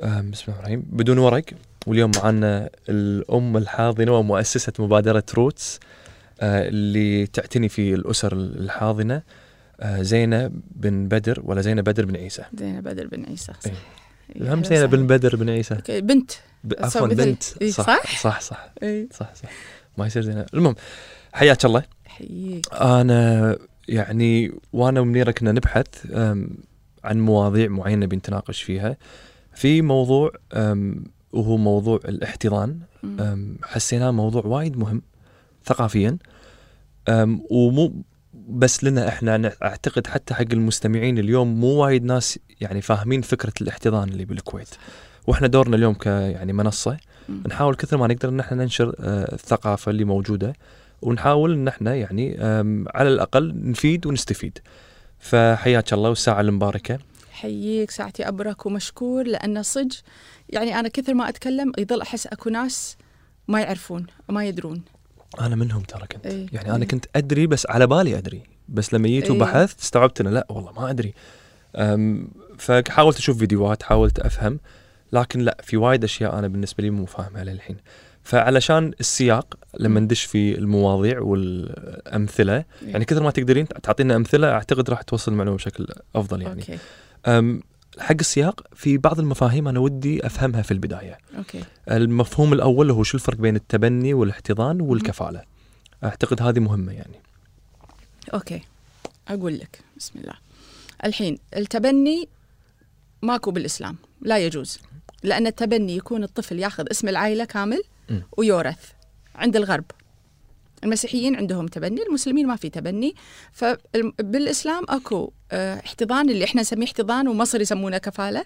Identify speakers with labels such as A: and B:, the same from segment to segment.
A: آه، بسم الله الرحمن الرحيم بدون ورق واليوم معنا الام الحاضنه ومؤسسه مبادره روتس آه، اللي تعتني في الاسر الحاضنه آه، زينه بن بدر ولا زينه بدر بن عيسى
B: زينب بدر بن عيسى صح
A: إيه. الهم زينه بن بدر بن عيسى
B: أوكي، بنت
A: ب-
B: صار
A: عفوا
B: بدل.
A: بنت
B: إيه،
A: صح
B: صح؟
A: صح صح
B: اي
A: صح, صح. ما يصير زينه المهم حياك الله
B: حييك
A: انا يعني وانا ومنيره كنا نبحث أم، عن مواضيع معينه بنتناقش فيها في موضوع أم، وهو موضوع الاحتضان
B: مم.
A: أم، حسيناه موضوع وايد مهم ثقافيا أم، ومو بس لنا احنا أنا اعتقد حتى حق المستمعين اليوم مو وايد ناس يعني فاهمين فكره الاحتضان اللي بالكويت واحنا دورنا اليوم ك يعني منصه
B: مم.
A: نحاول كثر ما نقدر ان احنا ننشر آه، الثقافه اللي موجوده ونحاول ان احنا يعني آم، على الاقل نفيد ونستفيد. فحياك الله والساعه المباركه.
B: حييك ساعتي ابرك ومشكور لانه صج يعني انا كثر ما اتكلم يظل احس اكو ناس ما يعرفون ما يدرون
A: انا منهم ترى كنت
B: إيه،
A: يعني انا
B: إيه.
A: كنت ادري بس على بالي ادري بس لما جيت
B: إيه.
A: وبحثت استوعبت انه لا والله ما ادري. آم، فحاولت اشوف فيديوهات حاولت افهم لكن لا في وايد اشياء انا بالنسبه لي مو فاهمها للحين. فعلشان السياق لما
B: مم. إيه.
A: ندش في المواضيع والامثله يعني كثر ما تقدرين تعطينا امثله اعتقد راح توصل المعلومه بشكل افضل يعني
B: اوكي
A: أم، حق السياق في بعض المفاهيم انا ودي افهمها في البدايه
B: اوكي
A: المفهوم الاول هو شو الفرق بين التبني والاحتضان والكفاله اعتقد هذه مهمه يعني
B: اوكي اقول لك بسم الله الحين التبني ماكو بالاسلام لا يجوز لان التبني يكون الطفل ياخذ اسم العائله كامل
A: مم.
B: ويورث عند الغرب المسيحيين عندهم تبني المسلمين ما في تبني فبالاسلام اكو آه، احتضان اللي احنا نسميه احتضان ومصر يسمونه كفاله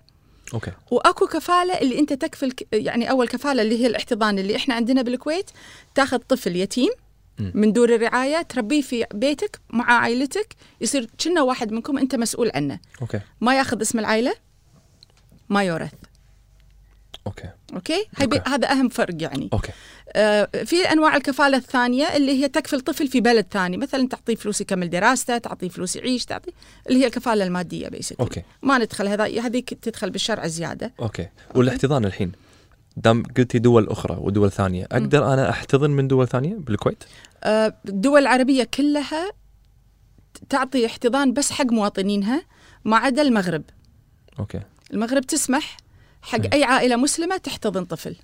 A: اوكي
B: واكو كفاله اللي انت تكفل يعني اول كفاله اللي هي الاحتضان اللي احنا عندنا بالكويت تاخذ طفل يتيم
A: مم.
B: من دور الرعايه تربيه في بيتك مع عائلتك يصير كنا واحد منكم انت مسؤول عنه
A: اوكي
B: ما ياخذ اسم العائله ما يورث
A: اوكي
B: اوكي, هاي بي-
A: أوكي.
B: هذا اهم فرق يعني
A: اوكي
B: آه، في انواع الكفاله الثانيه اللي هي تكفل طفل في بلد ثاني مثلا تعطيه فلوس يكمل دراسته تعطيه فلوس يعيش تعطيه اللي هي الكفاله الماديه بيسكلي
A: اوكي
B: ما ندخل هذا هذيك تدخل بالشرع زياده
A: اوكي والاحتضان الحين دام قلتي دول اخرى ودول ثانيه اقدر انا احتضن من دول ثانيه بالكويت
B: آه، الدول العربية كلها تعطي احتضان بس حق مواطنينها ما عدا المغرب
A: اوكي
B: المغرب تسمح
A: مم.
B: حق أي عائلة مسلمة تحتضن طفل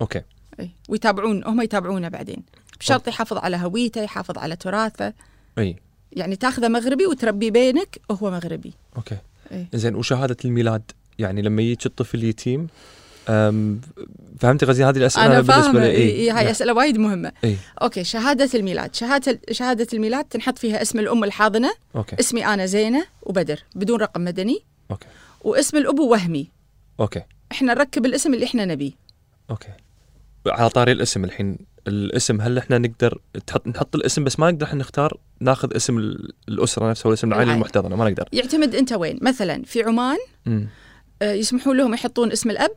A: اوكي
B: أي. ويتابعون هم يتابعونه بعدين بشرط يحافظ على هويته يحافظ على تراثه
A: اي
B: يعني تاخذه مغربي وتربي بينك وهو مغربي
A: اوكي
B: أي.
A: زين وشهاده الميلاد يعني لما يجيك الطفل يتيم أم، فهمتي غزي هذه الاسئله
B: انا
A: بالنسبه
B: فاهمه
A: لي
B: إي- إي،
A: إي. نعم.
B: هاي اسئله وايد مهمه
A: إي.
B: اوكي شهاده الميلاد شهاده شهاده الميلاد تنحط فيها اسم الام الحاضنه
A: اوكي
B: اسمي انا زينه وبدر بدون رقم مدني
A: اوكي
B: واسم الابو وهمي
A: اوكي
B: احنا نركب الاسم اللي احنا نبيه
A: اوكي على طاري الاسم الحين الاسم هل احنا نقدر تحط نحط الاسم بس ما نقدر احنا نختار ناخذ اسم ال- الاسره نفسها ولا اسم العائله
B: العائلة.
A: المحتضنه ما نقدر
B: يعتمد انت وين مثلا في عمان
A: امم
B: آه، يسمحون لهم يحطون اسم الاب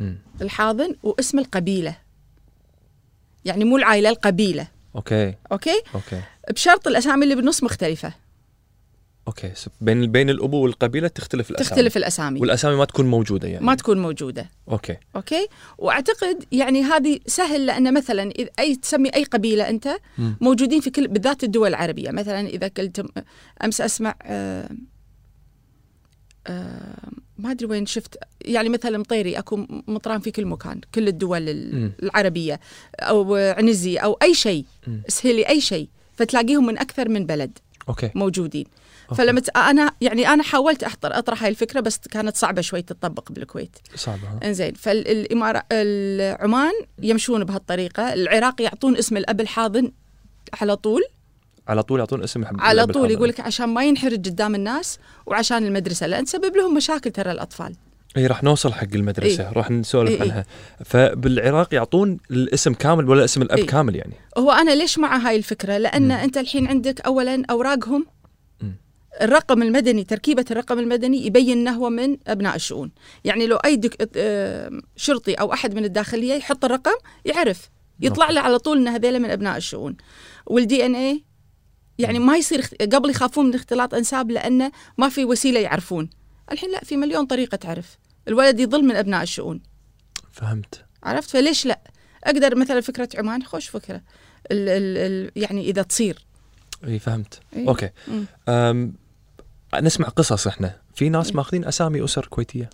A: امم
B: الحاضن واسم القبيله يعني مو العائله القبيله
A: اوكي
B: اوكي
A: اوكي
B: بشرط الاسامي اللي بالنص مختلفه
A: اوكي س- بين بين الابو والقبيله تختلف الاسامي
B: تختلف الاسامي
A: والاسامي ما تكون موجوده يعني
B: ما تكون موجوده
A: اوكي
B: اوكي واعتقد يعني هذه سهل لان مثلا إذ- اي تسمي اي قبيله انت
A: مم.
B: موجودين في كل بالذات الدول العربيه مثلا اذا قلت امس اسمع آه آه ما ادري وين شفت يعني مثلا مطيري اكو مطران في كل مكان كل الدول ال-
A: مم.
B: العربيه او عنزي او اي شيء
A: مم.
B: سهلي اي شيء فتلاقيهم من اكثر من بلد
A: اوكي
B: موجودين
A: أوكي.
B: فلما ت- انا يعني انا حاولت احضر اطرح هاي الفكره بس كانت صعبه شوي تطبق بالكويت
A: صعبه ها؟
B: انزين فالامارة ال- عمان يمشون بهالطريقه العراق يعطون اسم الاب الحاضن على طول
A: على طول يعطون اسم الحب
B: على
A: الأب
B: طول
A: الحاضر.
B: يقول لك عشان ما ينحرج قدام الناس وعشان المدرسه لان تسبب لهم مشاكل ترى الاطفال
A: اي إيه، راح نوصل حق
B: إيه.
A: المدرسه راح نسولف
B: إي إي.
A: عنها فبالعراق يعطون الاسم كامل ولا اسم الاب
B: إي.
A: كامل يعني
B: هو انا ليش مع هاي الفكره لان
A: مم.
B: انت الحين عندك اولا اوراقهم
A: مم.
B: الرقم المدني تركيبة الرقم المدني يبين انه هو من أبناء الشؤون يعني لو أي دك... آه، شرطي أو أحد من الداخلية يحط الرقم يعرف يطلع
A: أوكي.
B: له على طول أن هذيلا من أبناء الشؤون والدي إن إيه يعني ما يصير اخت- قبل يخافون من اختلاط أنساب لأنه ما في وسيلة يعرفون الحين لا في مليون طريقة تعرف الولد يضل من ابناء الشؤون
A: فهمت
B: عرفت فليش لا اقدر مثلا فكره عمان خوش فكره ال ال ال يعني اذا تصير
A: اي إيه، فهمت
B: إي.
A: اوكي
B: إيه. مم.
A: أم نسمع قصص احنا في ناس
B: إيه.
A: ماخذين اسامي اسر كويتيه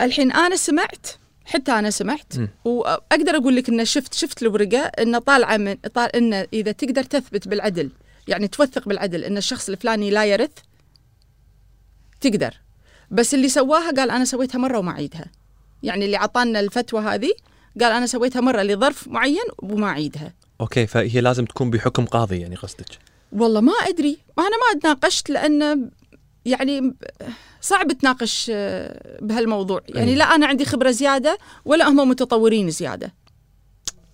B: الحين انا سمعت حتى انا سمعت
A: مم.
B: واقدر اقول لك ان شفت شفت الورقه انه طالعه من طال انه اذا تقدر تثبت بالعدل يعني توثق بالعدل ان الشخص الفلاني لا يرث تقدر بس اللي سواها قال انا سويتها مره وما اعيدها يعني اللي عطانا الفتوى هذه قال انا سويتها مره لظرف معين وما اعيدها
A: اوكي فهي لازم تكون بحكم قاضي يعني قصدك
B: والله ما ادري انا ما اتناقشت لان يعني صعب تناقش آه، بهالموضوع يعني
A: أي.
B: لا انا عندي خبره زياده ولا هم متطورين زياده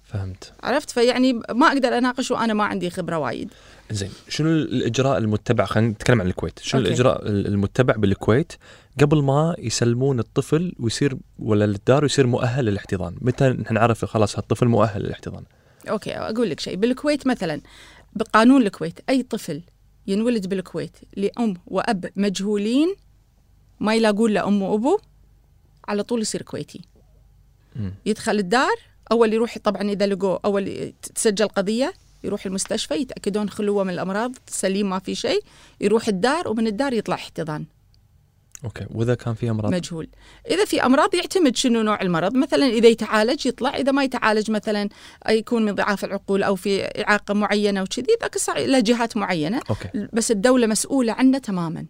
A: فهمت
B: عرفت فيعني ما اقدر اناقش وانا ما عندي خبره وايد
A: زين شنو الاجراء المتبع خلينا نتكلم عن الكويت شنو
B: أوكي.
A: الاجراء ال- المتبع بالكويت قبل ما يسلمون الطفل ويصير ولا للدار ويصير مؤهل للاحتضان متى نحن نعرف خلاص هالطفل مؤهل للاحتضان
B: اوكي اقول لك شيء بالكويت مثلا بقانون الكويت اي طفل ينولد بالكويت لام واب مجهولين ما يلاقون له ام وابو على طول يصير كويتي
A: مم.
B: يدخل الدار اول يروح طبعا اذا لقوه اول تسجل قضيه يروح المستشفى يتاكدون خلوه من الامراض سليم ما في شيء يروح الدار ومن الدار يطلع احتضان
A: اوكي واذا كان في امراض
B: مجهول اذا في امراض يعتمد شنو نوع المرض مثلا اذا يتعالج يطلع اذا ما يتعالج مثلا يكون من ضعاف العقول او في اعاقه معينه وكذي ذاك الساعة الى جهات معينه
A: اوكي
B: بس الدوله مسؤوله عنه تماما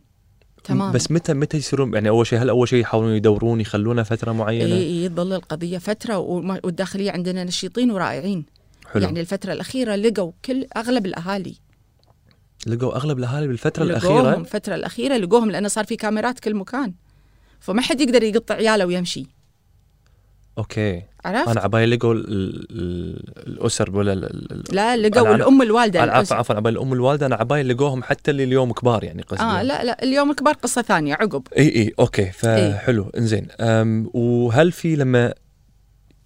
B: تماما
A: بس متى متى يصيرون يعني اول شيء هل اول شيء يحاولون يدورون يخلونه فتره معينه
B: إي إي تظل القضيه فتره وما- والداخليه عندنا نشيطين ورائعين
A: حلو
B: يعني الفتره الاخيره لقوا كل اغلب الاهالي
A: لقوا اغلب الاهالي بالفتره
B: لقوهم
A: الاخيره
B: الفتره الاخيره لقوهم لانه صار في كاميرات كل مكان فما حد يقدر يقطع عياله ويمشي
A: اوكي
B: عرفت
A: انا عبالي لقوا ال- ال- الاسر ولا ال- ال- ال-
B: لا
A: أنا-
B: لقوا
A: أنا-
B: الام الوالده
A: أنا عفوا
B: الأس-
A: عفوا عبالي الام الوالده انا عبالي لقوهم حتى اللي اليوم كبار يعني قصدي
B: اه لا لا اليوم الكبار قصه ثانيه عقب
A: اي اي اوكي
B: إي.
A: فحلو انزين أم، وهل في لما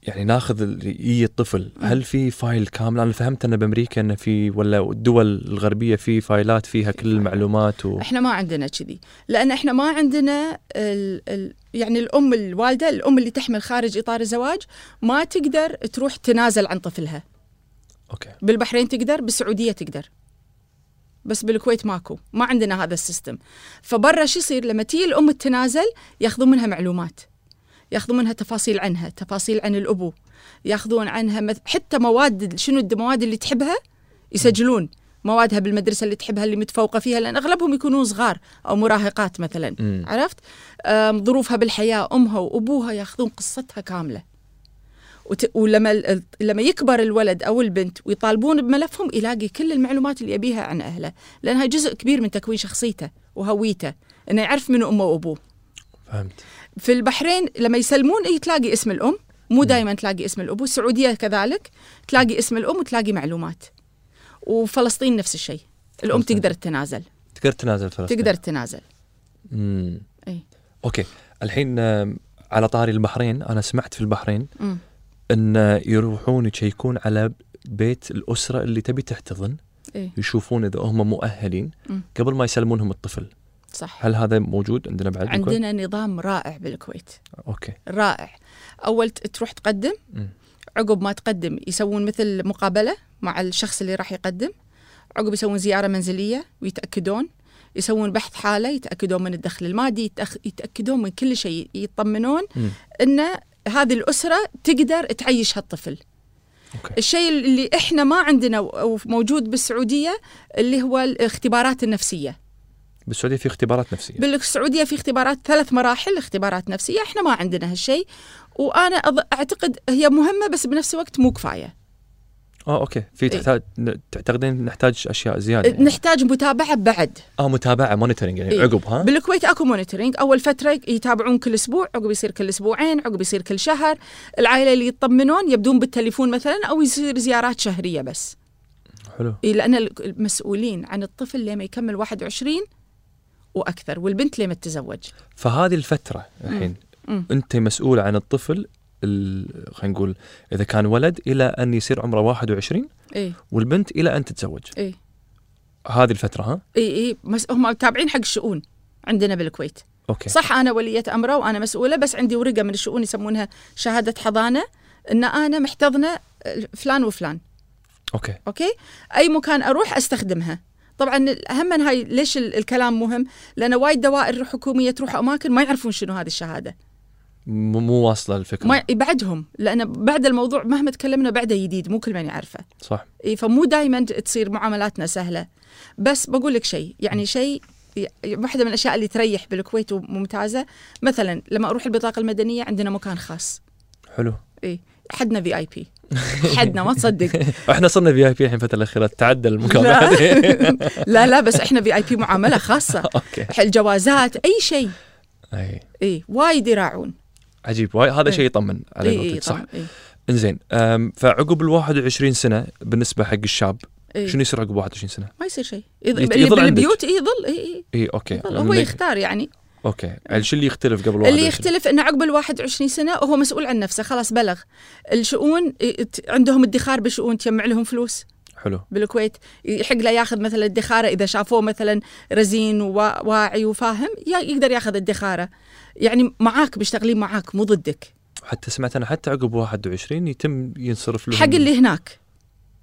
A: يعني ناخذ ال- يجي الطفل هل في فايل كامل انا فهمت انه بامريكا انه في ولا الدول الغربيه في فايلات فيها كل المعلومات و...
B: احنا ما عندنا كذي لان احنا ما عندنا ال ال يعني الام الوالده الام اللي تحمل خارج اطار الزواج ما تقدر تروح تنازل عن طفلها
A: اوكي
B: بالبحرين تقدر بالسعوديه تقدر بس بالكويت ماكو ما عندنا هذا السيستم فبرا شو يصير لما تيجي الام تتنازل ياخذون منها معلومات ياخذون منها تفاصيل عنها تفاصيل عن الابو ياخذون عنها مث... حتى مواد شنو المواد اللي تحبها يسجلون موادها بالمدرسه اللي تحبها اللي متفوقه فيها لان اغلبهم يكونون صغار او مراهقات مثلا
A: مم.
B: عرفت أم، ظروفها بالحياه امها وابوها ياخذون قصتها كامله وت... ولما ال- لما يكبر الولد او البنت ويطالبون بملفهم يلاقي كل المعلومات اللي يبيها عن اهله لانها جزء كبير من تكوين شخصيته وهويته انه يعرف منو امه وابوه
A: فهمت
B: في البحرين لما يسلمون إيه تلاقي اسم الام مو دائما تلاقي اسم الابو السعوديه كذلك تلاقي اسم الام وتلاقي معلومات وفلسطين نفس الشيء الام
A: فلسطين.
B: تقدر تتنازل
A: تقدر تنازل فلسطين
B: تقدر تتنازل إيه،
A: امم
B: اي
A: اوكي الحين آم، على طاري البحرين انا سمعت في البحرين
B: أمم.
A: ان يروحون يشيكون على بيت الاسره اللي تبي تحتضن
B: اي
A: يشوفون اذا هم مؤهلين
B: مم.
A: قبل ما يسلمونهم الطفل
B: صح
A: هل هذا موجود عندنا بعد بالكويت؟
B: عندنا نظام رائع بالكويت
A: اوكي
B: رائع اول ت- تروح تقدم
A: مم.
B: عقب ما تقدم يسوون مثل مقابله مع الشخص اللي راح يقدم عقب يسوون زياره منزليه ويتاكدون يسوون بحث حاله يتاكدون من الدخل المادي يتأخ- يتاكدون من كل شيء يطمنون
A: مم.
B: ان هذه الاسره تقدر تعيش هالطفل
A: اوكي
B: الشيء اللي احنا ما عندنا و- وموجود بالسعوديه اللي هو الاختبارات النفسيه
A: بالسعوديه في اختبارات نفسيه
B: بالسعوديه في اختبارات ثلاث مراحل اختبارات نفسيه احنا ما عندنا هالشيء وانا أظ- اعتقد هي مهمه بس بنفس الوقت مو كفايه
A: اه اوكي في
B: إيه.
A: تحتاج ن- تعتقدين نحتاج اشياء زياده يعني.
B: نحتاج متابعه بعد
A: اه متابعه مونيتورنج يعني
B: إيه.
A: عقب ها
B: بالكويت اكو مونيتورينج اول فتره يتابعون كل اسبوع عقب يصير كل اسبوعين عقب يصير كل شهر العائله اللي يطمنون يبدون بالتليفون مثلا او يصير زيارات شهريه بس
A: حلو
B: إيه، لان ال- المسؤولين عن الطفل لما يكمل 21 واكثر والبنت لما تتزوج
A: فهذه الفتره الحين
B: مم.
A: انت مسؤوله عن الطفل ال- خلينا نقول اذا كان ولد الى ان يصير عمره 21
B: اي
A: والبنت الى ان تتزوج
B: اي
A: هذه الفتره ها
B: إيه، اي اي مس... هم تابعين حق الشؤون عندنا بالكويت
A: اوكي
B: صح انا وليه امره وانا مسؤوله بس عندي ورقه من الشؤون يسمونها شهاده حضانه ان انا محتضنه آه، فلان وفلان
A: اوكي
B: اوكي اي مكان اروح استخدمها طبعا الاهم من هاي ليش ال- الكلام مهم لان وايد دوائر حكوميه تروح اماكن ما يعرفون شنو هذه الشهاده
A: مو مو واصله الفكره
B: ما يبعدهم لان بعد الموضوع مهما تكلمنا بعده جديد مو كل من يعرفه
A: صح
B: إي، إيه، فمو دائما تصير معاملاتنا سهله بس بقول لك شيء يعني شيء ي- واحده من الاشياء اللي تريح بالكويت وممتازه مثلا لما اروح البطاقه المدنيه عندنا مكان خاص
A: حلو
B: اي حدنا في اي بي حدنا ما تصدق
A: احنا صرنا في اي بي الحين الفتره الاخيره تعدى المكان
B: لا.
A: هذه.
B: لا لا بس احنا في اي بي معامله خاصه
A: اوكي
B: الجوازات اي شيء
A: اي
B: اي وايد يراعون
A: عجيب واي هذا
B: إي.
A: شيء يطمن على
B: اي اي
A: قولتك، صح
B: طبعاً، إيه، اي
A: انزين أم، فعقب ال 21 سنه بالنسبه حق الشاب
B: إي.
A: شنو يصير عقب 21 سنه؟
B: إيه. ما يصير شيء
A: يت-
B: يض- اللي
A: يظل عندك.
B: بالبيوت اي يظل اي اي
A: اي اوكي
B: يظل. هو
A: لك-
B: يختار يعني
A: اوكي يعني شو اللي يختلف قبل
B: اللي
A: 21
B: يختلف انه عقب ال 21 سنه هو مسؤول عن نفسه خلاص بلغ الشؤون ي- ت- عندهم ادخار بشؤون تجمع لهم فلوس
A: حلو
B: بالكويت يحق له ياخذ مثلا ادخاره اذا شافوه مثلا رزين وواعي وفاهم ي- يقدر ياخذ ادخاره يعني معاك بيشتغلين معاك مو ضدك
A: حتى سمعت انا حتى عقب 21 يتم ينصرف لهم
B: حق اللي هناك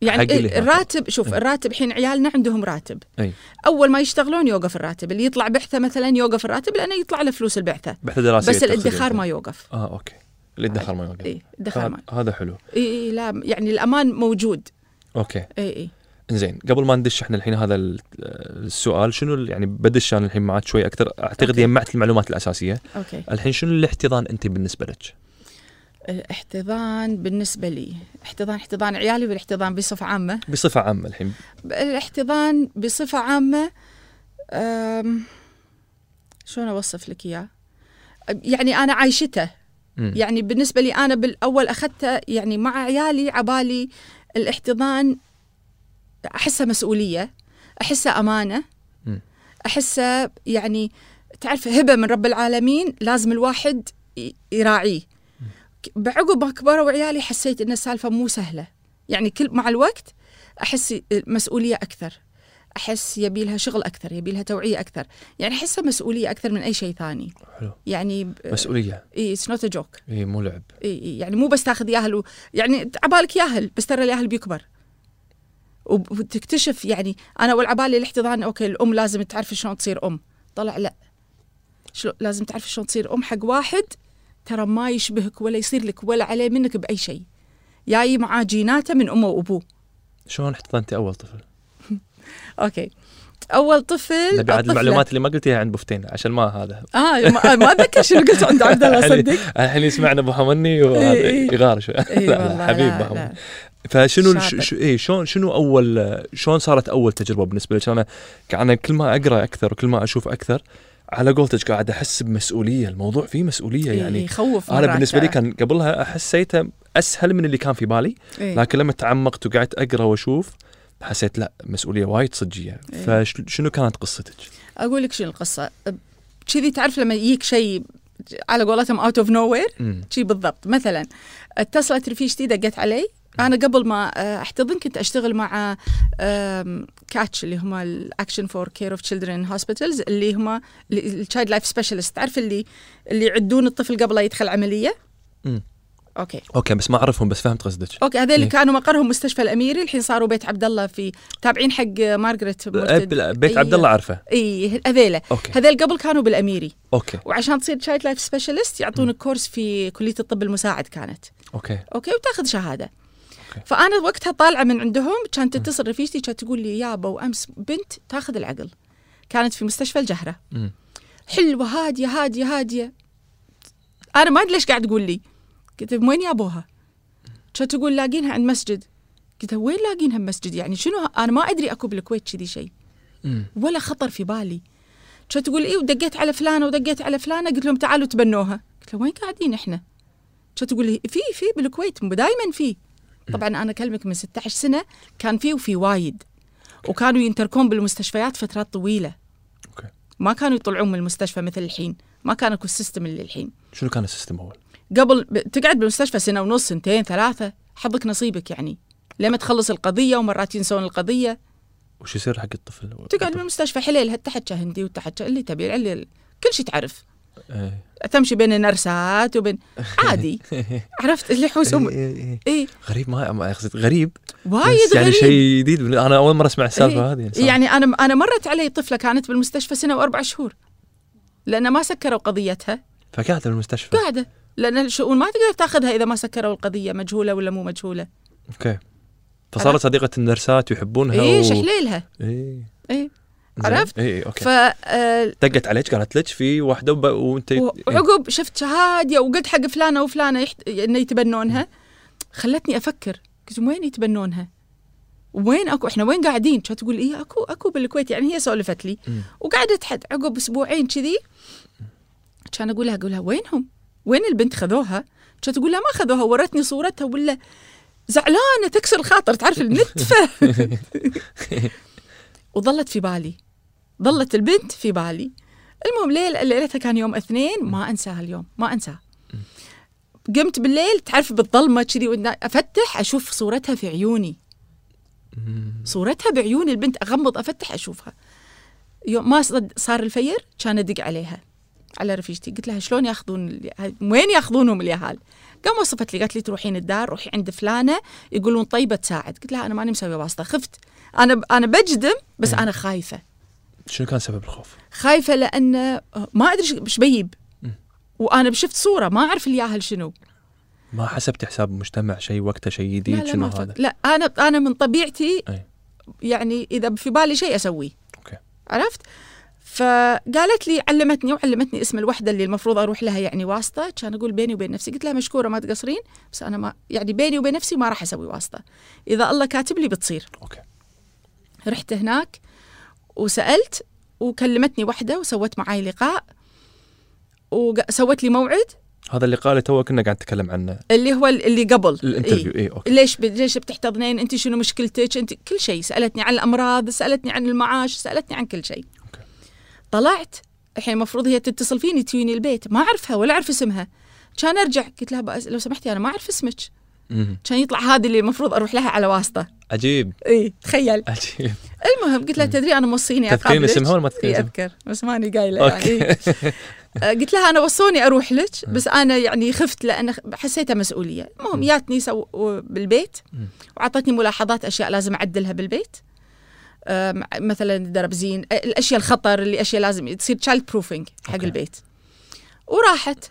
B: يعني
A: حق اللي هناك.
B: الراتب شوف
A: إيه.
B: الراتب الحين عيالنا عندهم راتب
A: اي
B: اول ما يشتغلون يوقف الراتب اللي يطلع بعثه مثلا يوقف الراتب لانه يطلع له فلوس البعثه
A: بحث دراسي
B: بس الادخار ما يوقف
A: اه اوكي الادخار ما يوقف
B: اي ادخار ما
A: ه- هذا حلو
B: اي إي، لا يعني الامان موجود
A: اوكي
B: اي اي
A: زين قبل ما ندش احنا الحين هذا ال- السؤال شنو ال- يعني بدش انا الحين معك شوي اكثر اعتقد
B: أوكي.
A: جمعت المعلومات الاساسيه
B: اوكي
A: الحين شنو الاحتضان انت بالنسبه لك
B: الاحتضان بالنسبه إيه، لي احتضان احتضان عيالي والاحتضان بصفه عامه
A: بصفه عامه الحين
B: الاحتضان بصفه عامه أم، شلون اوصف لك اياه يعني انا عايشته
A: مم.
B: يعني بالنسبه لي انا بالاول اخذته يعني مع عيالي عبالي الاحتضان احسه مسؤوليه احسه امانه
A: مم.
B: احسه يعني تعرف هبه من رب العالمين لازم الواحد ي- يراعيه ك- بعقب ما كبروا عيالي حسيت ان السالفه مو سهله يعني كل مع الوقت احس مسؤوليه اكثر احس يبي لها شغل اكثر يبي لها توعيه اكثر يعني احسها مسؤوليه اكثر من اي شيء ثاني
A: حلو.
B: يعني إيه، ب-
A: مسؤوليه
B: اي اتس نوت جوك
A: اي إيه، مو لعب
B: اي يعني مو بس تاخذ ياهل و... يعني عبالك ياهل بس ترى الياهل بيكبر وب- وتكتشف يعني انا والعبالي الاحتضان اوكي الام لازم تعرف شلون تصير ام طلع لا شلو لازم تعرف شلون تصير ام حق واحد ترى ما يشبهك ولا يصير لك ولا عليه منك باي شيء جاي معاه جيناته من امه وابوه
A: شلون احتضنتي اول طفل؟
B: اوكي اول طفل
A: نبي عاد
B: الطفلة-
A: المعلومات اللي ما قلتيها عند بوفتين عشان ما هذا
B: اه ما ما اتذكر شنو قلت عند عبد الله صدق إيه،
A: الحين يسمعنا ابو حمني
B: إي
A: وهذا
B: إي.
A: يغار شوي
B: اي
A: لا، لا،
B: والله
A: حبيب
B: لا،
A: أبو
B: لا.
A: حمني. فشنو الش-
B: شاطر.
A: ش... اي شلون شنو اول شلون صارت اول تجربه بالنسبه لك انا انا كل ما اقرا اكثر وكل ما اشوف اكثر على قولتك قاعد احس بمسؤوليه الموضوع فيه مسؤوليه
B: إي،
A: يعني
B: يخوف
A: انا
B: مرات،
A: بالنسبه لي
B: آه.
A: كان قبلها حسيته اسهل من اللي كان في بالي
B: إي.
A: لكن لما تعمقت وقعدت اقرا واشوف حسيت لا مسؤوليه وايد صجيه
B: إي.
A: فشنو كانت قصتك
B: اقول لك شنو القصه كذي تعرف لما يجيك شيء على قولتهم اوت اوف نو وير
A: أمم.
B: شي بالضبط مثلا اتصلت رفيجتي دقت علي انا قبل ما آه، احتضن كنت اشتغل مع آم، كاتش اللي هم الاكشن فور كير اوف تشيلدرن هوسبيتالز اللي هم التشايلد لايف سبيشالست تعرف اللي اللي يعدون الطفل قبل لا يدخل عمليه
A: أمم.
B: اوكي
A: اوكي بس ما اعرفهم بس فهمت قصدك
B: اوكي هذول
A: إيه.
B: كانوا مقرهم مستشفى الاميري الحين صاروا بيت عبد الله في تابعين حق مارغريت مرتد
A: أب- بيت
B: إي.
A: عبد الله عارفه
B: اي هذيله
A: اوكي
B: هذول قبل كانوا بالاميري
A: اوكي
B: وعشان تصير تشايلد لايف سبيشالست يعطونك كورس في كليه الطب المساعد كانت
A: اوكي
B: اوكي وتاخذ شهاده
A: أوكي.
B: فانا وقتها طالعه من عندهم كانت تتصل رفيجتي كانت تقول لي يابا وامس بنت تاخذ العقل كانت في مستشفى الجهره
A: أمم.
B: حلوه هاديه هاديه هاديه انا ما ادري ليش قاعد تقول لي قلت من وين يابوها؟ كانت تقول لاقينها عند مسجد قلت لها، وين لاقينها بمسجد يعني شنو ه- انا ما ادري اكو بالكويت كذي شيء
A: أمم.
B: ولا خطر في بالي كانت تقول اي ودقيت على فلانه ودقيت على فلانه قلت لهم تعالوا تبنوها قلت لها وين قاعدين احنا؟ كانت تقول لي في في بالكويت دائما في طبعا انا اكلمك من 16 سنه كان في وفي وايد وكانوا ينتركون بالمستشفيات فترات طويله
A: أوكي.
B: ما كانوا يطلعون من المستشفى مثل الحين ما كان اكو السيستم اللي الحين
A: شنو كان السيستم اول؟
B: قبل ب... تقعد بالمستشفى سنه ونص سنتين ثلاثه حظك نصيبك يعني لما تخلص القضيه ومرات ينسون القضيه
A: وش يصير حق الطفل؟
B: تقعد بالمستشفى حليلها تحت شهندي وتحت شا- اللي تبي اللي كل شيء تعرف
A: إيه.
B: تمشي بين النرسات وبين عادي عرفت اللي يحوس
A: إيه،
B: أم...
A: إيه، إيه.
B: اي
A: غريب ما ما قصدي غريب
B: وايد
A: بس يعني
B: غريب
A: شيء جديد بال- انا اول مره اسمع السالفه
B: إيه.
A: هذه صراحة.
B: يعني انا انا مرت علي طفله كانت بالمستشفى سنه واربع شهور لان ما سكروا قضيتها
A: فقعدت بالمستشفى
B: قاعده لان الشؤون ما تقدر تاخذها اذا ما سكروا القضيه مجهوله ولا مو مجهوله
A: اوكي فصارت صديقه النرسات ويحبونها
B: اي
A: و...
B: شحليلها
A: ايه
B: اي
A: زين.
B: إيه،
A: إيه،
B: عرفت؟
A: اي إي، اوكي
B: ف آه،
A: دقت عليك قالت لك في واحده وب... إيه. وانت
B: وعقب شفت هاديه وقلت حق فلانه وفلانه يحت... انه يتبنونها خلتني افكر قلت وين يتبنونها؟ وين اكو احنا وين قاعدين؟ كانت تقول اي اكو اكو بالكويت يعني هي سولفت لي
A: مم.
B: وقعدت حد عقب اسبوعين كذي كان اقول لها اقول لها وينهم؟ وين البنت خذوها؟ كانت تقول لها ما خذوها ورتني صورتها ولا زعلانه تكسر الخاطر تعرف النتفه وظلت في بالي ظلت البنت في بالي المهم ليل ليلتها كان يوم اثنين ما انساه اليوم ما انساه قمت بالليل تعرف بالظلمه كذي وإن- افتح اشوف صورتها في عيوني
A: مم.
B: صورتها بعيوني البنت اغمض افتح اشوفها يوم ما صد- صار الفير كان ادق عليها على رفيجتي قلت لها شلون ياخذون ال- وين ياخذونهم اليهال قام وصفت لي قالت لي تروحين الدار روحي عند فلانه يقولون طيبه تساعد قلت لها انا ماني مسويه واسطه خفت انا ب- انا بجدم بس انا خايفه
A: شنو كان سبب الخوف؟
B: خايفه لان ما ادري ش- ايش بيجيب
A: مم.
B: وانا شفت صوره ما اعرف الياهل شنو
A: ما حسبت حساب المجتمع شيء وقته شيء
B: لا
A: جديد
B: لا ما
A: شنو
B: فكر.
A: هذا؟
B: لا انا انا من طبيعتي
A: أي.
B: يعني اذا في بالي شيء اسويه
A: اوكي
B: عرفت فقالت لي علمتني وعلمتني اسم الوحده اللي المفروض اروح لها يعني واسطه كان اقول بيني وبين نفسي قلت لها مشكوره ما تقصرين بس انا ما يعني بيني وبين نفسي ما راح اسوي واسطه اذا الله كاتب لي بتصير
A: اوكي
B: رحت هناك وسألت وكلمتني وحدة وسوت معاي لقاء وسوت لي موعد
A: هذا اللي قاله تو كنا قاعد نتكلم عنه
B: اللي هو اللي قبل
A: الانترفيو اي
B: إيه.
A: اوكي
B: ليش ب... ليش بتحتضنين انت شنو مشكلتك انت كل شيء سالتني عن الامراض سالتني عن المعاش سالتني عن كل شيء
A: أوكي.
B: طلعت الحين المفروض هي تتصل فيني تجيني البيت ما اعرفها ولا اعرف اسمها كان ارجع قلت لها بأس... لو سمحتي انا ما اعرف اسمك
A: مم.
B: كان يطلع هذه اللي المفروض اروح لها على واسطه
A: عجيب
B: اي تخيل
A: عجيب
B: المهم قلت لها تدري انا موصيني
A: تذكرين
B: أقابلك.
A: اسمها ولا ما تذكرين
B: اي
A: اسمها؟
B: اذكر بس ماني قايله يعني
A: اوكي
B: إيه. آه، قلت لها انا وصوني اروح لك بس انا يعني خفت لان خ- حسيتها مسؤوليه المهم جاتني سو... بالبيت
A: م.
B: واعطتني ملاحظات اشياء لازم اعدلها بالبيت آم، مثلا درب زين آه، الاشياء الخطر اللي اشياء لازم تصير تشايلد بروفينج حق
A: أوكي.
B: البيت وراحت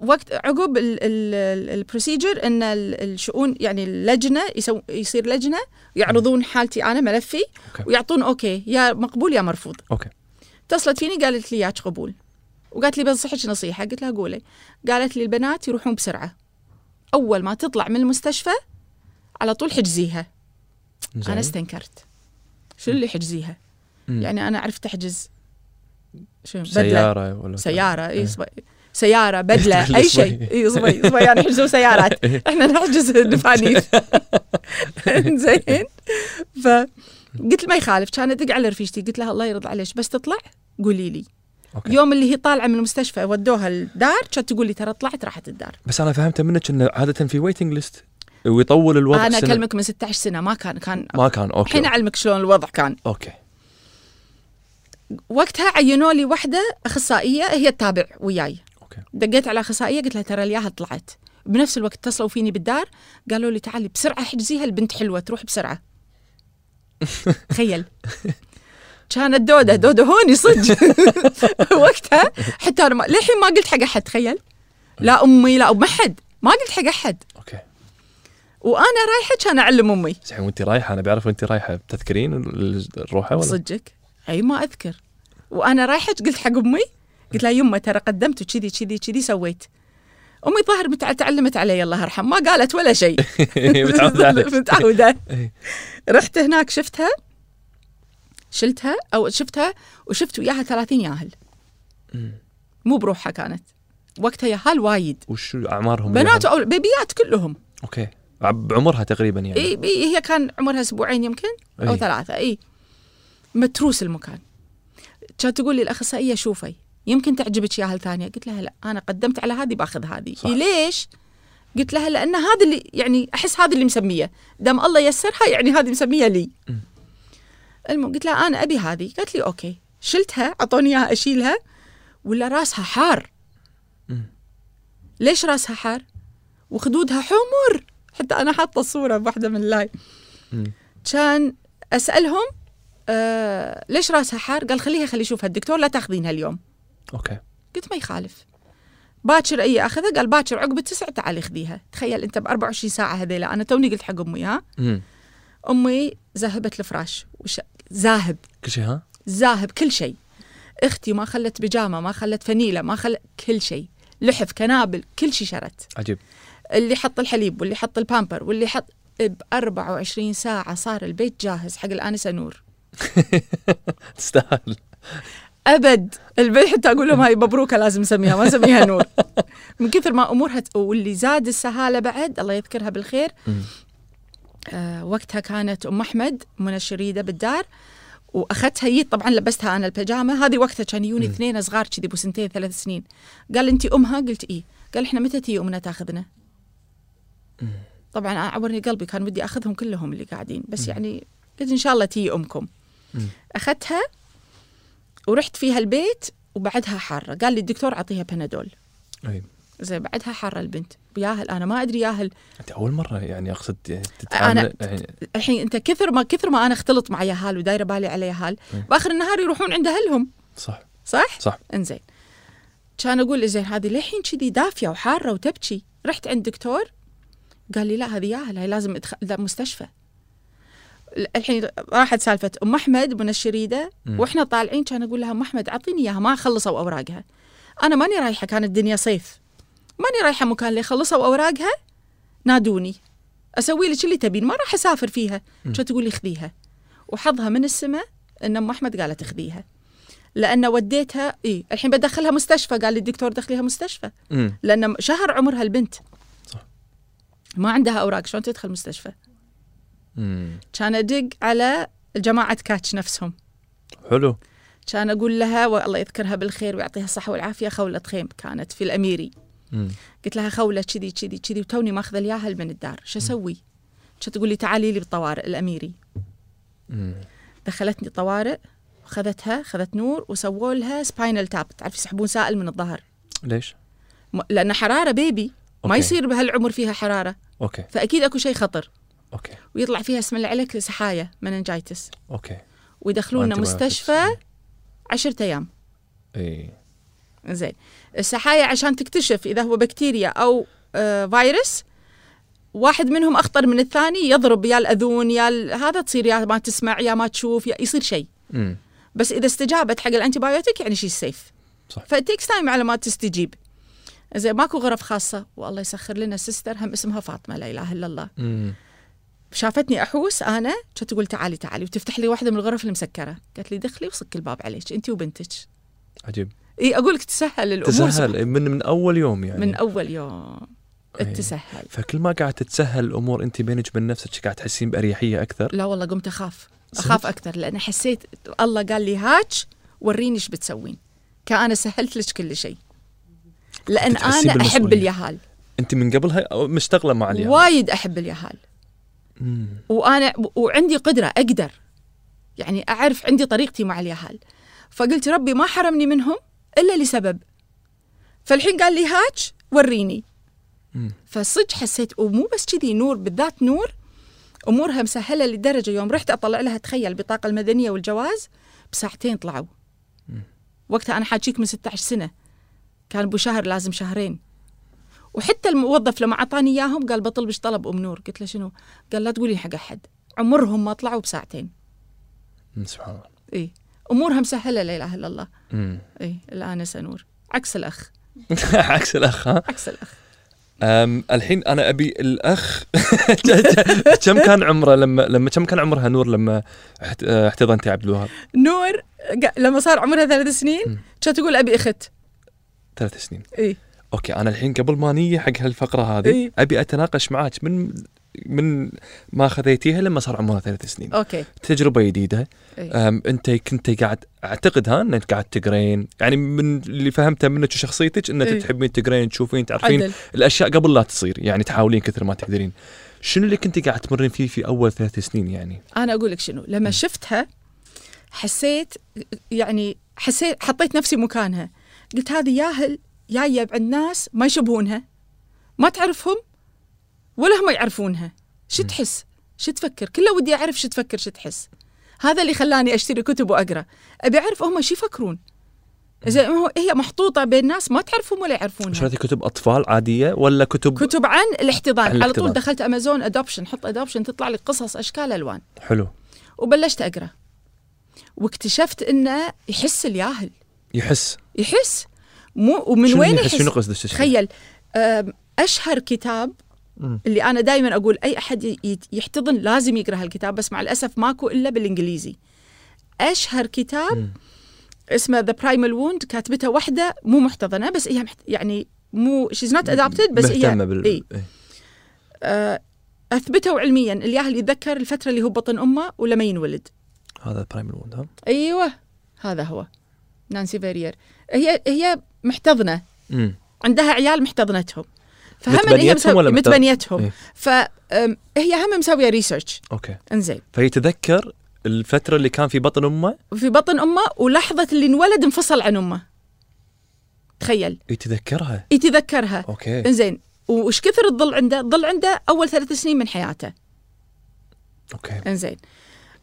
B: وقت عقب البروسيجر ان ال- الشؤون يعني اللجنه يسو يصير لجنه يعرضون حالتي انا ملفي
A: أوكي.
B: ويعطون اوكي يا مقبول يا مرفوض
A: اوكي
B: اتصلت فيني قالت لي ياك قبول وقالت لي بنصحك نصيحه قلت لها قولي قالت لي البنات يروحون بسرعه اول ما تطلع من المستشفى على طول حجزيها
A: زين.
B: انا استنكرت شو اللي حجزيها
A: مم.
B: يعني انا عرفت احجز شنو بدله
A: سياره ولا
B: سياره
A: إيه.
B: اي صبي- سياره بدله
A: تخلي
B: اي
A: صبي.
B: شيء إيه، اي صبي صبيان يحجزون يعني سيارات احنا نحجز دفانيس زين فقلت ما يخالف كان ادق على رفيجتي قلت لها الله يرضى عليك بس تطلع قولي لي
A: أوكي.
B: يوم اللي هي طالعه من المستشفى ودوها الدار كانت تقول لي ترى طلعت راحت الدار
A: بس انا فهمت منك انه عاده في ويتنج ليست ويطول الوضع
B: انا
A: سنة.
B: اكلمك من 16 سنه ما كان كان
A: ما كان
B: الحين
A: اوكي
B: اعلمك شلون الوضع كان
A: اوكي
B: وقتها عينوا لي وحده اخصائيه هي تتابع وياي
A: اوكي
B: دقيت على اخصائيه قلت لها ترى الياها طلعت بنفس الوقت اتصلوا فيني بالدار قالوا لي تعالي بسرعه احجزيها البنت حلوه تروح بسرعه تخيل كانت دوده دوده هوني صدق وقتها حتى انا ما... للحين ما قلت حق احد تخيل لا امي لا ام احد ما قلت حق احد
A: اوكي
B: وانا رايحه كان اعلم امي
A: بس الحين وانت رايحه انا بعرف وانت رايحه تذكرين ال- الروحه ولا؟
B: صدقك اي ما اذكر وانا رايحه قلت حق امي قلت لها يمه ترى قدمت وكذي كذي كذي سويت امي ظاهر متع- تعلمت علي الله يرحمه ما قالت ولا شيء
A: إيه، متعودة عليك.
B: متعوده
A: إيه.
B: رحت هناك شفتها شلتها او شفتها وشفت وياها 30 ياهل مو بروحها كانت وقتها ياهال وايد
A: وشو اعمارهم؟
B: بنات
A: اليوم؟
B: او بيبيات كلهم
A: اوكي عب- بعمرها تقريبا يعني إيه.
B: اي إي، هي كان عمرها اسبوعين يمكن او
A: إي.
B: ثلاثه اي متروس المكان كانت تقول لي الاخصائيه شوفي يمكن تعجبك ياهل ثانيه قلت لها لا انا قدمت على هذه باخذ هذه
A: صح.
B: إي ليش قلت لها لان هذا اللي يعني احس هذا اللي مسميه دام الله يسرها يعني هذه مسميه لي المهم قلت لها انا ابي هذه قالت لي اوكي شلتها اعطوني اياها اشيلها ولا راسها حار ليش راسها حار وخدودها حمر حتى انا حاطه صوره بواحده من اللايف
A: مم.
B: كان اسالهم آه ليش راسها حار قال خليها خلي يشوفها الدكتور لا تاخذينها اليوم
A: اوكي
B: قلت ما يخالف باكر اي اخذها قال باكر عقب التسع تعالي خذيها تخيل انت ب 24 ساعه هذيلا انا توني قلت حق امي ها
A: مم.
B: امي ذاهبت الفراش وش... ذاهب
A: كل شيء ها
B: ذاهب كل شيء اختي ما خلت بيجامه ما خلت فنيله ما خلت كل شيء لحف كنابل كل شيء شرت
A: عجيب
B: اللي حط الحليب واللي حط البامبر واللي حط ب 24 ساعة صار البيت جاهز حق الآنسة نور
A: تستاهل
B: أبد البيت حتى أقول لهم هاي مبروكة لازم نسميها ما نسميها نور من كثر ما أمورها ت- واللي زاد السهالة بعد الله يذكرها بالخير
A: مم.
B: آه وقتها كانت أم أحمد منى الشريدة بالدار واخذتها هي طبعا لبستها انا البيجامه هذه وقتها كان يوني
A: مم.
B: اثنين صغار كذي ابو سنتين ثلاث سنين قال انت امها قلت ايه قال احنا متى تي امنا تاخذنا طبعا انا عورني قلبي كان ودي اخذهم كلهم اللي قاعدين بس يعني قلت ان شاء الله تي امكم
A: مم.
B: اخذتها ورحت فيها البيت وبعدها حاره قال لي الدكتور اعطيها بنادول
A: اي
B: زين بعدها حاره البنت ياهل انا ما ادري ياهل
A: انت اول مره يعني اقصد تتعامل يعني-
B: الحين انت كثر ما كثر ما انا اختلط مع ياهال ودايره بالي على ياهال
A: مم.
B: باخر النهار يروحون عند اهلهم
A: صح
B: صح؟
A: صح.
B: انزين. كان اقول له زين هذه للحين كذي دافيه وحاره وتبكي، رحت عند دكتور قال لي لا هذه ياهل هاي لازم ادخل لا مستشفى. الحين راحت سالفه ام احمد من الشريده
A: مم.
B: واحنا طالعين كان اقول لها ام احمد اعطيني اياها ما خلصوا اوراقها. انا ماني رايحه كانت الدنيا صيف. ماني رايحه مكان اللي خلصوا اوراقها نادوني. اسوي لك اللي تبين ما راح اسافر فيها.
A: مم.
B: كانت تقول لي خذيها. وحظها من السماء ان ام احمد قالت خذيها. لان وديتها اي الحين بدخلها مستشفى قال لي الدكتور دخليها مستشفى
A: مم.
B: لان شهر عمرها البنت
A: صح.
B: ما عندها اوراق شلون تدخل مستشفى
A: مم.
B: كان ادق على جماعه كاتش نفسهم
A: حلو
B: كان اقول لها والله يذكرها بالخير ويعطيها الصحه والعافيه خوله خيم كانت في الاميري
A: مم.
B: قلت لها خوله كذي كذي كذي وتوني ماخذه الياهل من الدار شو اسوي؟ كانت تقول لي تعالي لي بالطوارئ الاميري
A: مم.
B: دخلتني طوارئ خذتها خذت نور وسووا لها سباينال تاب تعرف يسحبون سائل من الظهر
A: ليش؟
B: م- لان حراره بيبي ما
A: أوكي.
B: يصير بهالعمر فيها حراره
A: اوكي
B: فاكيد اكو شيء خطر
A: اوكي
B: ويطلع فيها اسم الله عليك سحايا مننجايتس
A: اوكي
B: ويدخلونا
A: وأنتي
B: مستشفى
A: بايوتكس.
B: عشرة ايام
A: اي
B: زين السحايا عشان تكتشف اذا هو بكتيريا او آه فيروس واحد منهم اخطر من الثاني يضرب يا الاذون يا ال- هذا تصير يا ما تسمع يا ما تشوف يا يصير شيء
A: مم.
B: بس اذا استجابت حق الانتيبايوتيك يعني شيء سيف
A: صح.
B: فتيكس تايم على ما تستجيب زين ماكو غرف خاصه والله يسخر لنا سيستر هم اسمها فاطمه لا اله الا الله
A: مم.
B: شافتني احوس انا كانت تقول تعالي تعالي وتفتح لي واحده من الغرف المسكره قالت لي دخلي وصك الباب عليك انت وبنتك
A: عجيب
B: اي اقول لك تسهل الامور
A: تسهل إي، من من اول يوم يعني
B: من اول يوم التسهل
A: فكل ما قاعد تتسهل الامور انت بينك وبين نفسك قاعد تحسين باريحيه اكثر
B: لا والله قمت اخاف
A: صدق؟
B: اخاف اكثر لان حسيت الله قال لي هاتش وريني ايش بتسوين كأنا سهلت لك كل شيء لان
A: تحسين
B: انا احب
A: بالمسؤولية.
B: اليهال
A: انت من قبلها أو- مشتغله مع اليوم
B: وايد احب اليهال
A: مم.
B: وانا وعندي قدره اقدر يعني اعرف عندي طريقتي مع اليهال فقلت ربي ما حرمني منهم الا لسبب فالحين قال لي هاتش وريني
A: مم.
B: فصدق حسيت ومو بس كذي نور بالذات نور امورها مسهله لدرجه يوم رحت اطلع لها تخيل البطاقه المدنيه والجواز بساعتين طلعوا وقتها انا حاجيك من 16 سنه كان ابو شهر لازم شهرين وحتى الموظف لما اعطاني اياهم قال بطلبش طلب ام نور قلت له شنو قال لا تقولي حق احد عمرهم ما طلعوا بساعتين
A: مم. سبحان الله
B: اي امورها مسهله لا اله الا الله
A: مم.
B: اي الان سنور عكس الاخ
A: عكس الاخ ها
B: عكس الاخ
A: أم الحين انا ابي الاخ كم كان عمره لما لما كم كان عمرها نور لما احت- احتضنتي عبد الوهاب
B: نور قا- لما صار عمرها ثلاث سنين كانت تقول إيه. ابي اخت
A: ثلاث سنين
B: اي
A: اوكي انا الحين قبل ما نيجي حق هالفقره هذه
B: إيه.
A: ابي اتناقش معاك من من ما خذيتيها لما صار عمرها ثلاث سنين
B: اوكي
A: تجربه جديده
B: إيه.
A: أم انت كنت قاعد اعتقد ها انك قاعد تقرين يعني من اللي فهمته منك وشخصيتك انك
B: إيه.
A: تحبين تقرين تشوفين تعرفين
B: عدل
A: الاشياء قبل لا تصير يعني تحاولين كثر ما تقدرين شنو اللي كنت قاعد تمرين فيه في اول ثلاث سنين يعني
B: انا اقول لك شنو لما شفتها حسيت يعني حسيت حطيت نفسي مكانها قلت هذه ياهل جايه عند ناس ما يشبهونها ما تعرفهم ولا هم يعرفونها شو تحس شو تفكر كله ودي اعرف شو تفكر شو تحس هذا اللي خلاني اشتري كتب واقرا ابي اعرف هم شو يفكرون زين هو- هي محطوطه بين ناس ما تعرفهم ولا يعرفونها
A: شريتي كتب اطفال عاديه ولا كتب,
B: كتب عن
A: عن
B: الاحتضان على
A: الاحتضان.
B: طول دخلت امازون ادوبشن حط ادوبشن تطلع لي قصص اشكال الوان
A: حلو
B: وبلشت اقرا واكتشفت انه يحس الياهل
A: يحس
B: يحس مو ومن
A: شنو
B: وين
A: يحس
B: يحس,
A: شنو قصدك
B: تخيل أم، اشهر كتاب
A: مم.
B: اللي انا دائما اقول اي احد ي- يت- يحتضن لازم يقرا هالكتاب بس مع الاسف ماكو الا بالانجليزي اشهر كتاب
A: مم.
B: اسمه ذا برايمال ووند كاتبته واحده مو محتضنه بس هي محت- يعني مو شيز نوت ادابتد بس هي
A: مهتمه بال
B: إي.
A: إي.
B: آه، اثبتوا علميا الياهل يتذكر الفتره اللي هو بطن امه ولما ينولد
A: هذا برايمال ووند ها
B: ايوه هذا هو نانسي فيرير هي هي محتضنه
A: مم.
B: عندها عيال محتضنتهم فهم إن هي
A: متبنيتهم
B: مسو-
A: ولا محتضن-
B: متبنيتهم
A: إيه.
B: فهي هم مسويه ريسيرش
A: اوكي
B: انزين
A: فيتذكر الفتره اللي كان في بطن امه
B: في بطن امه ولحظه اللي انولد انفصل عن امه تخيل
A: يتذكرها
B: يتذكرها
A: اوكي
B: انزين وش كثر الظل عنده الظل عنده اول ثلاث سنين من حياته
A: اوكي
B: انزين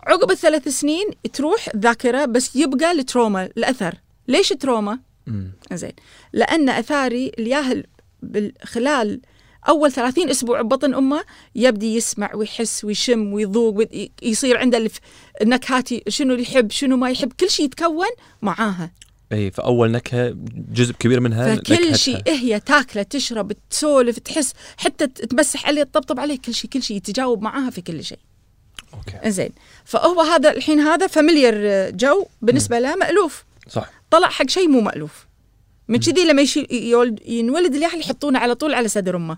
B: عقب الثلاث سنين تروح الذاكره بس يبقى التروما الاثر ليش تروما
A: مم.
B: زين لان اثاري الياهل بال- خلال اول 30 اسبوع ببطن امه يبدي يسمع ويحس ويشم ويذوق وي- يصير عنده الف- النكهات ي- شنو اللي يحب شنو ما يحب كل شيء يتكون معاها
A: اي فاول نكهه جزء كبير منها نكهتها.
B: فكل شيء هي تاكله تشرب تسولف تحس حتى ت- تمسح عليه تطبطب عليه كل شيء كل شيء يتجاوب معاها في كل شيء
A: اوكي
B: زين فهو هذا الحين هذا فاميليار جو بالنسبه له مالوف
A: صح
B: طلع حق شيء مو مألوف من كذي لما يشي يولد ينولد اليحيى يحطونه على طول على صدر امه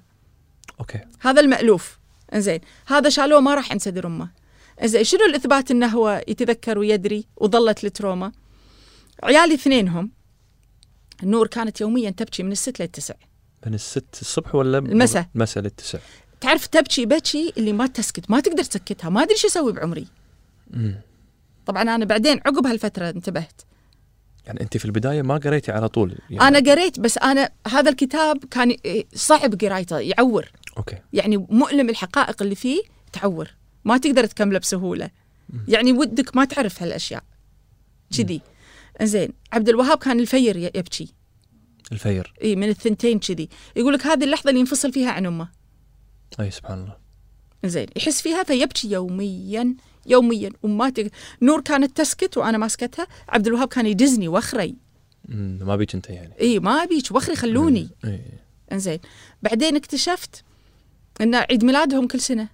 A: اوكي
B: هذا المألوف انزين هذا شالوه ما راح عند صدر امه انزين شنو الاثبات انه هو يتذكر ويدري وظلت التروما عيالي اثنينهم نور كانت يوميا تبكي من الست للتسع
A: من الست الصبح ولا ب-
B: المساء.
A: المساء للتسع
B: تعرف تبكي بكي اللي ما تسكت ما تقدر تسكتها ما ادري شو اسوي بعمري
A: مم.
B: طبعا انا بعدين عقب هالفتره انتبهت
A: يعني انت في البدايه ما قريتي على طول يعني.
B: انا قريت بس انا هذا الكتاب كان إيه، صعب قرايته يعور
A: اوكي
B: يعني مؤلم الحقائق اللي فيه تعور ما تقدر تكمله بسهوله يعني ودك ما تعرف هالاشياء كذي زين عبد الوهاب كان الفير ي- يبكي
A: الفير
B: اي من الثنتين كذي يقول لك هذه اللحظه اللي ينفصل فيها عن امه
A: اي سبحان الله
B: زين يحس فيها فيبكي يوميا يوميا وما تق... نور كانت تسكت وانا ماسكتها عبد الوهاب كان يدزني واخري
A: مم. ما بيك انت يعني إيه.
B: اي ما ابيك واخري خلوني
A: اي
B: انزين بعدين اكتشفت ان عيد ميلادهم كل سنه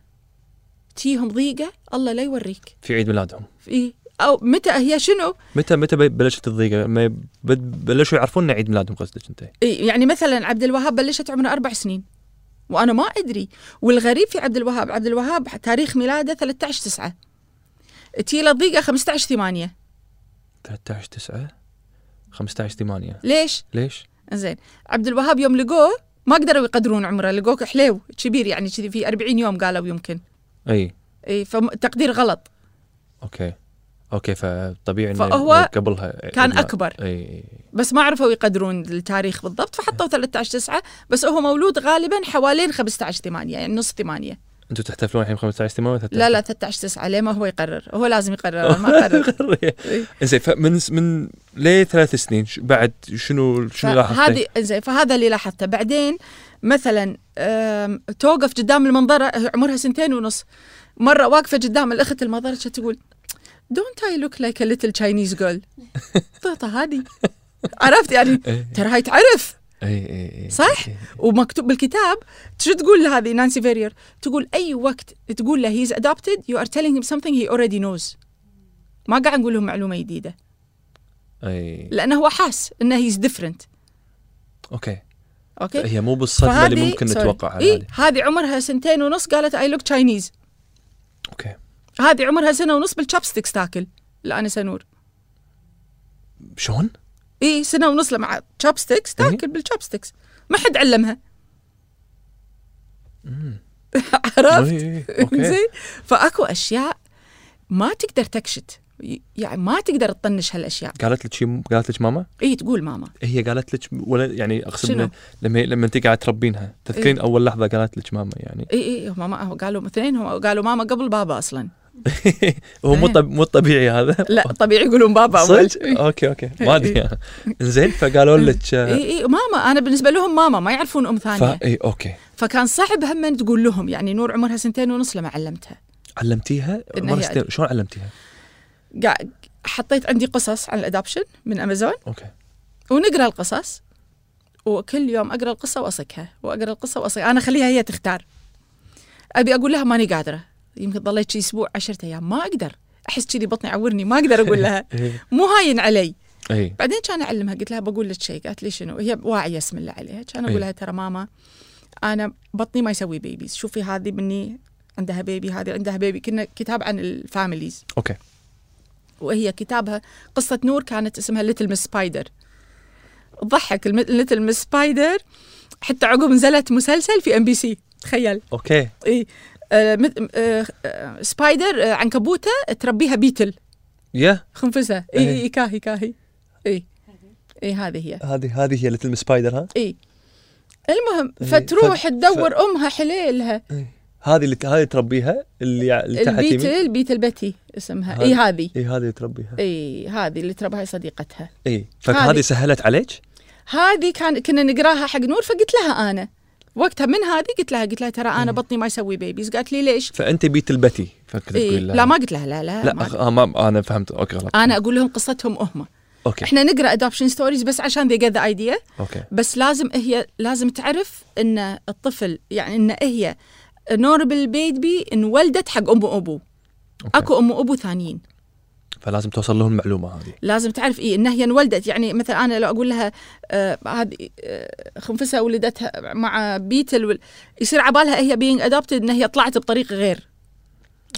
B: تيهم ضيقه الله لا يوريك
A: في عيد ميلادهم
B: إيه او متى هي شنو؟
A: متى متى بي- بلشت الضيقه ما ب- بلشوا يعرفون إن عيد ميلادهم قصدك انت
B: إيه يعني مثلا عبد الوهاب بلشت عمره اربع سنين وانا ما ادري والغريب في عبد الوهاب عبد الوهاب تاريخ ميلاده 13 9 تي له ضيقه 15 8
A: 13 9 15 8
B: ليش؟
A: ليش؟
B: زين عبد الوهاب يوم لقوه ما قدروا يقدرون عمره لقوه حليو كبير يعني كذي في 40 يوم قالوا يمكن
A: اي
B: اي فتقدير غلط
A: اوكي اوكي فطبيعي انه
B: فهو
A: قبلها
B: كان
A: عيد ميلاد.
B: أكبر.
A: اي إي.
B: بس ما عرفوا يقدرون التاريخ بالضبط فحطوا 13 9 بس هو مولود غالبا حوالين 15 8 يعني نص 8
A: انتم تحتفلون الحين 15 8 ولا
B: لا لا 13 9 ليه ما هو يقرر هو لازم يقرر أنا ما قرر إيه.
A: زين فمن من ليه ثلاث سنين ش- بعد شنو شنو لاحظتي؟
B: هذه زين فهذا اللي لاحظته بعدين مثلا أم، توقف قدام المنظره هي عمرها سنتين ونص مره واقفه قدام الاخت المنظره شو تقول دونت اي لوك لايك ا ليتل تشاينيز جيرل طوطه هذه عرفت يعني
A: إيه.
B: ترى هاي تعرف
A: اي اي اي
B: صح؟
A: إي.
B: ومكتوب بالكتاب شو تقول لهذه نانسي فيرير تقول اي وقت تقول له هيز ادابتد يو ار تيلينج هيم سمثينج هي اوريدي نوز ما قاعد نقول لهم معلومه جديده
A: اي
B: لانه هو حاس انه هيز ديفرنت
A: اوكي
B: اوكي
A: هي مو بالصدمه اللي ممكن نتوقعها
B: اي
A: هذه.
B: هذه عمرها سنتين ونص قالت اي لوك تشاينيز
A: اوكي
B: هذه عمرها سنه ونص بالشابستكس تاكل الانسه نور
A: شلون؟
B: اي سنه ونص مع شابستكس
A: إيه.
B: تاكل بالشابستكس ما حد علمها عرفت
A: إي، إي، إي. اوكي
B: زين فاكو اشياء ما تقدر تكشت ي- يعني ما تقدر تطنش هالاشياء
A: قالت لك شي- قالت لك ماما
B: اي تقول ماما
A: هي قالت لك ولا يعني اقصد
B: شنو؟
A: إنه لما لما انت قاعد تربينها تذكرين اول لحظه قالت لك ماما يعني
B: اي اي هم ما هو قالوا اثنين هم قالوا ماما قبل بابا اصلا
A: هو مو
B: إيه.
A: طب- مو طبيعي هذا
B: لا طبيعي يقولون بابا اول
A: صدق اوكي اوكي ما ادري زين فقالوا لك آه،
B: اي اي إيه، ماما انا بالنسبه لهم ماما ما يعرفون ام ثانيه
A: ف اي اوكي
B: فكان صعب هم تقول لهم يعني نور عمرها سنتين ونص لما علمتها
A: علمتيها
B: إن
A: مره
B: هي
A: ستين- شلون علمتيها؟
B: قا- حطيت عندي قصص عن الادابشن من امازون
A: اوكي
B: ونقرا القصص وكل يوم اقرا القصه واصكها واقرا القصه واصكها انا اخليها هي تختار ابي اقول لها ماني قادره يمكن ضليت شي اسبوع عشرة ايام ما اقدر احس كذي بطني يعورني ما اقدر اقول لها
A: إيه.
B: مو هاين علي
A: اي
B: بعدين كان اعلمها قلت لها بقول لك شيء قالت لي شنو هي واعيه اسم الله عليها كان
A: إيه.
B: اقول لها ترى ماما انا بطني ما يسوي بيبيز شوفي هذه مني عندها بيبي هذه عندها بيبي كنا كتاب عن الفاميليز
A: اوكي
B: وهي كتابها قصة نور كانت اسمها ليتل مس سبايدر ضحك ليتل مس سبايدر حتى عقب نزلت مسلسل في ام بي سي تخيل
A: اوكي
B: اي آه، مت- آه، آه، سبايدر آه، عنكبوته تربيها بيتل
A: يا
B: خنفسه اي اي إي، إيه، كاهي كاهي اي اي هذه هي
A: هذه هذه هي ليتل سبايدر ها
B: اي إيه. المهم
A: إي،
B: فتروح
A: إيه، ف-
B: تدور امها حليلها
A: هذه اللي هذه تربيها اللي اللي تحت يمين
B: البيتل بيتل بتي اسمها
A: هذه.
B: اي هذه
A: اي هذه اللي تربيها
B: اي هذه اللي تربها صديقتها
A: اي
B: هذه.
A: فهذه سهلت عليك
B: هذه كان كنا نقراها حق نور فقلت لها انا وقتها من هذه قلت لها قلت لها ترى انا بطني ما يسوي بيبيز قالت لي ليش؟
A: فانت بيت البتي فكنت
B: إيه
A: تقول لها
B: لا ما قلت لها لا لا,
A: لا
B: ما آه،
A: أخ... آه ما انا فهمت اوكي غلط
B: انا اقول لهم قصتهم هم
A: اوكي
B: احنا نقرا ادوبشن ستوريز بس عشان ذي ذا ايديا
A: اوكي
B: بس لازم هي لازم تعرف ان الطفل يعني ان هي نوربل بيبي انولدت حق ام وابوه اكو ام وابو ثانيين
A: فلازم توصل لهم المعلومه هذه
B: لازم تعرف ايه انها هي انولدت يعني مثلا انا لو اقول لها آه، هذه آه خنفسه ولدتها مع بيتل وال... يصير عبالها هي بينج ادابتد ان هي طلعت بطريق غير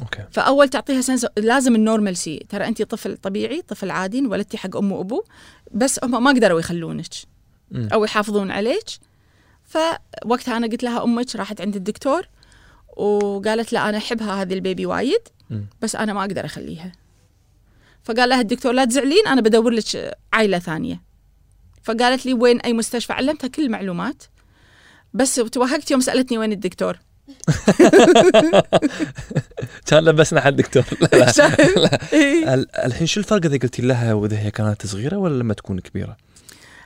A: اوكي
B: فاول تعطيها سنس لازم النورمالسي ترى انت طفل طبيعي طفل عادي انولدتي حق ام وابو بس هم ما قدروا يخلونك
A: مم.
B: او يحافظون عليك فوقتها انا قلت لها امك راحت عند الدكتور وقالت له انا احبها هذه البيبي وايد
A: مم.
B: بس انا ما اقدر اخليها فقال لها الدكتور لا تزعلين انا بدور لك عائله ثانيه فقالت لي وين اي مستشفى علمتها كل المعلومات بس توهقت يوم سالتني وين الدكتور
A: كان لبسنا حد دكتور لا، لا.
B: شايف؟ إيه.
A: ال- الحين شو الفرق اذا قلتي لها واذا هي كانت صغيره ولا لما تكون كبيره؟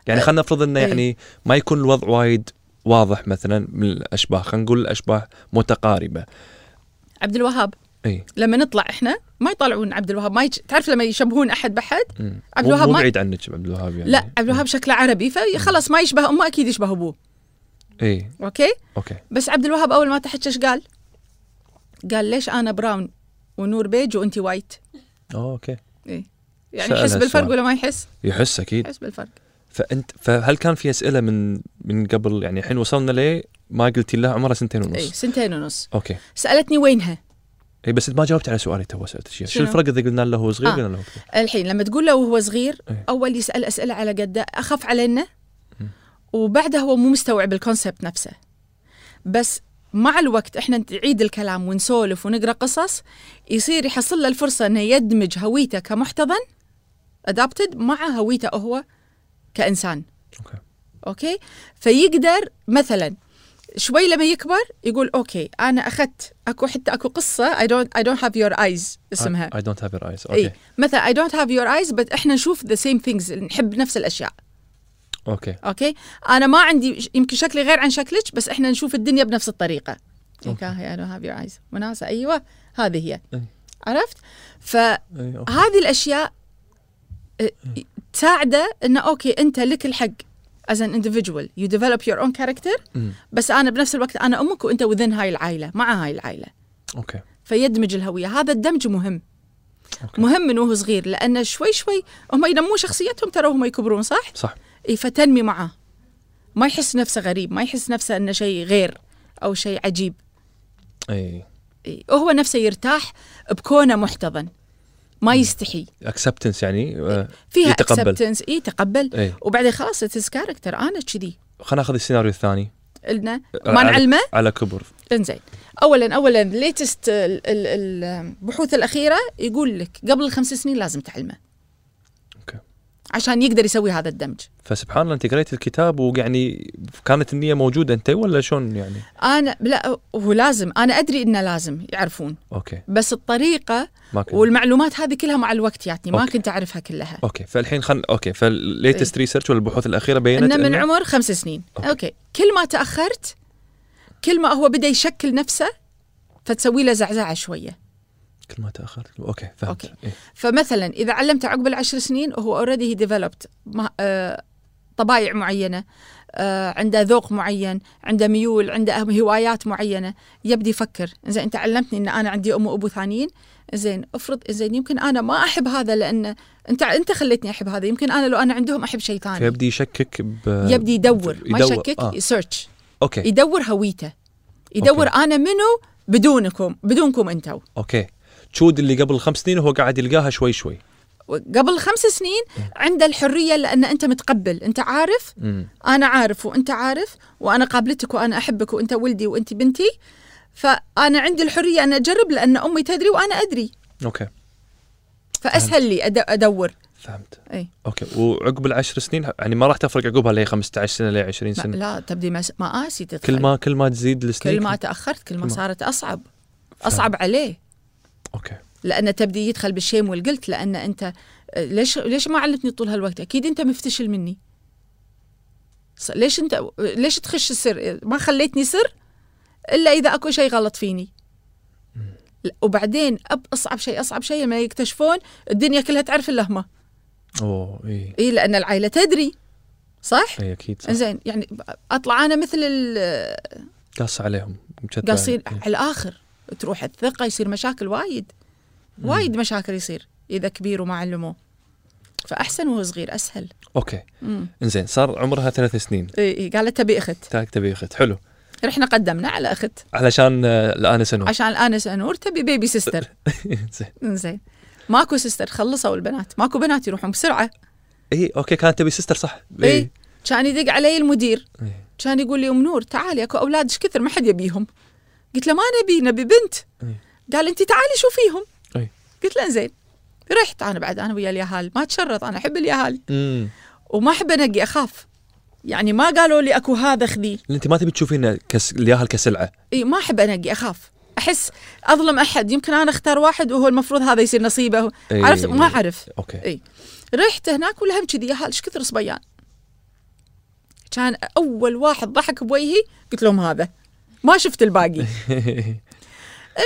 A: يعني خلينا نفرض انه
B: إيه.
A: يعني ما يكون الوضع وايد واضح مثلا من الاشباه خلينا نقول الاشباه متقاربه
B: عبد الوهاب
A: اي
B: لما نطلع احنا ما يطلعون عبد الوهاب ما يج... تعرف لما يشبهون احد بحد
A: مم.
B: عبد
A: مو-
B: الوهاب
A: مو
B: ما-
A: بعيد عنك عبد الوهاب يعني
B: لا عبد الوهاب شكله عربي فخلاص ما يشبه امه اكيد يشبه ابوه
A: اي
B: اوكي
A: اوكي
B: بس عبد الوهاب اول ما تحكى ايش قال قال ليش انا براون ونور بيج وانت وايت
A: أوه، اوكي
B: إيه؟ يعني
A: سألها
B: يحس بالفرق
A: السؤال.
B: ولا ما يحس
A: يحس اكيد
B: يحس بالفرق
A: فانت فهل كان في اسئله من من قبل يعني الحين وصلنا ليه ما قلتي لها عمرها سنتين ونص
B: اي إيه، سنتين ونص
A: اوكي
B: سالتني وينها
A: اي بس انت ما جاوبت على سؤالي تو سالتك إياه. شو
B: شنو؟
A: الفرق اذا قلنا له هو صغير
B: آه.
A: قلنا له هو كبير
B: الحين لما تقول له وهو صغير
A: إيه.
B: اول يسال اسئله على قده اخاف علينا وبعدها هو مو مستوعب الكونسبت نفسه بس مع الوقت احنا نعيد الكلام ونسولف ونقرا قصص يصير يحصل له الفرصه انه يدمج هويته كمحتضن ادابتد مع هويته هو كانسان
A: اوكي
B: اوكي فيقدر مثلا شوي لما يكبر يقول اوكي انا اخذت اكو حتى اكو قصه اي دونت اي دونت هاف يور ايز اسمها إيه.
A: اي دونت هاف يور ايز اوكي
B: اي مثلا اي دونت هاف يور ايز بس احنا نشوف ذا سيم ثينجز نحب نفس الاشياء
A: اوكي
B: اوكي انا ما عندي ش- يمكن شكلي غير عن شكلك بس احنا نشوف الدنيا بنفس الطريقه
A: أوكي.
B: اوكي اي دونت هاف يور ايز مناسه ايوه هذه هي
A: إي.
B: عرفت فهذه
A: إي، إيه، أوكي.
B: الاشياء أه، تساعده انه اوكي انت لك الحق as an individual you develop your own character
A: أمم.
B: بس انا بنفس الوقت انا امك وانت within هاي العائله مع هاي العائله
A: اوكي
B: فيدمج الهويه هذا الدمج مهم
A: أوكي.
B: مهم من وهو صغير لانه شوي شوي هم ينمون شخصيتهم ترى هم يكبرون صح؟
A: صح
B: إي فتنمي معاه ما يحس نفسه غريب ما يحس نفسه انه شيء غير او شيء عجيب
A: اي
B: إي هو نفسه يرتاح بكونه محتضن ما يستحي
A: اكسبتنس يعني
B: إيه.
A: آه،
B: فيها
A: يتقبل.
B: acceptance اي تقبل
A: إي.
B: وبعدين خلاص اتس كاركتر انا كذي
A: خلينا ناخذ السيناريو الثاني
B: قلنا
A: آه،
B: ما
A: على-
B: نعلمه
A: على كبر
B: انزين اولا اولا ليتست البحوث الاخيره يقول لك قبل الخمس سنين لازم تعلمه
A: أوكي.
B: عشان يقدر يسوي هذا الدمج
A: فسبحان الله انت قريت الكتاب ويعني كانت النيه موجوده انت ولا شلون يعني؟
B: انا لا هو لازم انا ادري انه لازم يعرفون
A: اوكي
B: بس الطريقه
A: ما كنت
B: والمعلومات هذه كلها مع الوقت ياتني ما
A: أوكي.
B: كنت اعرفها كلها
A: اوكي فالحين خل اوكي فالليتست ريسيرش والبحوث الاخيره بينت
B: انه إيه. من
A: إنه-
B: عمر خمس سنين
A: أوكي.
B: أوكي. اوكي كل ما تاخرت كل ما هو بدا يشكل نفسه فتسوي له زعزعه شويه
A: كل ما تاخرت اوكي فهمت
B: أوكي.
A: إيه.
B: فمثلا اذا علمته عقب العشر سنين هو اوريدي هي ديفلوبت آه، طبايع معينه آه، عنده ذوق معين عنده ميول عنده أهم- هوايات معينه يبدي يفكر زين انت علمتني ان انا عندي ام وابو ثانيين زين افرض زين يمكن انا ما احب هذا لان انت انت خليتني احب هذا يمكن انا لو انا عندهم احب شيء ثاني
A: فيبدي يشكك ب
B: يبدي يدور ما
A: يدور.
B: يشكك
A: آه.
B: يسيرش
A: اوكي
B: يدور هويته يدور انا منو بدونكم بدونكم انتم
A: اوكي تشود اللي قبل خمس سنين هو قاعد يلقاها شوي شوي
B: قبل خمس سنين عنده الحريه لان انت متقبل انت عارف
A: امم
B: انا عارف وانت عارف وانا قابلتك وانا احبك وانت ولدي وانت بنتي فانا عندي الحريه ان اجرب لان امي تدري وانا ادري
A: اوكي
B: فاسهل لي أد- ادور
A: فهمت
B: اي
A: اوكي وعقب العشر سنين يعني ما راح تفرق عقبها لي 15 سنه لي 20
B: ما
A: سنه
B: لا تبدي مس- مآسي تدخل
A: كل ما كل ما تزيد السنين
B: كل ما تاخرت كل ما
A: كل ما-
B: صارت اصعب اصعب عليه
A: اوكي
B: لانه تبدي يدخل بالشيم والقلت لان انت آه، ليش ليش ما علمتني طول هالوقت اكيد انت مفتشل مني ص- ليش انت آه، ليش تخش السر آه، ما خليتني سر الا اذا اكو شيء غلط فيني ل- وبعدين أب اصعب شيء اصعب شيء لما يكتشفون الدنيا كلها تعرف الا هم
A: اوه اي
B: اي لان العائله تدري صح
A: اي اكيد صح.
B: زين يعني ب- اطلع انا مثل ال-
A: قص عليهم مشتت
B: قاصين
A: عليهم.
B: على الاخر تروح الثقه يصير مشاكل وايد وايد مشاكل يصير اذا كبير وما علموه فاحسن وهو صغير اسهل
A: اوكي
B: مم.
A: انزين صار عمرها ثلاث سنين
B: إي إي، قالت تبي اخت
A: تاك تبي اخت حلو
B: رحنا قدمنا على اخت
A: علشان آه، الان سنوات
B: عشان الانس انور تبي بيبي سيستر
A: انزين
B: زين ماكو سيستر خلصوا البنات ماكو بنات يروحون بسرعه
A: اي اوكي إيه، كانت تبي سيستر صح إيه.
B: اي كان يدق علي المدير
A: إي.
B: كان يقول لي ام نور تعالي اكو اولاد ايش كثر ما حد يبيهم قلت له ما نبي نبي بنت
A: إي.
B: قال انت تعالي شوفيهم
A: إي.
B: قلت له زين رحت انا بعد انا ويا اليهال ما تشرط انا احب اليهال
A: امم
B: وما احب انقي اخاف يعني ما قالوا لي اكو هذا خذي
A: انت ما تبي تشوفين كس... الياهل كسلعه
B: اي ما احب انقي اخاف احس اظلم احد يمكن انا اختار واحد وهو المفروض هذا يصير نصيبه
A: إي.
B: عرفت ما اعرف
A: اوكي
B: إي. رحت هناك والهم كذي يا هال ايش كثر صبيان كان اول واحد ضحك بوجهي قلت لهم هذا ما شفت الباقي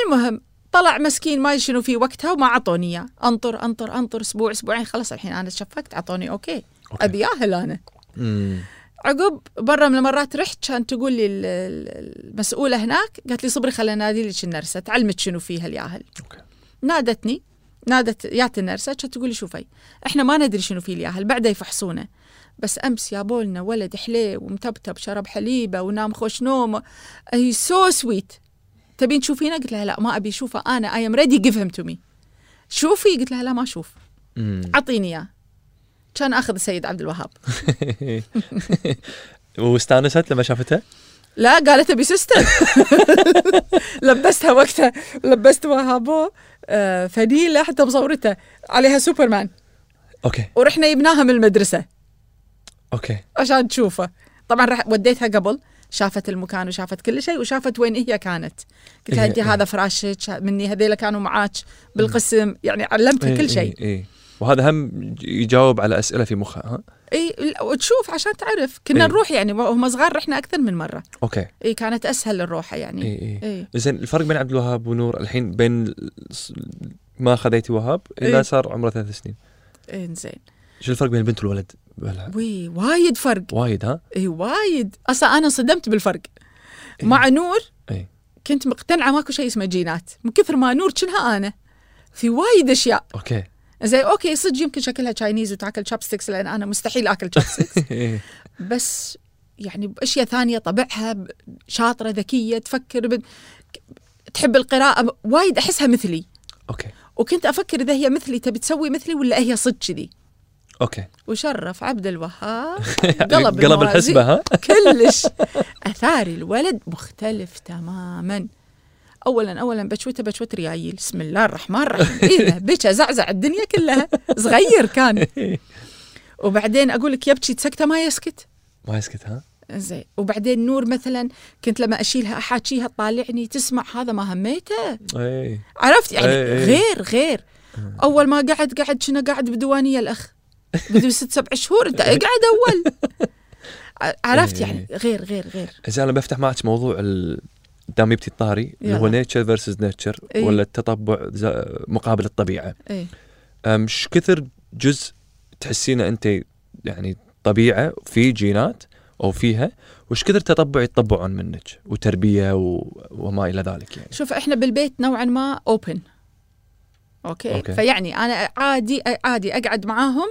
B: المهم طلع مسكين ما شنو في وقتها وما عطوني اياه انطر انطر انطر اسبوع اسبوعين خلاص الحين انا تشفقت عطوني اوكي,
A: أوكي.
B: ابي اهل انا
A: امم
B: عقب مره من المرات رحت كانت تقول لي ال- ال- المسؤوله هناك قالت لي صبري خلينا نادي لك النرسه تعلمك شنو فيها الياهل
A: اوكي
B: نادتني نادت يات النرسه كانت تقول لي شوفي احنا ما ندري شنو فيه الياهل بعده يفحصونه بس امس جابوا لنا ولد حلي ومتبتب شرب حليبه ونام خوش نوم هي سو سويت تبين تشوفينه قلت لها لا ما ابي اشوفه انا اي ام ريدي جيف هيم تو مي شوفي قلت لها لا ما اشوف
A: امم
B: اعطيني اياه كان اخذ السيد عبد الوهاب
A: واستانست لما شافته
B: لا قالت ابي سيستر لبستها وقتها لبست وهابو آه، فنيله حتى مصورته عليها سوبرمان
A: اوكي
B: ورحنا جبناها من المدرسه
A: اوكي
B: عشان تشوفه طبعا رح وديتها قبل شافت المكان وشافت كل شيء وشافت وين هي كانت قلت لها
A: إيه،
B: انت
A: إيه.
B: هذا فراشك مني هذيلا كانوا معاك بالقسم يعني
A: إيه،
B: علمتها كل شيء
A: اي إي. وهذا هم يجاوب على اسئله في مخها ها
B: اي إيه، لا، وتشوف عشان تعرف كنا
A: إيه.
B: نروح يعني وهم صغار رحنا اكثر من مره
A: اوكي
B: اي كانت اسهل الروحه يعني
A: اي اي
B: اي
A: إيه، زين الفرق بين عبد الوهاب ونور الحين بين ال- ما خذيتي وهاب الى
B: إي.
A: صار عمره ثلاث سنين
B: انزين
A: شو الفرق بين البنت والولد بلا
B: إيه، وي وايد فرق
A: وايد ها
B: اي إيه، وايد اصلا انا انصدمت بالفرق مع نور
A: إيه.
B: كنت مقتنعه ماكو شيء اسمه جينات من كثر ما نور شنها انا في وايد اشياء
A: اوكي
B: زي اوكي صدق يمكن شكلها تشاينيز وتاكل شابستكس لان انا مستحيل اكل شابستكس
A: إيه،
B: بس يعني باشياء ثانيه طبعها ب- شاطره ذكيه تفكر ب... تحب القراءه ب- وايد احسها مثلي
A: اوكي
B: وكنت افكر اذا هي مثلي تبي تسوي مثلي ولا هي صدق كذي
A: اوكي
B: وشرف عبد الوهاب
A: قلب
B: الموازين.
A: الحسبه ها
B: كلش اثاري الولد مختلف تماما اولا اولا بشوته بشوت ريايل بسم الله الرحمن الرحيم اذا بكى زعزع الدنيا كلها صغير كان وبعدين اقول لك يبكي تسكته ما يسكت
A: ما يسكت ها؟
B: زين وبعدين نور مثلا كنت لما اشيلها احاكيها تطالعني تسمع هذا ما هميته
A: اي
B: عرفت يعني
A: إيه آه. إيه.
B: غير غير اول ما قعد قعد كنا قاعد بديوانيه الاخ بدو ست سبع شهور انت اقعد اول ع- عرفت
A: إيه.
B: يعني غير غير غير
A: زين انا بفتح معك موضوع ال... دام يبتي الطاري اللي هو
B: يلا. إيه.
A: نيتشر فيرسز نيتشر
B: إي.
A: ولا التطبع ز- مقابل الطبيعه
B: ايه
A: ايش كثر جزء تحسينه انت يعني طبيعه في جينات او فيها وش كثر تطبع يتطبعون منك وتربيه و... وما الى ذلك يعني
B: شوف احنا بالبيت نوعا ما اوبن اوكي,
A: أوكي.
B: أوكي. فيعني انا عادي عادي اقعد معاهم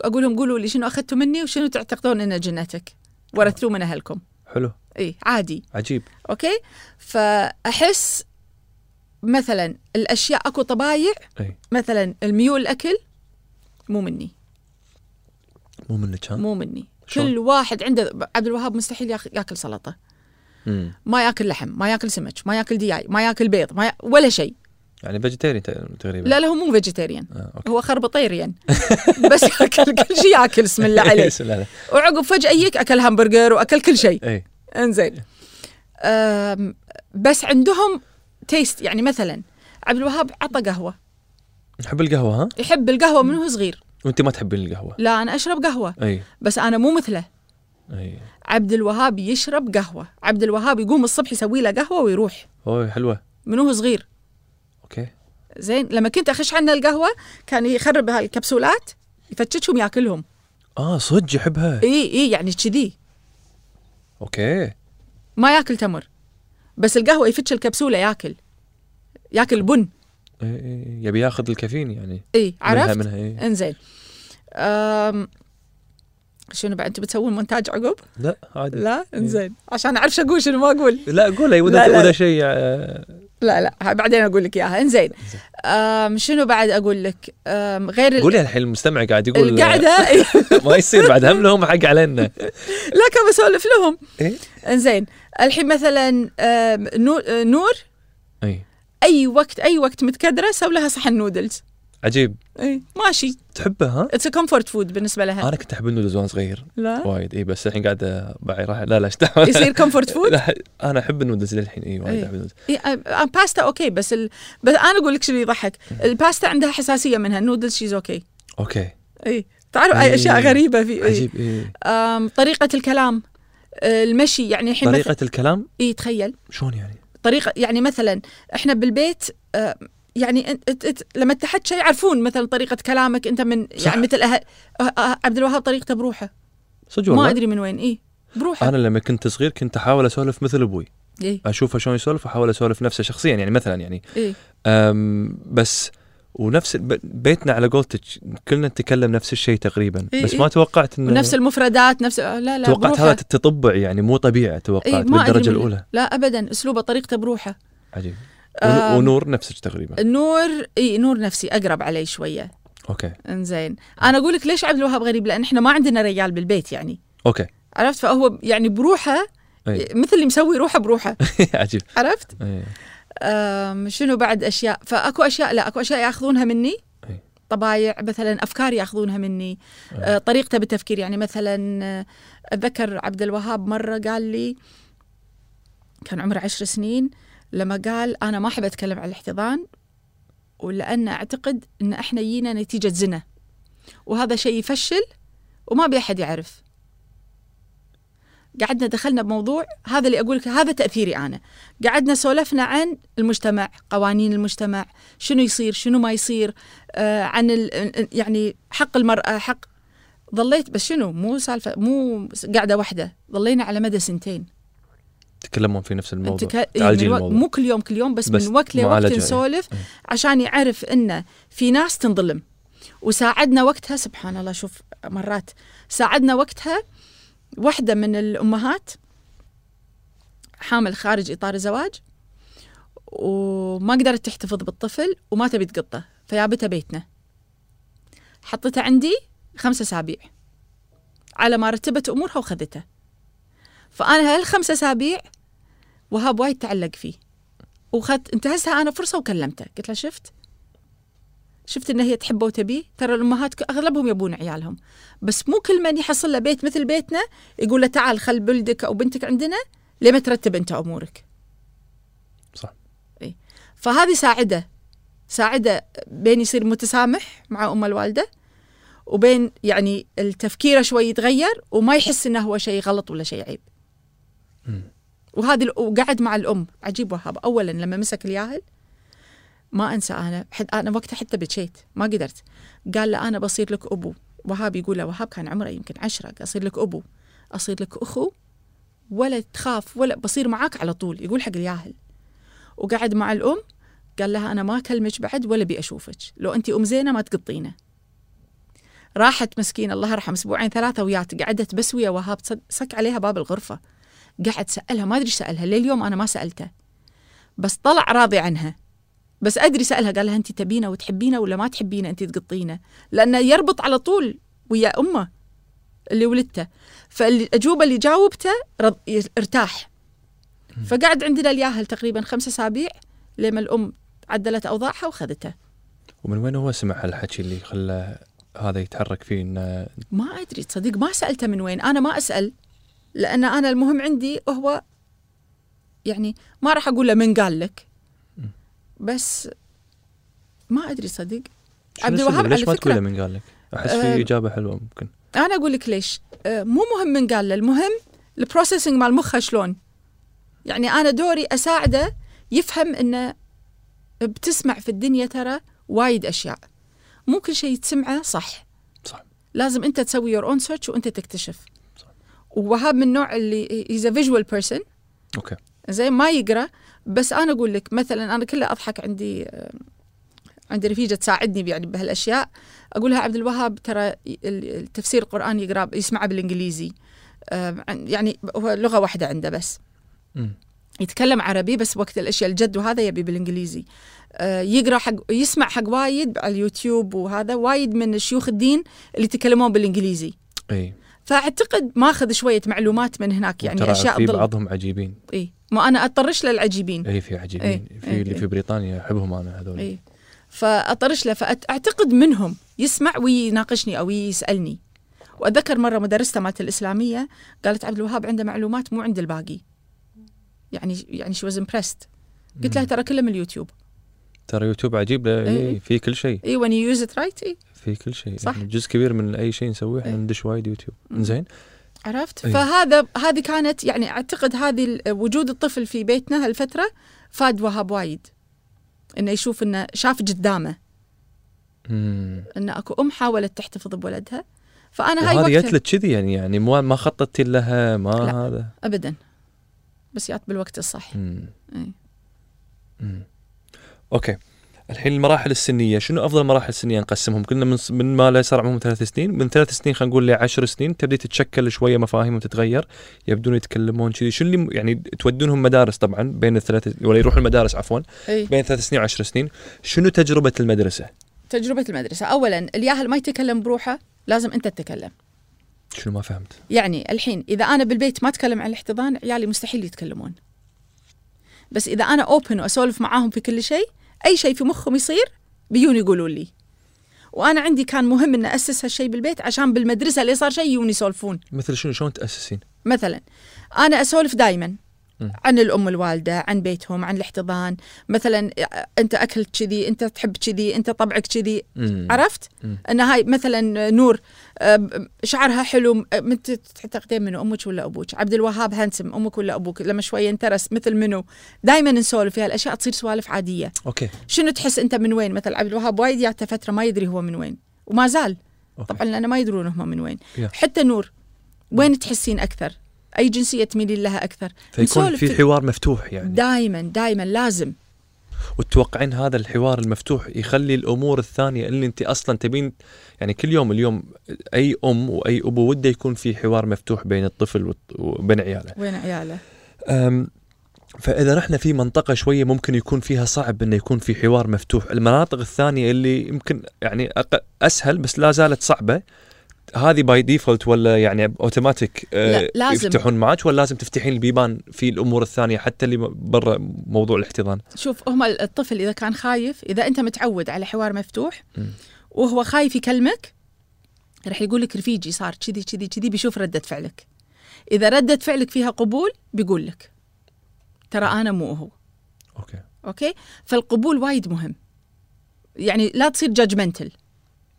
B: اقول لهم قولوا لي شنو اخذتوا مني وشنو تعتقدون انه جنتك ورثتوه من اهلكم
A: حلو
B: اي عادي
A: عجيب
B: اوكي فاحس مثلا الاشياء اكو طبايع
A: اي
B: مثلا الميول الاكل مو مني
A: مو منك ها
B: مو مني
A: شلون؟
B: كل واحد عنده عبد الوهاب مستحيل ياخ- ياكل سلطه
A: مم.
B: ما ياكل لحم ما ياكل سمك ما ياكل دياي ما ياكل بيض ما ي... ولا شيء
A: يعني فيجيتيري تقريبا
B: لا لا هو مو فيجيتيريان
A: آه، اوكي
B: هو خربطيريا بس اكل كل شيء ياكل بسم الله عليه
A: لا إيه. لا
B: وعقب فجاه يجيك اكل همبرجر واكل كل شيء
A: اي
B: انزين أم، بس عندهم تيست يعني مثلا عبد الوهاب عطى قهوه
A: نحب القهوه ها
B: يحب القهوه من هو صغير
A: وانت ما تحبين إيه. القهوه
B: لا انا اشرب قهوه
A: اي
B: بس انا مو مثله
A: اي
B: عبد الوهاب يشرب قهوه عبد الوهاب يقوم الصبح يسوي له قهوه ويروح
A: اوه حلوه
B: من هو صغير
A: اوكي
B: زين لما كنت اخش عنه القهوه كان يخرب هالكبسولات يفتشهم ياكلهم
A: اه صدق يحبها
B: اي اي يعني كذي
A: اوكي
B: ما ياكل تمر بس القهوه يفتش الكبسوله ياكل ياكل بن
A: إي، إي، إيه، يبي ياخذ الكافيين يعني
B: اي عرفت
A: منها منها اي
B: انزين أم... شنو بعد انتم بتسوون مونتاج عقب؟
A: لا عادي
B: لا انزين عشان اعرف شو اقول شنو ما اقول
A: لا قول اي
B: لا، لا.
A: وذا شيء آه،
B: لا لا هاي بعدين اقول لك اياها انزين أم... شنو بعد اقول لك أم... غير ال-
A: قولي الحين المستمع قاعد يقول آه،
B: القعده إي،
A: ما يصير بعد هم لهم حق علينا إيه.
B: لا كان بسولف لهم
A: اي
B: انزين الحين مثلا أم... نو- أه، نور
A: اي
B: اي وقت اي وقت متكدره سوي لها صحن نودلز
A: عجيب
B: اي ماشي
A: تحبه ها
B: اتس كومفورت فود بالنسبه لها
A: انا آه، كنت احب النودلز وانا صغير
B: لا
A: وايد اي بس الحين قاعد آه، باعي راح لا لا ايش دعوة.
B: يصير كومفورت فود
A: لا، انا احب النودلز للحين اي وايد
B: إي.
A: احب النودلز
B: إي، آه، باستا اوكي بس ال... بس انا اقول لك شنو يضحك الباستا عندها حساسيه منها النودلز شيز اوكي
A: اوكي
B: اي تعرف اي
A: إي.
B: اشياء غريبه في إي.
A: عجيب إيه. اي
B: آم، طريقه الكلام آه، المشي يعني الحين مثلا
A: طريقه الكلام
B: اي تخيل
A: شلون يعني
B: طريقه يعني مثلا احنا بالبيت آه، يعني انت انت انت لما تحكي يعرفون مثلا طريقه كلامك انت من
A: صح.
B: يعني مثل أه... أه... أه... عبد الوهاب طريقته بروحه
A: صدق
B: ما
A: والله
B: ادري من وين اي بروحه
A: انا لما كنت صغير كنت احاول اسولف مثل ابوي
B: اي
A: اشوفه شلون يسولف احاول اسولف نفسه شخصيا يعني مثلا يعني
B: اي
A: أم بس ونفس ب- بيتنا على قولتك كلنا نتكلم نفس الشيء تقريبا
B: إي
A: بس
B: إي.
A: ما توقعت انه
B: إيه، ونفس المفردات نفس آه، لا لا
A: توقعت
B: بروحه.
A: هذا التطبع يعني مو طبيعه توقعت
B: إي، إيه، ما أدري
A: بالدرجه
B: من-
A: الاولى
B: لا ابدا اسلوبه طريقته بروحه
A: عجيب ون-
B: آم،
A: ونور نفسك تقريبا
B: نور اي نور نفسي اقرب علي شويه
A: اوكي
B: انزين انا اقول لك ليش عبد الوهاب غريب لان احنا ما عندنا رجال بالبيت يعني
A: اوكي
B: عرفت فهو يعني بروحه
A: أي.
B: مثل اللي مسوي روحه بروحه
A: إيه. عجيب إيه.
B: عرفت
A: أي.
B: أم، شنو بعد اشياء فاكو اشياء لا اكو اشياء ياخذونها مني
A: أي.
B: طبايع مثلا افكار ياخذونها مني أه، طريقته بالتفكير يعني مثلا أه، اتذكر عبد الوهاب مره قال لي كان عمره عشر سنين لما قال انا ما احب اتكلم عن الاحتضان ولان اعتقد ان احنا جينا نتيجه زنا وهذا شيء يفشل وما بي احد يعرف قعدنا دخلنا بموضوع هذا اللي اقول لك هذا تاثيري انا قعدنا سولفنا عن المجتمع قوانين المجتمع شنو يصير شنو ما يصير آه عن ال يعني حق المراه حق ظليت بس شنو مو سالفه مو قاعده واحده ظلينا على مدى سنتين
A: تتكلمون في نفس الموضوع
B: تك- إيه،
A: تعالجين
B: من وق-
A: الموضوع
B: مو كل يوم كل يوم بس,
A: بس
B: بس من وقت لوقت
A: معالجة، إيه.
B: نسولف عشان يعرف انه في ناس تنظلم وساعدنا وقتها سبحان الله شوف مرات ساعدنا وقتها واحده من الامهات حامل خارج اطار الزواج وما قدرت تحتفظ بالطفل وما تبي تقطه فيابته بيتنا حطته عندي خمسة اسابيع على ما رتبت امورها وخذته فانا هالخمسة اسابيع وهاب وايد تعلق فيه وخدت انتهزها انا فرصه وكلمته قلت لها شفت شفت ان هي تحبه وتبيه ترى الامهات ك- اغلبهم يبون عيالهم بس مو كل من يحصل له بيت مثل بيتنا يقول له تعال خل بلدك او بنتك عندنا ليه ما ترتب انت امورك
A: صح.
B: اي فهذه ساعده ساعده بين يصير متسامح مع ام الوالده وبين يعني التفكيره شوي يتغير وما يحس انه هو شيء غلط ولا شيء عيب
A: مم.
B: وهذه ال- وقعد مع الام عجيب وهاب اولا لما مسك الياهل ما انسى انا حد انا وقتها حتى بكيت ما قدرت قال له انا بصير لك ابو وهاب يقول له وهاب كان عمره يمكن عشرة قال اصير لك ابو اصير لك اخو ولا تخاف ولا بصير معاك على طول يقول حق الياهل وقعد مع الام قال لها انا ما اكلمك بعد ولا ابي اشوفك لو انت ام زينه ما تقطينا راحت مسكين الله يرحم اسبوعين ثلاثه ويات قعدت بس ويا وهاب صد- صك عليها باب الغرفه قعد سالها ما ادري إيش سالها لليوم انا ما سالته بس طلع راضي عنها بس ادري سالها قال لها انت تبينا وتحبينا ولا ما تحبينا انت تقطينا لانه يربط على طول ويا امه اللي ولدته فالاجوبه اللي جاوبته رض- ي- ارتاح فقعد عندنا الياهل تقريبا خمسة اسابيع لما الام عدلت اوضاعها وخذته
A: ومن وين هو سمع هالحكي اللي خلى هذا يتحرك فيه انه
B: ما ادري تصدق ما سالته من وين انا ما اسال لان انا المهم عندي هو يعني ما راح اقول له من قال لك بس ما ادري صدق
A: شنو
B: عبد
A: السبب؟
B: الوهاب على
A: ليش ما
B: فكرة-
A: تقول له من قال لك؟ احس
B: أم،
A: في اجابه حلوه ممكن
B: انا اقول لك ليش آه، مو مهم من قال له المهم البروسيسنج مال مخه شلون يعني انا دوري اساعده يفهم انه بتسمع في الدنيا ترى وايد اشياء مو كل شيء تسمعه صح
A: صح
B: لازم انت تسوي يور اون سيرش وانت تكتشف
A: صح.
B: ووهاب من النوع اللي هيز ا فيجوال بيرسون
A: اوكي
B: زي ما يقرا بس انا اقول لك مثلا انا كله اضحك عندي آه، عندي رفيجه تساعدني يعني بهالاشياء اقول لها عبد الوهاب ترى ال- التفسير القران يقرا يسمعه بالانجليزي آه، عن- يعني هو لغه واحده عنده بس
A: أمم.
B: يتكلم عربي بس وقت الاشياء الجد وهذا يبي بالانجليزي آه، يقرا حق يسمع حق وايد على اليوتيوب وهذا وايد من شيوخ الدين اللي يتكلمون بالانجليزي
A: اي
B: فاعتقد ماخذ شويه معلومات من هناك
A: ترى
B: يعني اشياء
A: في
B: ضل
A: بعضهم عجيبين
B: اي ما انا اطرش للعجيبين
A: اي في عجيبين
B: إي،
A: في
B: إي،
A: اللي
B: إي.
A: في بريطانيا احبهم انا هذول
B: اي فاطرش إيه. له فاعتقد منهم يسمع ويناقشني او يسالني واتذكر مره مدرسته مالت الاسلاميه قالت عبد الوهاب عنده معلومات مو عند الباقي يعني يعني شي واز امبرست قلت لها ترى كله من اليوتيوب
A: ترى يوتيوب عجيب له
B: إي.
A: إي، في كل شيء
B: اي وين يوز ات رايت اي
A: في كل شيء
B: إيه. صح.
A: يعني جزء كبير من اي شيء نسويه احنا
B: إي.
A: ندش وايد يوتيوب
B: مم.
A: زين
B: عرفت
A: إي.
B: فهذا هذه كانت يعني اعتقد هذه ال- وجود الطفل في بيتنا هالفتره فاد وهاب وايد انه يشوف انه شاف قدامه
A: أمم.
B: ان اكو ام حاولت تحتفظ بولدها فانا هاي
A: وهذه جت
B: وقتها
A: لك كذي يعني يعني ما ما خططتي لها ما
B: لا.
A: هذا
B: ابدا بس جات بالوقت الصح
A: أمم.
B: إي.
A: أمم. اوكي الحين المراحل السنيه شنو افضل مراحل سنيه نقسمهم قلنا من س- من ما لا يصير عمرهم ثلاث سنين من ثلاث سنين خلينا نقول لعشر سنين تبدي تتشكل شويه مفاهيم تتغير يبدون يتكلمون كذي شنو اللي م- يعني تودونهم مدارس طبعا بين الثلاث ولا يروحوا المدارس عفوا
B: اي
A: بين ثلاث سنين وعشر سنين شنو تجربه المدرسه
B: تجربه المدرسه اولا الياهل ما يتكلم بروحه لازم انت تتكلم
A: شنو ما فهمت
B: يعني الحين اذا انا بالبيت ما اتكلم عن الاحتضان عيالي مستحيل يتكلمون بس اذا انا اوبن واسولف معاهم في كل شيء اي شيء في مخهم يصير بيون يقولوا لي وانا عندي كان مهم ان اسس هالشيء بالبيت عشان بالمدرسه اللي صار شيء يجون يسولفون
A: مثل شنو شلون تاسسين
B: مثلا انا اسولف دائما
A: مم.
B: عن الام الوالده عن بيتهم عن الاحتضان مثلا انت اكلت كذي انت تحب كذي انت طبعك كذي
A: مم.
B: عرفت
A: مم.
B: ان هاي مثلا نور آم، شعرها حلو آم، انت تعتقدين منه امك ولا ابوك عبد الوهاب هانسم امك ولا ابوك لما شويه انترس مثل منو دائما نسولف في هالاشياء تصير سوالف عاديه
A: اوكي
B: شنو تحس انت من وين مثلا عبد الوهاب وايد جاته فتره ما يدري هو من وين وما زال
A: أوكي.
B: طبعا لان ما يدرون هم من وين
A: Yeah.
B: حتى نور وين تحسين اكثر اي جنسيه تميلين لها اكثر
A: فيكون
B: نسولف
A: في
B: في-
A: حوار مفتوح يعني
B: دائما دائما لازم
A: وتتوقعين هذا الحوار المفتوح يخلي الامور الثانيه اللي انت اصلا تبين يعني كل يوم اليوم اي ام واي ابو وده يكون في حوار مفتوح بين الطفل والط- وبين عياله.
B: وين عياله
A: أم، فاذا نحن في منطقه شويه ممكن يكون فيها صعب انه يكون في حوار مفتوح، المناطق الثانيه اللي يمكن يعني أق- اسهل بس لا زالت صعبه هذه باي ديفولت ولا يعني اوتوماتيك
B: لا، لازم.
A: يفتحون معك ولا لازم تفتحين البيبان في الامور الثانيه حتى اللي برا موضوع الاحتضان
B: شوف هم الطفل اذا كان خايف اذا انت متعود على حوار مفتوح
A: مم.
B: وهو خايف يكلمك راح يقول لك رفيجي صار كذي كذي كذي بيشوف رده فعلك اذا رده فعلك فيها قبول بيقول لك ترى انا مو هو
A: اوكي
B: اوكي فالقبول وايد مهم يعني لا تصير جادجمنتل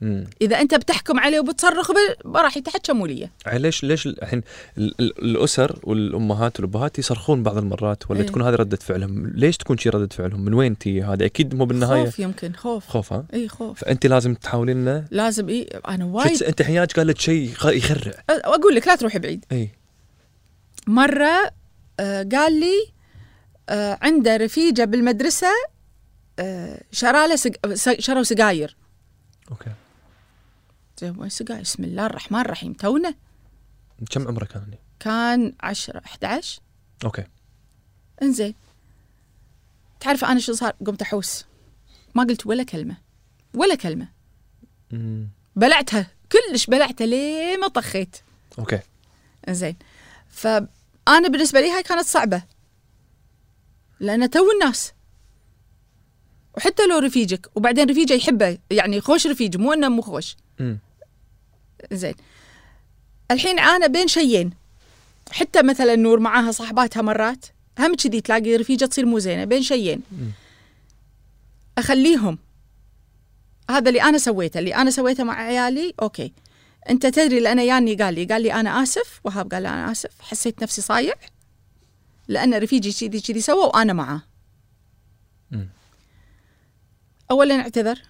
A: مم.
B: اذا انت بتحكم عليه وبتصرخ ب- راح يتحكموا لي
A: يعني ليش ليش الحين ال- ال- الاسر والامهات والابهات يصرخون بعض المرات ولا
B: إيه.
A: تكون هذه رده فعلهم ليش تكون شي رده فعلهم من وين تي هذا اكيد مو بالنهايه
B: خوف يمكن خوف
A: خوف ها
B: اي خوف
A: فانت لازم تحاولين إنه-
B: لازم اي انا
A: شو
B: وايد
A: تس- انت حياج قالت شيء خ- يخرع
B: اقول لك لا تروحي بعيد
A: اي
B: مرة آه، قال لي آه، عنده رفيجة بالمدرسة آه، شرى له سج... س- شروا سجاير
A: اوكي
B: زين، وين سجاير بسم الله الرحمن الرحيم تونا
A: كم عمرك كان هني؟
B: كان 10 11
A: اوكي
B: انزين تعرف انا شو صار قمت احوس ما قلت ولا كلمة ولا كلمة
A: مم.
B: بلعتها كلش بلعتها ليه ما طخيت
A: اوكي
B: انزين فانا بالنسبه لي هاي كانت صعبه لان تو الناس وحتى لو رفيجك وبعدين رفيجه يحبه يعني خوش رفيج مو انه مو خوش
A: مم.
B: زين الحين انا بين شيين حتى مثلا نور معاها صاحباتها مرات هم كذي تلاقي رفيجه تصير مو زينه بين شيين
A: مم.
B: اخليهم هذا اللي انا سويته اللي انا سويته مع عيالي اوكي انت تدري لان ياني قال لي قال لي انا اسف وهاب قال لي انا اسف حسيت نفسي صايع لان رفيجي كذي كذي سوى وانا معاه
A: مم.
B: اولا اعتذر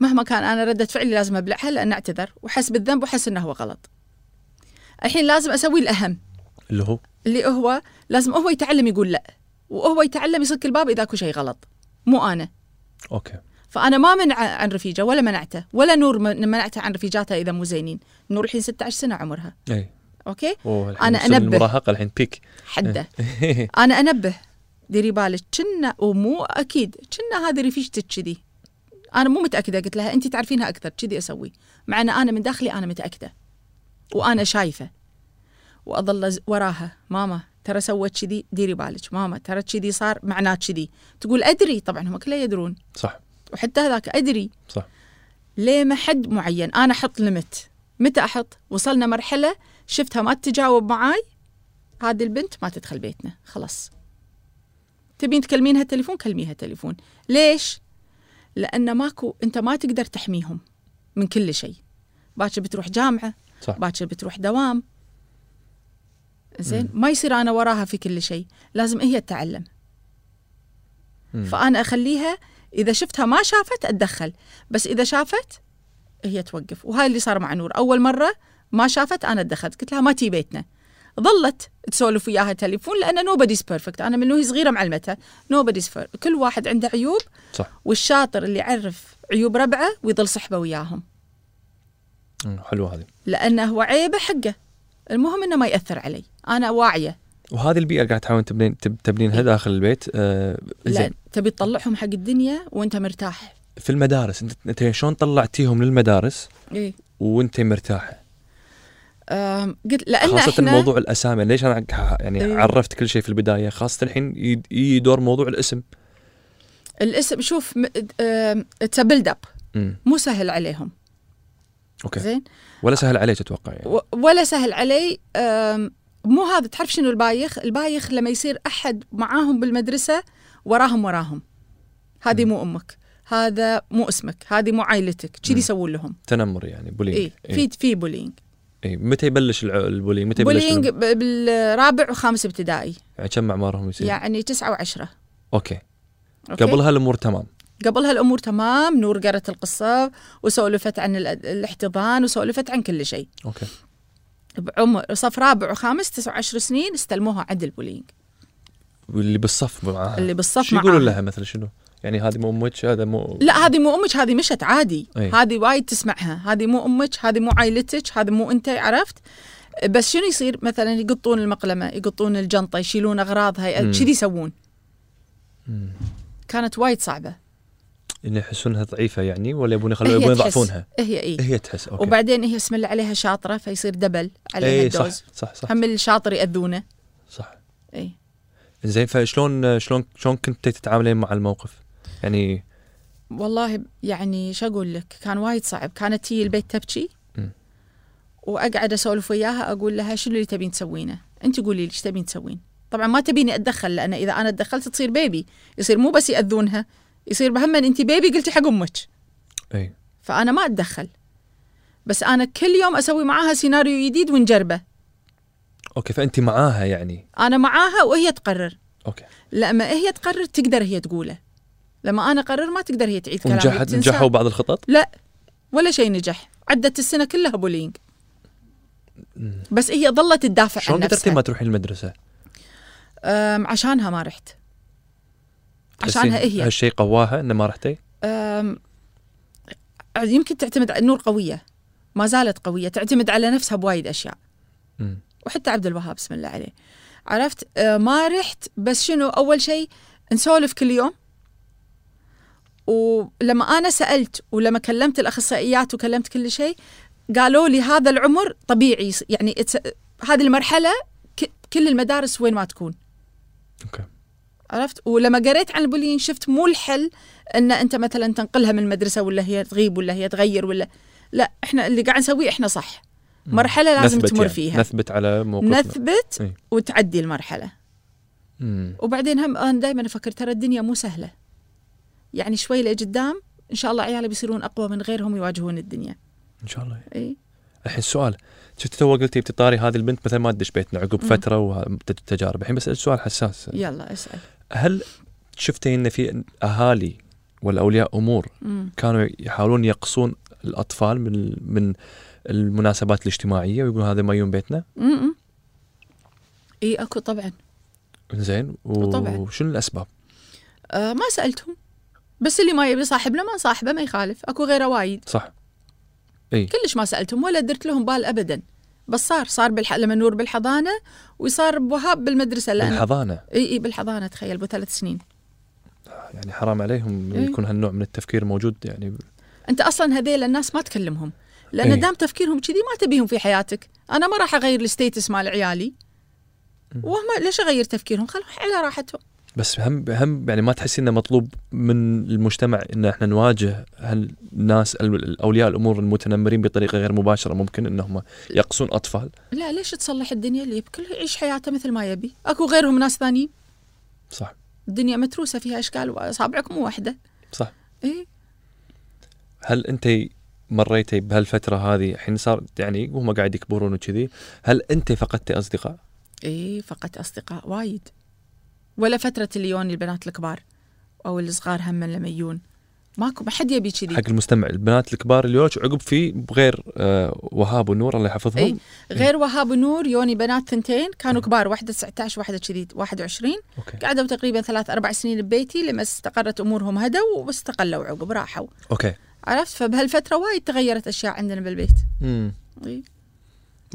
B: مهما كان انا رده فعلي لازم ابلعها لان اعتذر وحس بالذنب وحس انه هو غلط الحين لازم اسوي الاهم
A: اللي هو
B: اللي هو لازم هو يتعلم يقول لا وهو يتعلم يسك الباب اذا اكو شيء غلط مو انا
A: اوكي
B: فانا ما منع عن رفيجه ولا منعته ولا نور من- منعته عن رفيجاتها اذا مو زينين نور الحين 16 سنه عمرها
A: اي
B: اوكي
A: اوه إيه. الحين
B: أنا
A: وصل
B: أنبه.
A: المراهقه الحين بيك
B: حده انا انبه إيه. ديري بالك كنا ومو اكيد كنا هذه رفيجتك كذي انا مو متاكده قلت لها انت تعرفينها اكثر كذي اسوي مع ان انا من داخلي انا متاكده وانا شايفه واظل أز- وراها ماما ترى سوت كذي ديري بالك ماما ترى كذي صار معناه كذي تقول ادري طبعا هم كله يدرون
A: صح
B: وحتى هذاك ادري
A: صح
B: ليه ما حد معين انا احط ليمت متى احط وصلنا مرحله شفتها ما تتجاوب معاي هذه البنت ما تدخل بيتنا خلاص تبين تكلمينها تليفون كلميها تليفون ليش لان ماكو انت ما تقدر تحميهم من كل شيء باكر بتروح جامعه
A: صح
B: باكر بتروح دوام زين ما يصير انا وراها في كل شيء لازم هي تتعلم
A: مم.
B: فانا اخليها اذا شفتها ما شافت اتدخل بس اذا شافت هي توقف وهاي اللي صار مع نور اول مره ما شافت انا اتدخلت قلت لها ما تي بيتنا ظلت تسولف وياها تليفون لان نوبديز بيرفكت انا من وهي صغيره معلمتها نوبديز بيرفكت كل واحد عنده عيوب
A: صح
B: والشاطر اللي يعرف عيوب ربعه ويظل صحبه وياهم
A: مم. حلوه هذه
B: لانه هو عيبه حقه المهم انه ما ياثر علي انا واعيه
A: وهذه البيئه قاعد تحاول تبنين تب- تبنينها داخل البيت آه
B: إيه. لا
A: زين
B: تبي تطلعهم حق الدنيا وانت مرتاح
A: في المدارس انت انت شلون طلعتيهم للمدارس
B: اي
A: وانت مرتاحه
B: قلت لان
A: خاصه
B: احنا
A: موضوع الاسامي ليش انا ح- يعني
B: إيه.
A: عرفت كل شيء في البدايه خاصه الحين يد- يجي دور موضوع الاسم
B: الاسم شوف اتس بيلد اب
A: مم.
B: مو سهل عليهم
A: اوكي
B: زين
A: ولا سهل عليك اتوقع يعني
B: و- ولا سهل علي أم، مو هذا تعرف شنو البايخ البايخ لما يصير احد معاهم بالمدرسه وراهم وراهم هذه
A: مم.
B: مو امك هذا مو اسمك هذه مو عائلتك كذي
A: مم.
B: يسوون لهم
A: تنمر يعني
B: اي
A: بولينج
B: إيه. في في بولينج
A: اي متى يبلش الع- البولينج متى يبلش
B: بولينج
A: التنمر؟
B: ب- بالرابع وخامس ابتدائي
A: يعني كم اعمارهم يصير
B: يعني تسعة وعشرة
A: اوكي
B: أوكي؟
A: قبلها الامور تمام
B: قبلها الأمور تمام نور قرت القصة وسولفت عن ال- الاحتضان وسولفت عن كل شيء
A: اوكي
B: بعمر صف رابع وخامس 19 سنين استلموها عند البولينج
A: واللي بالصف معاها
B: اللي بالصف
A: آه. شو يقولون
B: معاها.
A: لها مثلا شنو؟ يعني هذه مو امك هذا مو
B: لا هذه مو امك هذه مشت عادي
A: أي.
B: هذه وايد تسمعها هذه مو امك هذه مو عائلتك هذه مو انت عرفت بس شنو يصير مثلا يقطون المقلمه يقطون الجنطه يشيلون اغراضها
A: مم.
B: كذي يسوون
A: مم.
B: كانت وايد صعبه
A: اللي يحسونها ضعيفه يعني ولا يبون يخلون
B: هي
A: يبون
B: تحس.
A: يضعفونها
B: هي اي
A: هي تحس اوكي
B: وبعدين هي اسم الله عليها شاطره فيصير دبل عليها
A: اي
B: الدوز
A: إيه، صح صح صح
B: هم الشاطر ياذونه
A: صح
B: اي
A: زين فشلون شلون شلون كنت تتعاملين مع الموقف؟ يعني
B: والله يعني شو اقول لك كان وايد صعب كانت تيجي البيت تبكي
A: مم.
B: واقعد اسولف وياها اقول لها شنو اللي تبين تسوينه انت قولي لي ايش تبين تسوين طبعا ما تبيني اتدخل لان اذا انا تدخلت تصير بيبي يصير مو بس ياذونها يصير بهم انت بيبي قلتي حق امك
A: اي
B: إيه. فانا ما اتدخل بس انا كل يوم اسوي معاها سيناريو جديد ونجربه
A: اوكي فانت معاها يعني
B: انا معاها وهي تقرر
A: اوكي
B: لما هي تقرر تقدر هي تقوله لما انا اقرر ما تقدر هي تعيد كلامي
A: ونجحت
B: بتنساه.
A: نجحوا بعض الخطط؟
B: لا ولا شيء نجح عدت السنه كلها بولينج بس هي ظلت تدافع عن
A: شلون قدرتي
B: نفسها
A: ما تروحين المدرسه؟
B: أم عشانها ما رحت عشانها
A: تحسين
B: هي
A: هالشيء قواها انه ما رحتي؟
B: أم يمكن تعتمد على النور قويه ما زالت قويه تعتمد على نفسها بوايد اشياء
A: مم.
B: وحتى عبد الوهاب بسم الله عليه عرفت أه، ما رحت بس شنو اول شيء نسولف كل يوم ولما انا سالت ولما كلمت الاخصائيات وكلمت كل شيء قالوا لي هذا العمر طبيعي يص- يعني it's- هذه المرحله ك- كل المدارس وين ما تكون
A: اوكي
B: عرفت ولما قريت عن البولين شفت مو الحل ان انت مثلا تنقلها من المدرسه ولا هي تغيب ولا هي تغير ولا لا احنا اللي قاعد نسويه احنا صح
A: مم.
B: مرحله لازم
A: نثبت
B: تمر
A: يعني.
B: فيها
A: نثبت على موقفنا
B: نثبت
A: إي.
B: وتعدي المرحله
A: مم.
B: وبعدين هم انا دائما افكر ترى الدنيا مو سهله يعني شوي لقدام ان شاء الله عيالي بيصيرون اقوى من غيرهم يواجهون الدنيا
A: ان شاء الله
B: اي
A: الحين السؤال شفت تو قلتي بتطاري هذه البنت مثلا ما تدش بيتنا عقب
B: مم.
A: فتره وتجارب الحين بس سؤال حساس
B: يلا اسال
A: هل شفتي ان في اهالي ولا اولياء امور
B: مم.
A: كانوا يحاولون يقصون الاطفال من من المناسبات الاجتماعيه ويقولون هذا ما يوم بيتنا
B: مم. اي اكو طبعا
A: زين
B: طبعاً.
A: وشنو الاسباب؟
B: آه ما سالتهم بس اللي ما يبي صاحبنا ما صاحبه ما يخالف اكو غيره وايد
A: صح
B: كلش ما سالتهم ولا درت لهم بال ابدا بس صار صار بالح... لما نور بالحضانه وصار بوهاب بالمدرسه لان
A: الحضانه
B: اي اي بالحضانه تخيل بثلاث سنين
A: يعني حرام عليهم
B: إيه.
A: يكون هالنوع من التفكير موجود يعني
B: انت اصلا هذيل الناس ما تكلمهم لان
A: إيه.
B: دام تفكيرهم كذي ما تبيهم في حياتك انا ما راح اغير الستيتس مال عيالي وهم ليش اغير تفكيرهم خلهم على راحتهم
A: بس هم هم يعني ما تحسين انه مطلوب من المجتمع ان احنا نواجه هالناس ال- اولياء الامور المتنمرين بطريقه غير مباشره ممكن انهم يقصون اطفال
B: لا ليش تصلح الدنيا اللي بكل يعيش حياته مثل ما يبي اكو غيرهم ناس ثانيين
A: صح
B: الدنيا متروسه فيها اشكال واصابعك مو إيه. واحده
A: صح
B: اي
A: هل انت مريتي بهالفتره هذه الحين صار يعني وهم قاعد يكبرون وكذي هل انت فقدتي اصدقاء؟
B: اي إيه، فقط اصدقاء وايد ولا فتره اللي يوني البنات الكبار او الصغار هم لما يجون ماكو ما حد يبي كذي
A: حق المستمع البنات الكبار اللي يوش عقب في بغير آه وهاب ونور الله يحفظهم
B: اي غير وهاب ونور يوني بنات ثنتين كانوا كبار واحده 19 واحده كذي 21
A: اوكي
B: قعدوا تقريبا ثلاث اربع سنين ببيتي لما استقرت امورهم هدوا واستقلوا عقب راحوا
A: اوكي
B: عرفت فبهالفتره وايد تغيرت اشياء عندنا بالبيت
A: امم
B: اي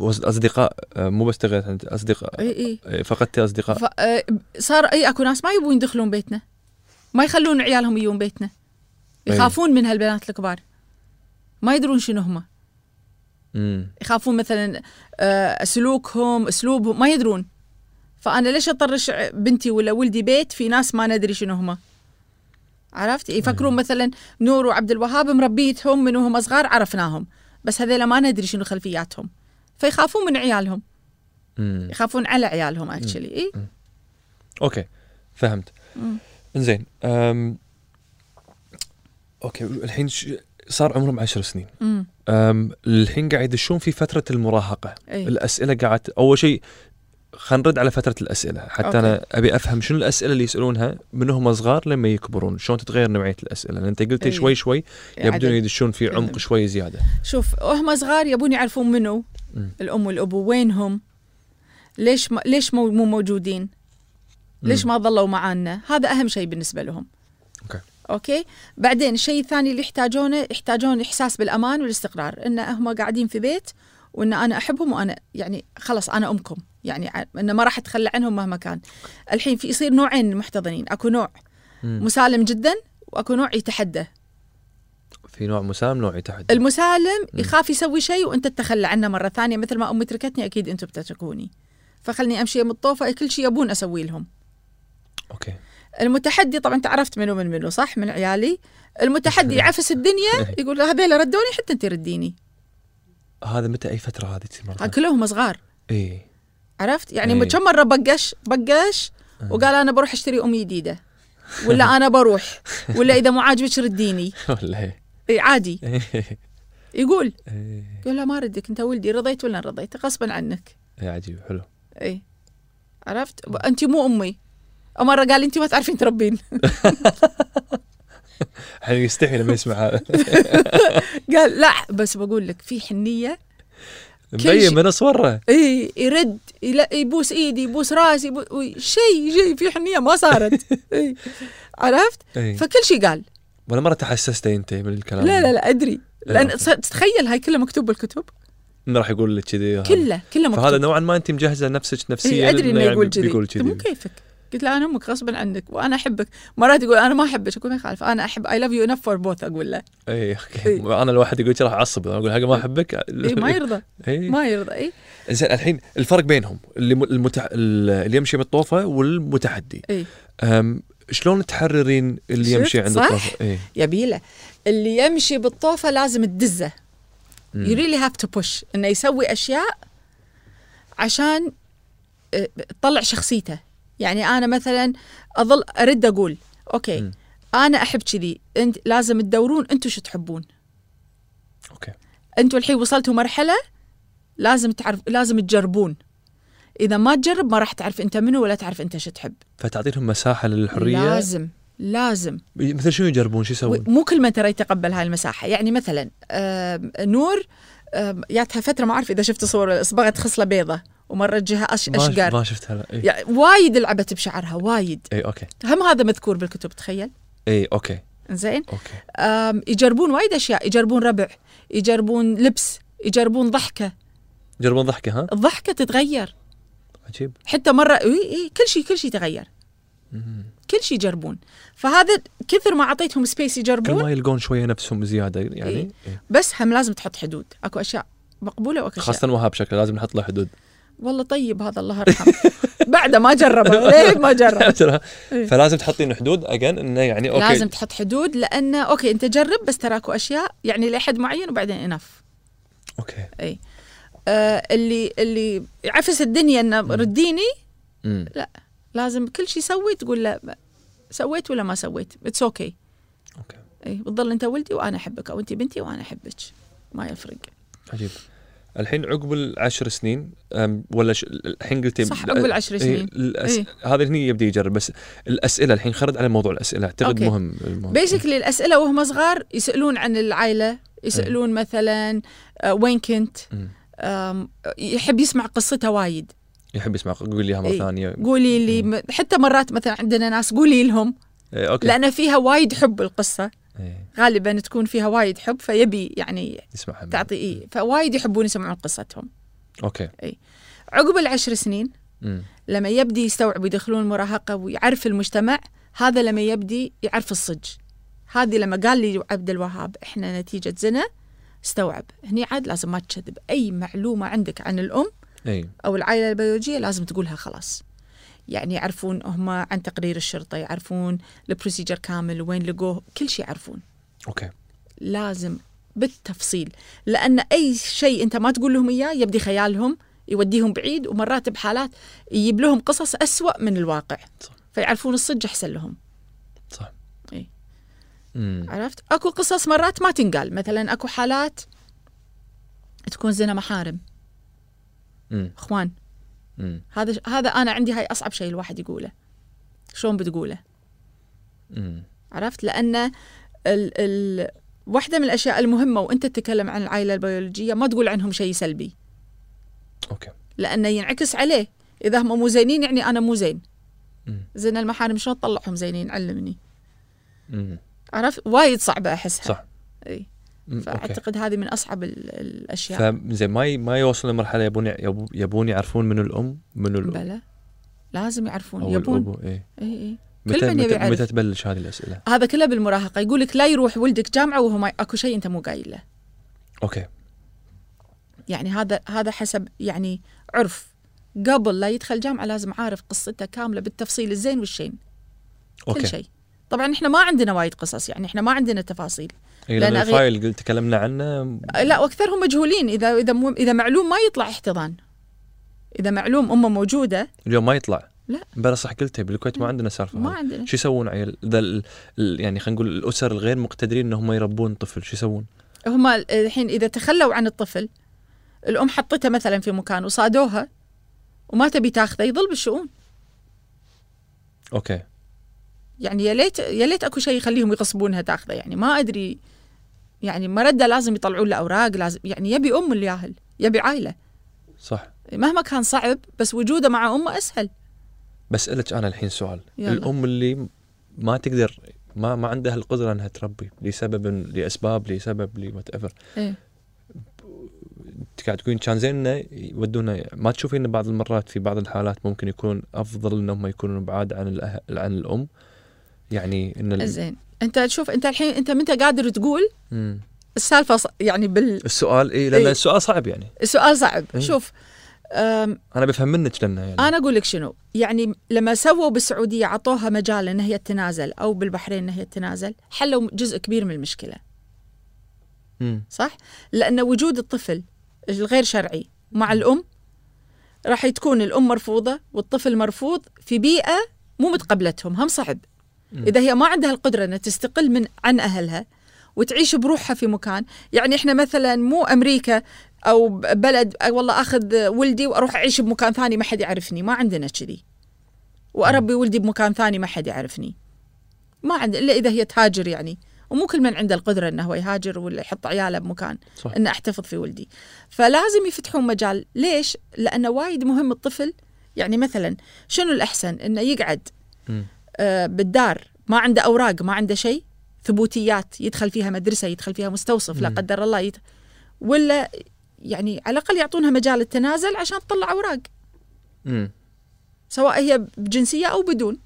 A: اصدقاء آه مو بس تغيرت، اصدقاء
B: اي, إي.
A: آه، فقدتي اصدقاء
B: ف... آه، صار اي اكو ناس ما يبون يدخلون بيتنا ما يخلون عيالهم يجون بيتنا
A: إي.
B: يخافون من هالبنات الكبار ما يدرون شنو هم
A: امم
B: يخافون مثلا آه، سلوكهم اسلوبهم ما يدرون فانا ليش اطرش بنتي ولا ولدي بيت في ناس ما ندري شنو هما عرفت يفكرون مثلا نور وعبد الوهاب مربيتهم من وهم صغار عرفناهم بس هذيلا ما ندري شنو خلفياتهم فيخافون من عيالهم
A: امم
B: يخافون على عيالهم إيه؟ اكشلي اي
A: اوكي فهمت
B: مم.
A: انزين أم... اوكي الحين ش... صار عمرهم عشر سنين
B: أمم،
A: أم... الحين قاعد يدشون في فتره المراهقه
B: اي
A: الاسئله قاعد اول شيء خلينا نرد على فتره الاسئله حتى
B: أوكي.
A: أوكي. انا ابي افهم شنو الاسئله اللي يسالونها من هم صغار لما يكبرون شلون تتغير نوعيه الاسئله لان انت قلتي
B: إي. يعني
A: شوي شوي يبدون
B: عدد.
A: يدشون في عمق
B: فهمت.
A: شوي زياده
B: شوف هم صغار يبون يعرفون منو
A: أمم.
B: الام والابو وينهم ليش ما ليش مو مو موجودين ليش ما ظلوا معانا هذا أهم شيء بالنسبة لهم
A: أوكي.
B: أوكي بعدين الشيء الثاني اللي يحتاجونه يحتاجون إحساس بالأمان والاستقرار إن هم قاعدين في بيت وإن أنا أحبهم وأنا يعني خلاص أنا أمكم يعني ع- إن ما راح أتخلى عنهم مهما كان الحين في يصير نوعين محتضنين أكو نوع
A: مم.
B: مسالم جدا وأكو نوع يتحدى
A: في نوع مسالم نوع يتحدى
B: المسالم
A: مم.
B: يخاف يسوي شيء وانت تتخلى عنه مره ثانيه مثل ما امي تركتني اكيد انتم بتتركوني فخلني امشي يم الطوفه كل شيء يبون اسوي لهم
A: اوكي
B: المتحدي طبعا تعرفت منو من منو صح من عيالي المتحدي
A: إيه.
B: يعفس الدنيا يقول هذيلا ردوني حتى انت رديني
A: هذا متى اي فتره هذه
B: ها
A: تمر
B: كلهم صغار
A: اي
B: عرفت يعني
A: إيه.
B: كم مره بقش بقش
A: آه.
B: وقال انا بروح اشتري ام جديده ولا انا بروح ولا اذا مو عاجبك رديني
A: ولا إيه؟
B: إيه عادي
A: إيه.
B: يقول
A: إيه.
B: يقول لا ما ردك انت ولدي رضيت ولا رضيت غصبا عنك
A: إيه، عجيب حلو
B: اي إيه. عرفت ب- انت مو امي مره قال انت ما تعرفين تربين
A: الحين يستحي لما يسمع هذا
B: قال لا بس بقول لك في حنيه شيء.
A: مبين من صوره
B: اي إيه، يرد يلا- يبوس ايدي يبوس راسي يبو- وي- شيء شيء في حنيه ما صارت اي عرفت
A: إيه.
B: فكل شيء قال
A: ولا مره تحسستي انت من الكلام
B: لا لا لا ادري لان
A: أوكي.
B: ص- تتخيل هاي كلها مكتوب بالكتب
A: ما راح يقول لك كذي
B: كله كله مكتوب
A: آه. فهذا نوعا ما انت مجهزه نفسك
B: إيه،
A: نفسيا
B: ادري انه
A: يعني
B: يقول
A: بي- بيقول
B: كذي طيب، مو
A: كذي
B: كيفك قلت له انا امك غصبا عنك وانا احبك مرات يقول انا ما احبك اقول ما يخالف انا احب اي لاف يو انف فور بوث اقول له
A: اي
B: إيه.
A: اوكي انا الواحد يقول كذي راح اعصب اقول حق ما احبك
B: إيه ما يرضى
A: إيه.
B: ما يرضى اي
A: زين الحين الفرق بينهم اللي م- المتع... اللي يمشي بالطوفه والمتحدي
B: اي
A: أم... شلون تحررين اللي
B: شفت؟
A: يمشي عند إيه.
B: صح؟
A: الطوفه؟ اي
B: يبيله اللي يمشي بالطوفه لازم تدزه يو ريلي هاف تو بوش انه يسوي اشياء عشان آه، تطلع شخصيته يعني انا مثلا اظل ارد اقول اوكي
A: مم.
B: انا احب كذي انت لازم تدورون انتم شو تحبون
A: اوكي
B: انتوا الحين وصلتوا مرحله لازم تعرف لازم تجربون اذا ما تجرب ما راح تعرف انت منو ولا تعرف انت شو تحب
A: فتعطينهم مساحه للحريه
B: لازم لازم
A: مثل شنو يجربون شو
B: و-
A: يسوون؟
B: مو كل من ترى يتقبل هاي المساحه يعني مثلا آم، نور آم، جاتها فتره ما اعرف اذا شفت صور صبغت خصله بيضة ومرت جهه أش...
A: ما شف-
B: اشقر
A: ما شفتها إيه. لا اي
B: يعني وايد لعبت بشعرها وايد
A: اي اوكي
B: هم هذا مذكور بالكتب تخيل
A: اي اوكي
B: زين
A: اوكي
B: آم، يجربون وايد اشياء يجربون ربع يجربون لبس يجربون ضحكه
A: يجربون ضحكه ها؟
B: الضحكه تتغير
A: عجيب
B: حتى مره اي اي كل شيء كل شيء تغير
A: مم.
B: كل شيء يجربون فهذا كثر ما اعطيتهم سبيس
A: كل
B: يجربون
A: ما يلقون شويه نفسهم زياده يعني
B: إي.
A: إي.
B: بس هم لازم تحط حدود اكو اشياء مقبوله واكو اشياء
A: خاصه وهاب شكله لازم نحط له حدود
B: والله طيب هذا الله يرحمه بعده ما جربه ليه ما جرب
A: ترى
B: إيه.
A: فلازم تحطين حدود اجين انه يعني اوكي
B: لازم تحط حدود لانه اوكي انت جرب بس تراكو اشياء يعني لحد معين وبعدين انف
A: اوكي
B: آه اللي اللي يعفس الدنيا انه رديني
A: مم.
B: لازم كل شيء سوي تقول له ب- سويت ولا ما سويت اتس اوكي
A: اوكي
B: اي بتضل انت ولدي وانا احبك او انت بنتي وانا احبك ما يفرق
A: عجيب الحين عقب العشر سنين أم، ولا ش... الحين قلتي إيه،
B: صح، عقب العشر سنين.
A: الأس...
B: إيه.
A: هذا هني يبدي يجرب بس الاسئله الحين خرد على موضوع الاسئله اعتقد
B: أوكي.
A: مهم الموضوع
B: بيسكلي الاسئله وهم صغار يسالون عن العائله يسالون مثلا آه، وين كنت
A: مم.
B: آم، يحب يسمع قصته وايد
A: يحب يسمع قول لي إياها مره
B: إيه.
A: ثانيه
B: قولي لي م- حتى مرات مثلا عندنا ناس قولي لهم
A: إيه، اوكي
B: لان فيها وايد حب القصه
A: إيه.
B: غالبا تكون فيها وايد حب فيبي يعني
A: يسمعها من-
B: تعطي إيه فوايد يحبون يسمعون قصتهم
A: اوكي
B: عقب العشر سنين
A: مم.
B: لما يبدي يستوعب يدخلون المراهقه ويعرف المجتمع هذا لما يبدي يعرف الصج هذه لما قال لي عبد الوهاب احنا نتيجه زنا استوعب هني عاد لازم ما تكذب اي معلومه عندك عن الام
A: اي
B: أو العائلة البيولوجية لازم تقولها خلاص يعني يعرفون هم عن تقرير الشرطة يعرفون البروسيجر كامل وين لقوه كل شيء يعرفون
A: اوكي
B: لازم بالتفصيل لأن أي شيء أنت ما تقول لهم إياه يبدي خيالهم يوديهم بعيد ومرات بحالات يجيب لهم قصص أسوأ من الواقع
A: صح.
B: فيعرفون الصج أحسن لهم
A: صح
B: إيه.
A: مم.
B: عرفت أكو قصص مرات ما تنقال مثلا أكو حالات تكون زنا محارم
A: مم.
B: إخوان
A: مم.
B: هذا هذا انا عندي هاي اصعب شيء الواحد يقوله شلون بتقوله
A: مم.
B: عرفت لان ال ال واحده من الاشياء المهمه وانت تتكلم عن العائله البيولوجيه ما تقول عنهم شيء سلبي
A: اوكي
B: لانه ينعكس عليه اذا هم مو زينين يعني انا مو زين
A: مم.
B: زين المحارم شلون تطلعهم زينين علمني
A: مم.
B: عرفت وايد صعبه احسها
A: صح.
B: اي
A: مم. اوكي
B: فاعتقد هذه من اصعب ال- الاشياء
A: فزين ما ي... ما يوصلون لمرحله يبون يبون يعرفون منو الام منو الام
B: بلى لازم يعرفون
A: او
B: يبون
A: الابو اي
B: اي اي
A: إيه.
B: كل
A: متى
B: من يبي
A: متى,
B: يعرف.
A: متى تبلش هذه الاسئله؟
B: هذا كله بالمراهقه يقول لك لا يروح ولدك جامعه وهو ما اكو شيء انت مو قايل له
A: اوكي
B: يعني هذا هذا حسب يعني عرف قبل لا يدخل جامعه لازم عارف قصته كامله بالتفصيل الزين والشين
A: اوكي
B: كل شيء طبعا احنا ما عندنا وايد قصص يعني احنا ما عندنا تفاصيل
A: إيه،
B: لأن
A: لان
B: أغي-
A: الفايل قلت تكلمنا عنه
B: لا واكثرهم مجهولين اذا اذا مو- اذا معلوم ما يطلع احتضان اذا معلوم امه موجوده
A: اليوم ما يطلع
B: لا.
A: بلا صح قلتها بالكويت ما عندنا سالفه
B: ما
A: هذه.
B: عندنا
A: شو يسوون عيل اذا ال- ال- يعني خلينا نقول الاسر الغير مقتدرين انهم يربون طفل شو يسوون؟
B: هم الحين اذا تخلوا عن الطفل الام حطته مثلا في مكان وصادوها وما تبي تاخذه يظل بالشؤون
A: اوكي
B: يعني يا ليت يا ليت اكو شيء يخليهم يغصبونها تاخذه يعني ما ادري يعني مرده لازم يطلعون له اوراق لازم يعني يبي ام الياهل يبي عائله
A: صح
B: مهما كان صعب بس وجوده مع امه اسهل
A: بسالك انا الحين سؤال
B: يلا.
A: الام اللي ما تقدر ما ما عندها القدره انها تربي لسبب لاسباب لسبب لوات ايفر
B: إيه.
A: قاعد تقولين كان زين انه يودونا ما تشوفين إن بعض المرات في بعض الحالات ممكن يكون افضل انهم يكونون بعاد عن الأهل عن الام يعني ان ال...
B: زين انت تشوف انت الحين انت متى قادر تقول
A: مم.
B: السالفه ص- يعني بال
A: السؤال اي لان
B: إيه.
A: السؤال صعب يعني
B: السؤال صعب
A: إيه.
B: شوف أم،
A: انا بفهم منك لانه يعني
B: انا اقول لك شنو يعني لما سووا بالسعوديه عطوها مجال ان هي تتنازل او بالبحرين ان هي تتنازل حلوا جزء كبير من المشكله
A: مم.
B: صح لان وجود الطفل الغير شرعي مع الام راح تكون الام مرفوضه والطفل مرفوض في بيئه مو متقبلتهم هم صعب
A: مم.
B: اذا هي ما عندها القدره انها تستقل من عن اهلها وتعيش بروحها في مكان يعني احنا مثلا مو امريكا او ب- بلد أي والله اخذ ولدي واروح اعيش بمكان ثاني ما حد يعرفني ما عندنا كذي واربي ولدي بمكان ثاني ما حد يعرفني ما عند الا اذا هي تهاجر يعني ومو كل من عنده القدره انه هو يهاجر ولا يحط عياله بمكان
A: صح
B: ان احتفظ في ولدي فلازم يفتحون مجال ليش لانه وايد مهم الطفل يعني مثلا شنو الاحسن انه يقعد
A: مم.
B: آه، بالدار ما عنده اوراق ما عنده شيء ثبوتيات يدخل فيها مدرسه يدخل فيها مستوصف لا
A: مم.
B: قدر الله يت... ولا يعني على الاقل يعطونها مجال التنازل عشان تطلع اوراق
A: مم.
B: سواء هي بجنسيه او بدون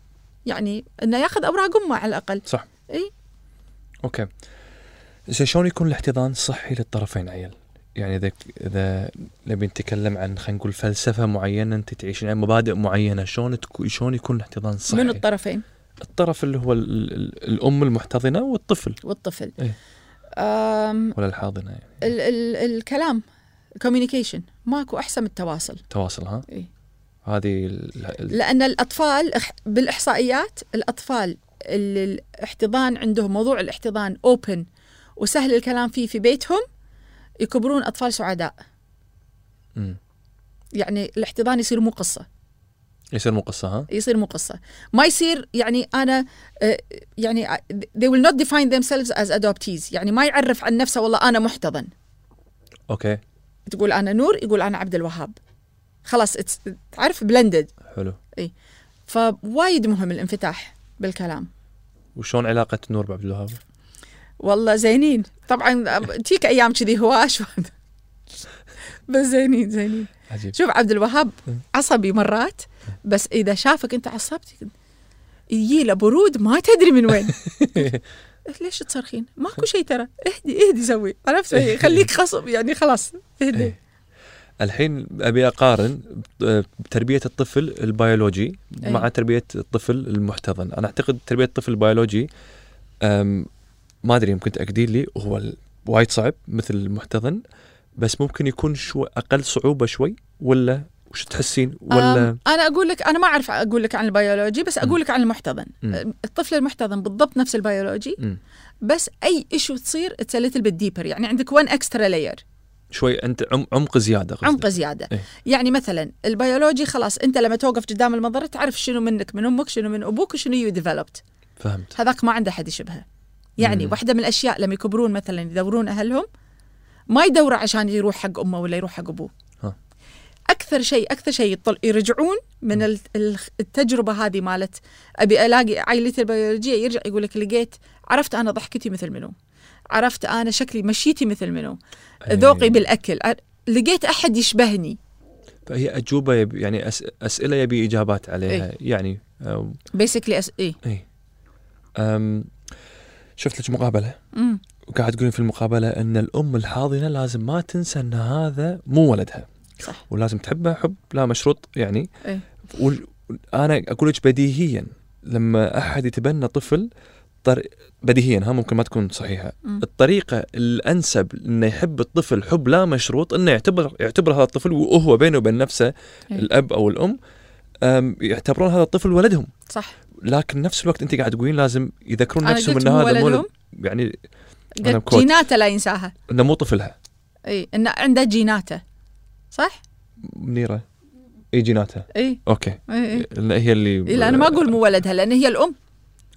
B: يعني انه ياخذ اوراق امه على الاقل
A: صح
B: إي.
A: اوكي زين شلون يكون الاحتضان صحي للطرفين عيل؟ يعني اذا اذا نبي نتكلم عن خلينا نقول فلسفه معينه انت تعيشين على مبادئ معينه شلون تكو شلون يكون الاحتضان صحي؟
B: من الطرفين
A: الطرف اللي هو ال- ال- الام المحتضنه والطفل
B: والطفل
A: إيه.
B: أم
A: ولا الحاضنه يعني
B: ال ال الكلام الكوميونيكيشن ماكو احسن من التواصل
A: التواصل ها؟
B: إيه.
A: هذه ال- ال-
B: لان الاطفال إح- بالاحصائيات الاطفال اللي الاحتضان عندهم موضوع الاحتضان اوبن وسهل الكلام فيه في بيتهم يكبرون اطفال سعداء
A: مم.
B: يعني الاحتضان يصير مو قصه
A: يصير مو قصه ها؟
B: يصير مو قصه ما يصير يعني انا آه، يعني آه، they will not define themselves as adoptees يعني ما يعرف عن نفسه والله انا محتضن
A: اوكي
B: تقول انا نور يقول انا عبد الوهاب خلاص it's- تعرف بلندد
A: حلو
B: فوايد مهم الانفتاح بالكلام
A: وشلون علاقه نور بعبد الوهاب؟
B: والله زينين طبعا تيك ايام كذي هواش وهذا. بس زينين زينين
A: عجيب
B: شوف عبد الوهاب
A: مم.
B: عصبي مرات بس اذا شافك انت عصبت يجي له برود ما تدري من وين ليش تصرخين؟ ماكو شيء ترى اهدي اهدي سوي عرفت خليك خصب يعني خلاص اهدي
A: إيه. الحين ابي اقارن بت- بتربيه الطفل البيولوجي
B: أي.
A: مع تربيه الطفل المحتضن، انا اعتقد تربيه الطفل البيولوجي أم، ما ادري يمكن تاكدين لي هو ال- وايد صعب مثل المحتضن بس ممكن يكون شو اقل صعوبه شوي ولا وش تحسين ولا
B: أم، انا اقول لك انا ما اعرف اقول لك عن البيولوجي بس اقول لك عن المحتضن
A: مم.
B: الطفل المحتضن بالضبط نفس البيولوجي
A: مم.
B: بس اي ايشو تصير اتس ليتل بت ديبر يعني عندك وان اكسترا لاير
A: شوي انت عم- عمق زياده قصدك.
B: عمق زياده
A: إيه.
B: يعني مثلا البيولوجي خلاص انت لما توقف قدام المنظره تعرف شنو منك من امك شنو من ابوك وشنو يو ديفلوبد
A: فهمت
B: هذاك ما عنده حد يشبهه يعني
A: مم.
B: واحده من الاشياء لما يكبرون مثلا يدورون اهلهم ما يدوروا عشان يروح حق امه ولا يروح حق ابوه
A: ها.
B: اكثر شيء اكثر شيء يطل يرجعون من ال- ال- التجربه هذه مالت ابي الاقي عائلتي البيولوجيه يرجع يقول لك لقيت عرفت انا ضحكتي مثل منو عرفت انا شكلي مشيتي مثل منو ذوقي
A: أي.
B: بالاكل أ- لقيت احد يشبهني
A: فهي اجوبه يبي يعني أس اسئله يبي اجابات عليها
B: إيه.
A: يعني أو-
B: بيسكلي أس... إيه، اي
A: اي أم، شفت لك مقابله
B: أمم.
A: وقاعد تقولين في المقابله ان الام الحاضنه لازم ما تنسى ان هذا مو ولدها
B: صح
A: ولازم تحبه حب لا مشروط يعني
B: إيه.
A: وال- انا اقول لك بديهيا لما احد يتبنى طفل طر... بديهيا ها ممكن ما تكون صحيحه
B: مم.
A: الطريقه الانسب انه يحب الطفل حب لا مشروط انه يعتبر يعتبر هذا الطفل وهو بينه وبين نفسه
B: إيه.
A: الاب او الام أم، يعتبرون هذا الطفل ولدهم
B: صح
A: لكن نفس الوقت انت قاعد تقولين لازم يذكرون
B: أنا
A: نفسهم
B: قلت
A: ان
B: مو
A: هذا مو
B: ولدهم.
A: ولد- يعني أنا
B: قلت
A: بكوت.
B: جيناته لا ينساها
A: انه مو طفلها
B: اي انه عنده جيناته صح؟ إيه.
A: منيره اي إيه، جيناتها
B: اي
A: اوكي
B: اي إي.
A: لأن هي اللي
B: إي، إيه، لا انا ما اقول مو ولدها لان هي الام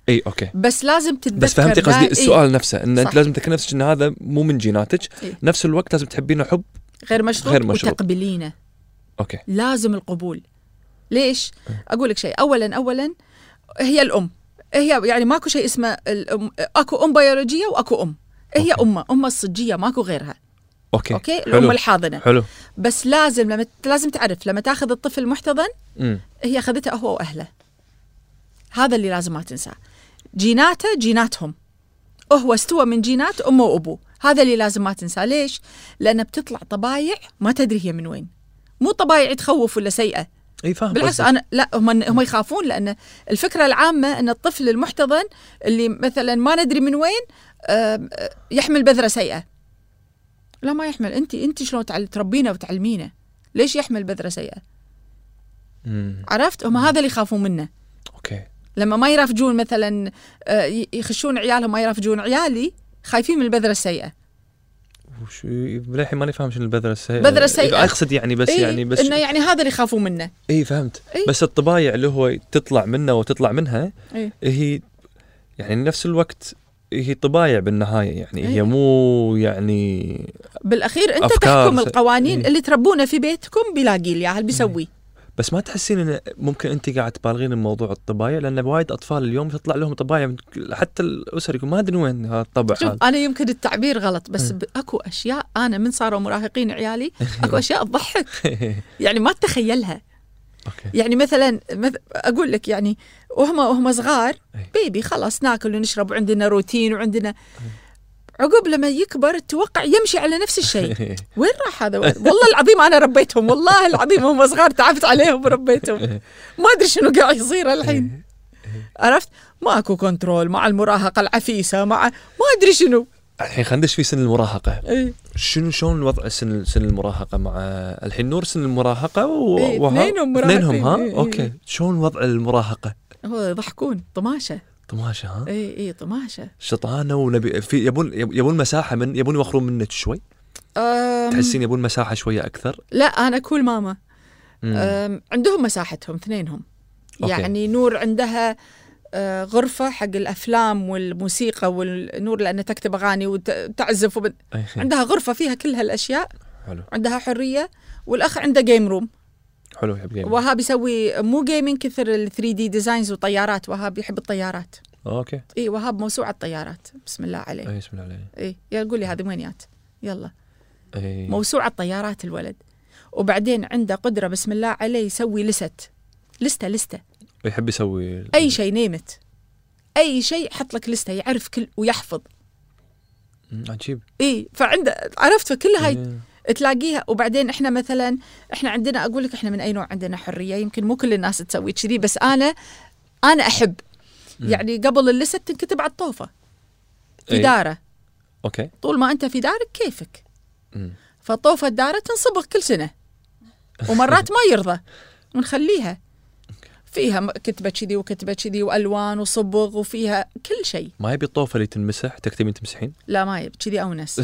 A: اي اوكي
B: بس لازم تتذكر
A: بس فهمتي
B: داي-
A: قصدي
B: إي،
A: السؤال نفسه ان
B: إيه. صح.
A: انت لازم تذكر نفسك ان هذا مو من جيناتك
B: إيه.
A: نفس الوقت لازم تحبينه حب
B: غير مشروط
A: غير مشروط.
B: وتقبلينه
A: اوكي
B: لازم القبول ليش؟ اقول لك شيء اولا اولا هي الام هي يعني ماكو شيء اسمه الام اكو ام بيولوجيه واكو ام هي
A: أوكي.
B: امه امه الصجيه ماكو غيرها
A: اوكي
B: اوكي الام
A: حلو
B: الحاضنه
A: حلو
B: بس لازم لما لازم تعرف لما تاخذ الطفل محتضن
A: امم
B: هي اخذته هو واهله هذا اللي لازم ما تنساه جيناته جيناتهم هو استوى من جينات امه وابوه هذا اللي لازم ما تنساه ليش لان بتطلع طبايع ما تدري هي من وين مو طبايع تخوف ولا سيئه
A: اي إيه، فاهم
B: بالعكس
A: قصدك.
B: انا لا هم هم يخافون لان الفكره العامه ان الطفل المحتضن اللي مثلا ما ندري من وين آم، آه، يحمل بذره سيئه لا ما يحمل انت انت شلون تعل- تربينه وتعلمينه ليش يحمل بذره سيئه
A: امم
B: عرفت هم هذا اللي يخافون منه
A: اوكي
B: لما ما يرافجون مثلا آه، ي- يخشون عيالهم ما يرافجون عيالي خايفين من البذره السيئه
A: وش للحين ماني فاهم شنو البذره السيئه
B: بذرة سيئة.
A: اقصد يعني بس
B: إيه،
A: يعني بس
B: انه يعني هذا اللي يخافون منه
A: اي إيه، فهمت
B: إي.
A: بس الطبايع اللي هو تطلع منه وتطلع منها
B: إي.
A: هي يعني نفس الوقت هي طبايع بالنهايه يعني
B: إي.
A: هي مو يعني
B: بالاخير انت
A: أفكار
B: تحكم
A: س-
B: القوانين
A: إيه.
B: اللي تربونه في بيتكم بيلاقي لي اياها بيسويه
A: بس ما تحسين ان ممكن انت قاعد تبالغين بموضوع الطبايع لان وايد اطفال اليوم تطلع لهم طبايع من كل- حتى الاسر يقول ما ادري وين هذا الطبع هذا
B: شوف انا يمكن التعبير غلط بس
A: إيه.
B: ب- اكو اشياء انا من صاروا مراهقين عيالي اكو اشياء تضحك يعني ما تتخيلها
A: اوكي
B: يعني مثلا مث... اقول لك يعني وهم وهم صغار
A: إيه.
B: بيبي خلاص ناكل ونشرب وعندنا روتين وعندنا عقب لما يكبر تتوقع يمشي على نفس الشيء وين راح هذا الولد؟ والله العظيم انا ربيتهم والله العظيم هم صغار تعبت عليهم وربيتهم ما ادري شنو قاعد يصير الحين عرفت ماكو كنترول مع المراهقه العفيسه مع ما ادري شنو
A: الحين خلينا ندش في سن المراهقه
B: إيه.
A: شنو شلون الوضع سن سن المراهقه مع الحين نور سن المراهقه و...
B: إيه،
A: وها-
B: اثنينهم
A: اثنينهم
B: مراهقين، إيه،
A: ها
B: إيه.
A: اوكي شلون وضع المراهقه
B: هو يضحكون طماشه
A: طماشه ها
B: اي اي طماشه
A: شطانه إيه. ونبي في يبون يبون مساحه من يبون يوخرون منك شوي
B: أم
A: تحسين يبون مساحه شويه اكثر
B: لا انا كول ماما
A: مم.
B: أم عندهم مساحتهم اثنينهم
A: أوكي.
B: يعني نور عندها آه، غرفة حق الأفلام والموسيقى والنور لأنها تكتب أغاني وتعزف وب...
A: إيه.
B: عندها غرفة فيها كل هالأشياء
A: حلو
B: عندها حرية والأخ عنده جيم روم
A: حلو يحب جيم
B: وهاب يسوي مو جيمنج كثر ال 3 دي ديزاينز وطيارات وهاب يحب الطيارات
A: اوكي
B: إي وهاب موسوع الطيارات بسم الله عليه
A: اي بسم الله عليه
B: إي يقول لي هذه وين يات يلا
A: إيه.
B: موسوعة طيارات الولد وبعدين عنده قدرة بسم الله عليه يسوي لست لستة لستة
A: يحب يسوي ال-
B: أي شيء نيمت أي شيء حط لك لستة يعرف كل ويحفظ
A: مم، عجيب
B: إي فعنده عرفت فكل هاي
A: إيه.
B: تلاقيها وبعدين إحنا مثلا إحنا عندنا أقول لك إحنا من أي نوع عندنا حرية يمكن مو كل الناس تسوي كذي بس أنا أنا أحب
A: مم. إيه.
B: يعني قبل اللست تنكتب على الطوفة في
A: إي.
B: داره
A: اوكي
B: طول ما أنت في دارك كيفك
A: مم.
B: فالطوفة الدارة تنصبغ كل سنة ومرات ما يرضى ونخليها فيها م- كتبة كذي وكتبة كذي وألوان وصبغ وفيها كل شيء
A: ما يبي الطوفه اللي تنمسح تكتبين تمسحين
B: لا ما يب كذي أونس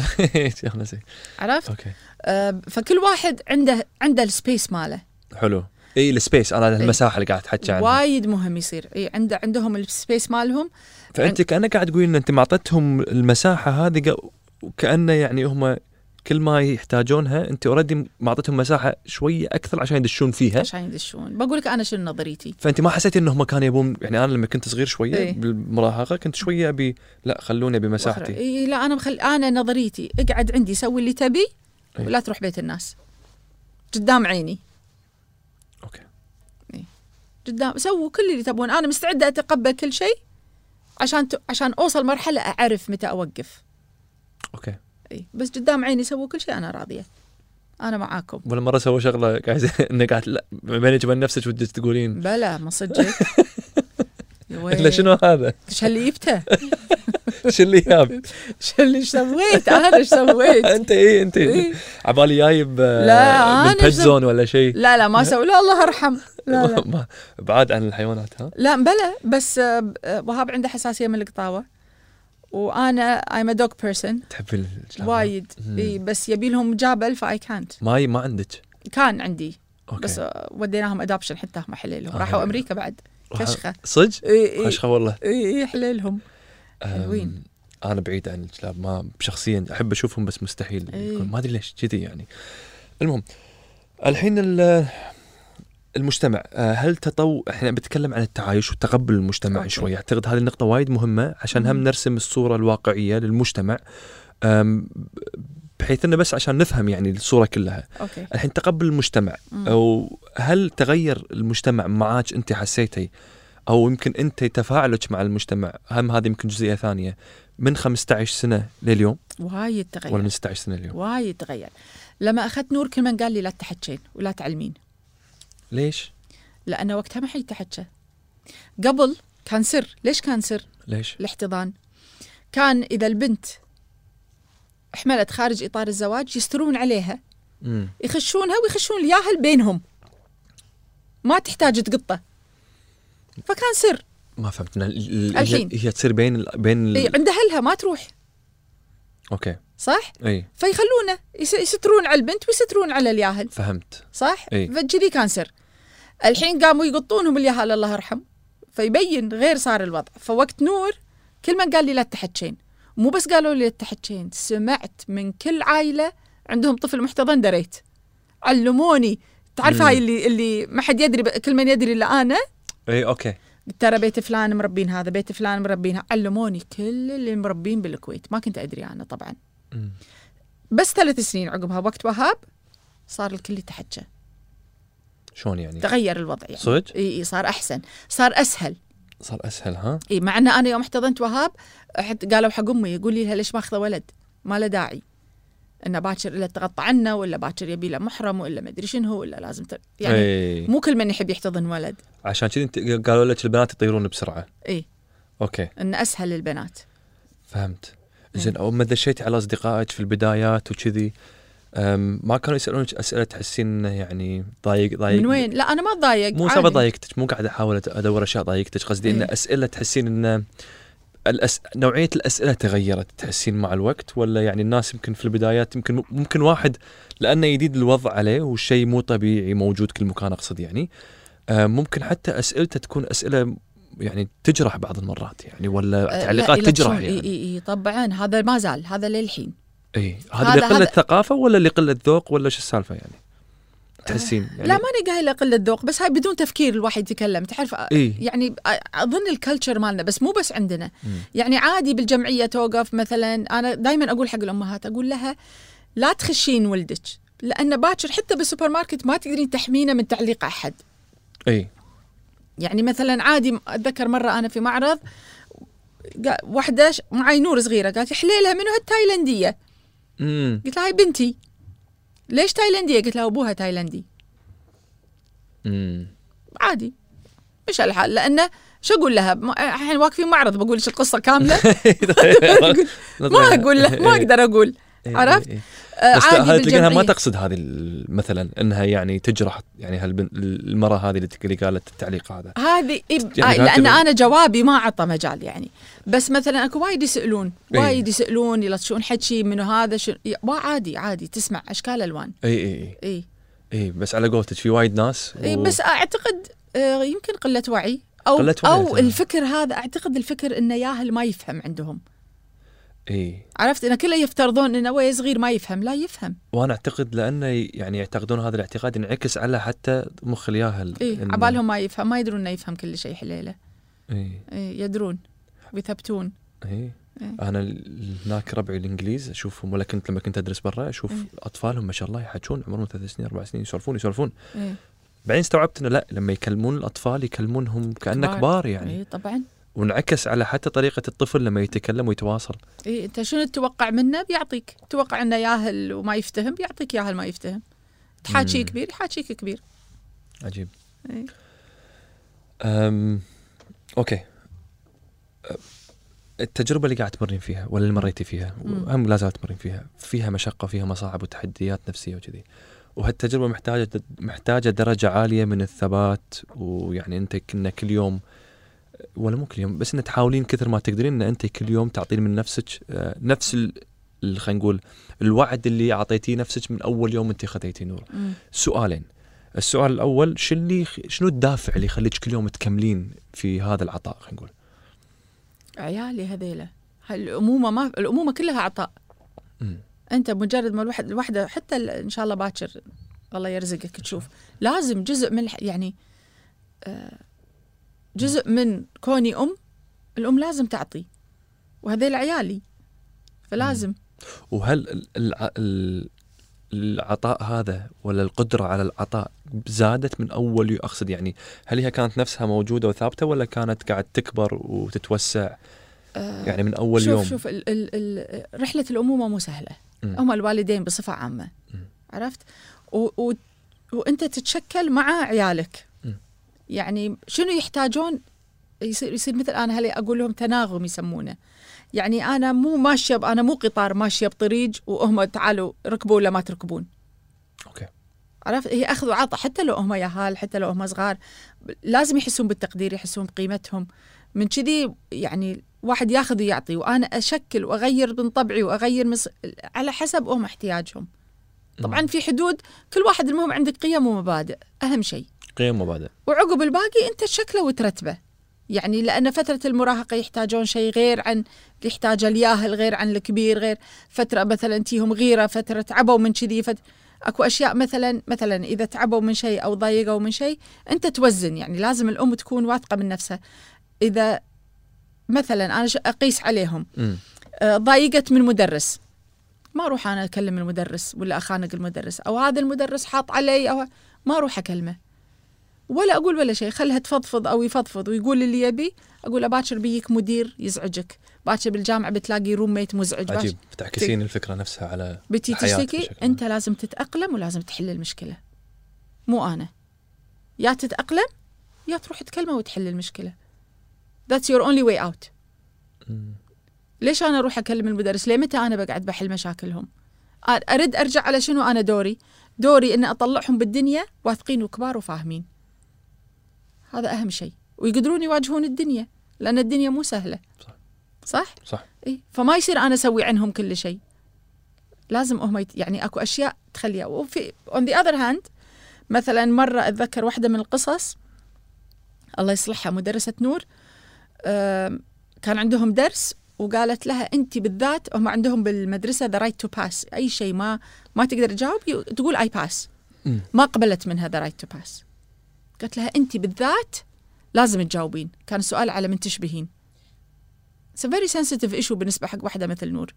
A: شيخ نسي.
B: عرفت
A: اوكي
B: آه، فكل واحد عنده عنده السبيس ماله
A: حلو اي السبيس انا المساحه اللي قاعد تحكي عنها
B: وايد مهم يصير إي عنده عندهم السبيس مالهم
A: فانت كانك قاعد تقولين ان انت ما اعطيتهم المساحه هذه قا- وكانه يعني هم كل ما يحتاجونها انت اوريدي معطيتهم مساحه شويه اكثر عشان يدشون فيها
B: عشان يدشون بقول لك أنا شنو نظريتي
A: فانت ما حسيتي انهم كانوا يبون يعني انا لما كنت صغير شويه
B: إيه.
A: بالمراهقه كنت شويه ابي لا خلوني بمساحتي
B: إي لا أنا مخل... أنا نظريتي اقعد عندي سوي اللي تبي
A: إي.
B: ولا تروح بيت الناس قدام عيني قدام سووا كل اللي تبون انا مستعده اتقبل كل شيء عشان ت... عشان اوصل مرحله اعرف متى اوقف
A: اوكي
B: اي بس قدام عيني سووا كل شيء انا راضيه انا معاكم
A: ولا مره سوى شغله قاعد انك قاعد لا بينك وبين نفسك ودك تقولين
B: بلا ما صدقك يا ويل.
A: الا شنو هذا؟
B: ايش اللي جبته؟
A: شو اللي جاب؟
B: ايش اللي إيش سويت؟ انا ايش سويت؟
A: انت ايه انت
B: إيه.
A: عبالي جايب آه،
B: لا،
A: من
B: أنا
A: بيت زون ولا شيء
B: لا لا ما سوي لا الله ارحم لا لا
A: ما- بعاد عن الحيوانات ها؟
B: لا بلا بس آه، ب- آه، وهاب عنده حساسيه من القطاوه وانا ايم ا دوغ بيرسون
A: تحبي الجلابة؟
B: وايد
A: مم.
B: اي بس يبي لهم جبل فاي كانت
A: ما ما عندك
B: كان عندي
A: اوكي
B: بس آه، وديناهم ادابشن حتى هم حليلهم
A: آه.
B: راحوا امريكا بعد كشخه
A: صدق؟
B: اي اي
A: كشخه والله
B: اي حليلهم
A: أم،
B: إيه. حلوين.
A: انا بعيد عن الكلاب ما شخصيا احب اشوفهم بس مستحيل
B: إيه.
A: يكون ما ادري ليش كذي يعني المهم الحين ال- المجتمع آه، هل تطو احنا بنتكلم عن التعايش والتقبل المجتمعي
B: أوكي.
A: شوي اعتقد هذه النقطه وايد مهمه عشان هم
B: مم.
A: نرسم الصوره الواقعيه للمجتمع أم، بحيث انه بس عشان نفهم يعني الصوره كلها
B: اوكي
A: الحين تقبل المجتمع
B: مم.
A: او هل تغير المجتمع معاك انت حسيتي او يمكن انت تفاعلك مع المجتمع هم هذه يمكن جزئيه ثانيه من 15 سنه لليوم
B: وايد تغير
A: ولا من 16 سنه لليوم
B: وايد تغير لما اخذت نور كل من قال لي لا تحكين ولا تعلمين
A: ليش
B: لان وقتها ما حد يتحكى قبل كان سر ليش كان سر
A: ليش
B: الاحتضان كان اذا البنت حملت خارج اطار الزواج يسترون عليها
A: امم
B: يخشونها ويخشون الياهل بينهم ما تحتاج تقطه فكان سر
A: ما فهمت إن ال- ال-
B: الحين. إيه.
A: هي, هي تصير بين ال... بين
B: إي،
A: ال...
B: عند اهلها ما تروح
A: اوكي
B: صح
A: اي
B: فيخلونه يس- يسترون على البنت ويسترون على الياهل
A: فهمت
B: صح؟
A: إي.
B: فكذي كان سر. الحين قاموا يقطونهم اليهال الله يرحم فيبين غير صار الوضع، فوقت نور كل من قال لي لا تحكين، مو بس قالوا لي لا تحكين، سمعت من كل عائله عندهم طفل محتضن دريت. علموني تعرف
A: مم.
B: هاي اللي اللي ما حد يدري ب- كل من يدري الا انا
A: اي اوكي
B: ترى بيت فلان مربين هذا بيت فلان مربين ه- علموني كل اللي مربين بالكويت ما كنت ادري انا طبعا
A: مم.
B: بس ثلاث سنين عقبها وقت وهاب صار الكل يتحجى
A: شلون يعني
B: تغير الوضع يعني
A: صدق
B: اي اي صار احسن صار اسهل
A: صار اسهل ها
B: اي مع ان انا يوم احتضنت وهاب حت قالوا حق امي يقول لي لها ليش ماخذه ولد ما له داعي انه باكر الا تغطى عنه ولا باكر يبي له محرم ولا ما ادري شنو ولا لازم ت... يعني أي.
A: اي
B: مو كل من يحب يحتضن ولد
A: إيه. عشان كذي انت- قالوا لك البنات يطيرون بسرعه
B: اي
A: اوكي
B: انه اسهل للبنات
A: فهمت
B: نعم.
A: زين اول ما دشيتي على اصدقائك في البدايات وكذي أم، ما كانوا يسالونك اسئله تحسين انه يعني ضايق ضايق
B: من وين لا انا ما اتضايق
A: مو
B: عادي.
A: سالفه ضايقتك مو قاعد احاول أت- ادور اشياء ضايقتك قصدي ان
B: إيه.
A: اسئله تحسين ان الأس... نوعيه الاسئله تغيرت تحسين مع الوقت ولا يعني الناس يمكن في البدايات يمكن ممكن واحد لانه جديد الوضع عليه والشيء مو طبيعي موجود كل مكان اقصد يعني أم، ممكن حتى اسئلته تكون اسئله يعني تجرح بعض المرات يعني ولا
B: أه، لا،
A: تعليقات
B: إلا
A: تجرح
B: شلون؟
A: يعني
B: اي اي اي طبعا هذا ما زال هذا للحين
A: اي
B: هذا-
A: هذا اللي قله
B: هذا-
A: ثقافه ولا اللي قله ذوق ولا شو السالفه يعني؟ تحسين يعني
B: لا ماني قايله قله ذوق بس هاي بدون تفكير الواحد يتكلم تعرف
A: اي
B: يعني أ- اظن الكلتشر مالنا بس مو بس عندنا
A: مم.
B: يعني عادي بالجمعيه توقف مثلا انا دائما اقول حق الامهات اقول لها لا تخشين ولدك لان باكر حتى بالسوبر ماركت ما تقدرين تحمينه من تعليق احد
A: اي
B: يعني مثلا عادي م- اتذكر مره انا في معرض قا- واحده ش- معي نور صغيره قالت لي حليلها منو هالتايلنديه
A: امم
B: قلت لها هاي بنتي ليش تايلنديه قلت لها ابوها تايلندي
A: امم
B: عادي مش الحال لانه شو اقول لها م- الحين واقفين معرض بقول لك القصه كامله ما اقول لا ما اقدر اقول عرفت؟ آه،
A: إيه. بس هذه
B: عادي
A: تلقاها ما
B: بالجمعيه
A: تقصد هذه ال- مثلا انها يعني تجرح يعني هالبن المراه هذه اللي اللي قالت التعليق هذا
B: هذه إب-
A: يعني
B: آه، لان
A: هذه-
B: انا جوابي ما عطى مجال يعني بس مثلا اكو وايد يسالون
A: إيه.
B: وايد يسالون يلطشون حكي منو هذا شنو ي- وا- عادي عادي تسمع اشكال الوان
A: اي اي اي
B: اي
A: اي بس على قولتك في وايد ناس
B: إي،
A: و-
B: بس اعتقد آه، يمكن قله وعي او
A: قلة وعي،
B: او
A: تمام.
B: الفكر هذا اعتقد الفكر انه ياهل ما يفهم عندهم
A: اي
B: عرفت انه كله يفترضون انه ويا صغير ما يفهم لا يفهم
A: وانا اعتقد لانه يعني يعتقدون هذا الاعتقاد ينعكس على حتى مخ الياهل
B: اي
A: إن-
B: إيه، عبالهم ما يفهم ما يدرون انه يفهم كل شيء حليله
A: اي
B: إي، يدرون ويثبتون
A: اي
B: إيه.
A: انا ال- هناك ربعي الانجليز اشوفهم ولا كنت لما كنت ادرس برا اشوف
B: إيه.
A: اطفالهم ما شاء الله يحجون عمرهم ثلاث سنين اربع سنين يسولفون يسولفون
B: إي.
A: بعدين استوعبت انه لا لما يكلمون الاطفال يكلمونهم كانه
B: كبار. إيه.
A: كبار يعني
B: اي طبعا
A: وانعكس على حتى طريقه الطفل لما يتكلم ويتواصل
B: اي انت إيه، شنو تتوقع منه بيعطيك تتوقع انه ياهل وما يفتهم بيعطيك ياهل ما يفتهم تحاكيه
A: مم.
B: كبير يحاكيك كبير إيه.
A: عجيب
B: إي.
A: أم... اوكي أ- التجربه اللي قاعد تمرين فيها ولا اللي مريتي فيها
B: مم.
A: وهم لا زالت تمرين فيها فيها مشقه فيها مصاعب وتحديات نفسيه وكذي وهالتجربه محتاجه محتاجه درجه عاليه من الثبات ويعني انت كنا كل يوم ولا مو كل يوم بس ان تحاولين كثر ما تقدرين ان انت كل يوم تعطين من نفسك آه، نفس ال- ال- خلينا نقول الوعد اللي اعطيتيه نفسك من اول يوم انت خذيتي نور
B: مم.
A: سؤالين السؤال الاول شو اللي شنو الدافع اللي يخليك كل يوم تكملين في هذا العطاء خلينا نقول
B: عيالي هذيلا الامومه ما الامومه كلها عطاء
A: مم.
B: انت مجرد ما الواحد الواحده حتى ال- ان شاء الله باكر الله يرزقك تشوف لازم جزء من الح- يعني آه، جزء من كوني ام الام لازم تعطي وهذيل عيالي فلازم
A: وهل ال- الع- ال- العطاء هذا ولا القدره على العطاء زادت من اول يو- اقصد يعني هل هي كانت نفسها موجوده وثابته ولا كانت قاعد تكبر وتتوسع
B: آه،
A: يعني من اول
B: شوف
A: يوم
B: شوف ال ال ال رحلة الأمومة مو سهلة
A: مم.
B: هم الوالدين بصفة عامة
A: مم.
B: عرفت و و وأنت تتشكل مع عيالك
A: مم.
B: يعني شنو يحتاجون يصير يصير مثل أنا هلا أقول لهم تناغم يسمونه يعني أنا مو ماشية ب- أنا مو قطار ماشية بطريق وهم تعالوا ركبوا ولا ما تركبون
A: اوكي
B: عرفت هي أخذ وعطى حتى لو هم يهال حتى لو هم صغار لازم يحسون بالتقدير يحسون بقيمتهم من كذي يعني واحد ياخذ ويعطي وانا اشكل واغير من طبعي واغير من ص... على حسب هم احتياجهم طبعا في حدود كل واحد المهم عندك قيم ومبادئ اهم شيء
A: قيم ومبادئ
B: وعقب الباقي انت شكله وترتبه يعني لان فتره المراهقه يحتاجون شيء غير عن اللي يحتاجه الياهل غير عن الكبير غير فتره مثلا تيهم غيره فتره تعبوا من كذي فت... اكو اشياء مثلا مثلا اذا تعبوا من شيء او ضايقوا من شيء انت توزن يعني لازم الام تكون واثقه من نفسها اذا مثلا انا ش- اقيس عليهم
A: مم.
B: آه، ضايقت من مدرس ما اروح انا اكلم المدرس ولا اخانق المدرس او هذا المدرس حاط علي او ما اروح اكلمه ولا اقول ولا شيء خلها تفضفض او يفضفض ويقول اللي يبي اقول له باكر بيك مدير يزعجك باكر بالجامعه بتلاقي روميت مزعج باكر
A: عجيب تعكسين الفكره نفسها على
B: بتي
A: الحياة
B: تشتكي
A: بشكل عام.
B: انت لازم تتاقلم ولازم تحل المشكله مو انا يا تتاقلم يا تروح تكلمه وتحل المشكله That's your only way out
A: مم.
B: ليش انا اروح اكلم المدرس؟ ليه متى انا بقعد بحل مشاكلهم؟ أ- ارد ارجع على شنو انا دوري؟ دوري ان اطلعهم بالدنيا واثقين وكبار وفاهمين. هذا اهم شيء، ويقدرون يواجهون الدنيا، لان الدنيا مو سهله.
A: صح.
B: صح؟
A: صح
B: اي فما يصير انا اسوي عنهم كل شيء. لازم هم يت... يعني اكو اشياء تخليها وفي اون ذا اذر هاند مثلا مره اتذكر واحده من القصص الله يصلحها مدرسه نور آم، كان عندهم درس وقالت لها انت بالذات هم عندهم بالمدرسه ذا رايت تو باس اي شيء ما ما تقدر تجاوب يو- تقول اي باس
A: مم.
B: ما قبلت منها ذا رايت تو باس قالت لها انت بالذات لازم تجاوبين كان السؤال على من تشبهين It's a very sensitive issue بالنسبة حق واحدة مثل نور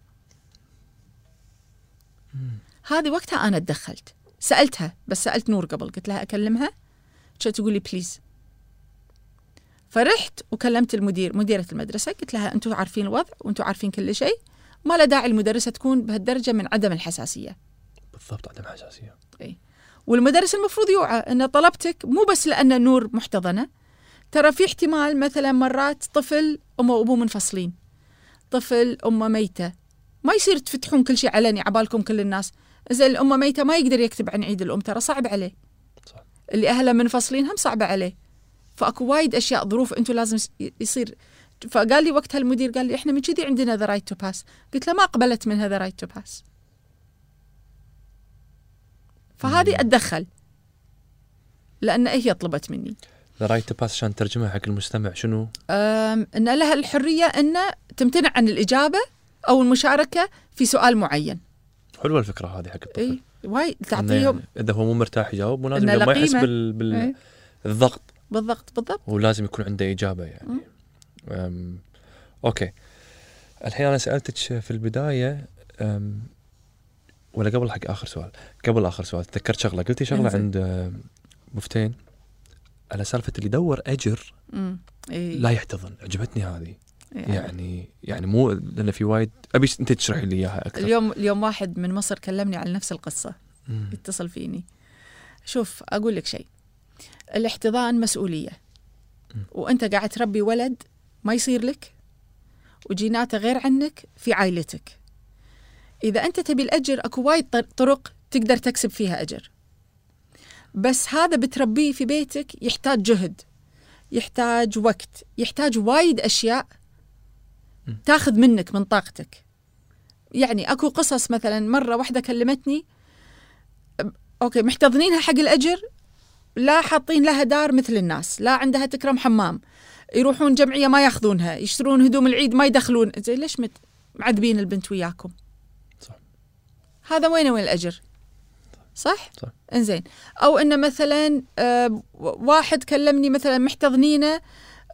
B: هذه وقتها أنا تدخلت سألتها بس سألت نور قبل قلت لها أكلمها كانت تقول لي بليز فرحت وكلمت المدير مديرة المدرسة قلت لها أنتم عارفين الوضع وأنتم عارفين كل شيء ما له داعي المدرسة تكون بهالدرجة من عدم الحساسية
A: بالضبط عدم حساسيه
B: والمدرس المفروض يوعى ان طلبتك مو بس لان نور محتضنه ترى في احتمال مثلا مرات طفل امه وابوه منفصلين طفل امه ميته ما يصير تفتحون كل شيء علني عبالكم كل الناس اذا الامه ميته ما يقدر يكتب عن عيد الام ترى صعب عليه
A: صح.
B: اللي اهله منفصلين هم صعبه عليه فاكو وايد اشياء ظروف انتم لازم يس- يصير فقال لي وقتها المدير قال لي احنا من كذي عندنا ذا رايت تو باس قلت له ما قبلت منها ذا رايت تو باس فهذه اتدخل لان هي طلبت مني
A: ذا رايت باس عشان ترجمها حق المستمع شنو؟
B: أم، ان لها الحريه ان تمتنع عن الاجابه او المشاركه في سؤال معين
A: حلوه الفكره هذه حق الطفل
B: اي وايد
A: إنه
B: تعطيهم
A: يعني اذا هو مو مرتاح يجاوب مو لازم
B: إنه
A: ما
B: لا
A: يحس
B: قيمة.
A: بال... بال...
B: إيه.
A: الضغط
B: بالضبط بالضبط
A: ولازم يكون عنده اجابه يعني أم... اوكي الحين انا سالتك في البدايه أم... ولا قبل حق اخر سؤال قبل اخر سؤال تذكرت شغله قلتي شغله
B: انزين.
A: عند أم، مفتين على سالفه اللي يدور اجر
B: امم إيه.
A: لا يحتضن عجبتني هذه
B: يعني.
A: يعني يعني مو لان في وايد ابي انت تشرحي لي اياها اكثر
B: اليوم اليوم واحد من مصر كلمني على نفس القصه
A: مم.
B: اتصل فيني شوف اقول لك شيء الاحتضان مسؤوليه
A: م.
B: وانت قاعد تربي ولد ما يصير لك وجيناته غير عنك في عائلتك اذا انت تبي الاجر اكو وايد طر- طرق تقدر تكسب فيها اجر بس هذا بتربيه في بيتك يحتاج جهد يحتاج وقت يحتاج وايد اشياء
A: م.
B: تاخذ منك من طاقتك يعني اكو قصص مثلا مره واحده كلمتني اوكي محتضنينها حق الاجر لا حاطين لها دار مثل الناس لا عندها تكرم حمام يروحون جمعيه ما ياخذونها يشترون هدوم العيد ما يدخلون زي ليش مت... معذبين البنت وياكم
A: صح.
B: هذا وين وين الاجر صح
A: صح.
B: انزين او ان مثلا آه، واحد كلمني مثلا محتضنينه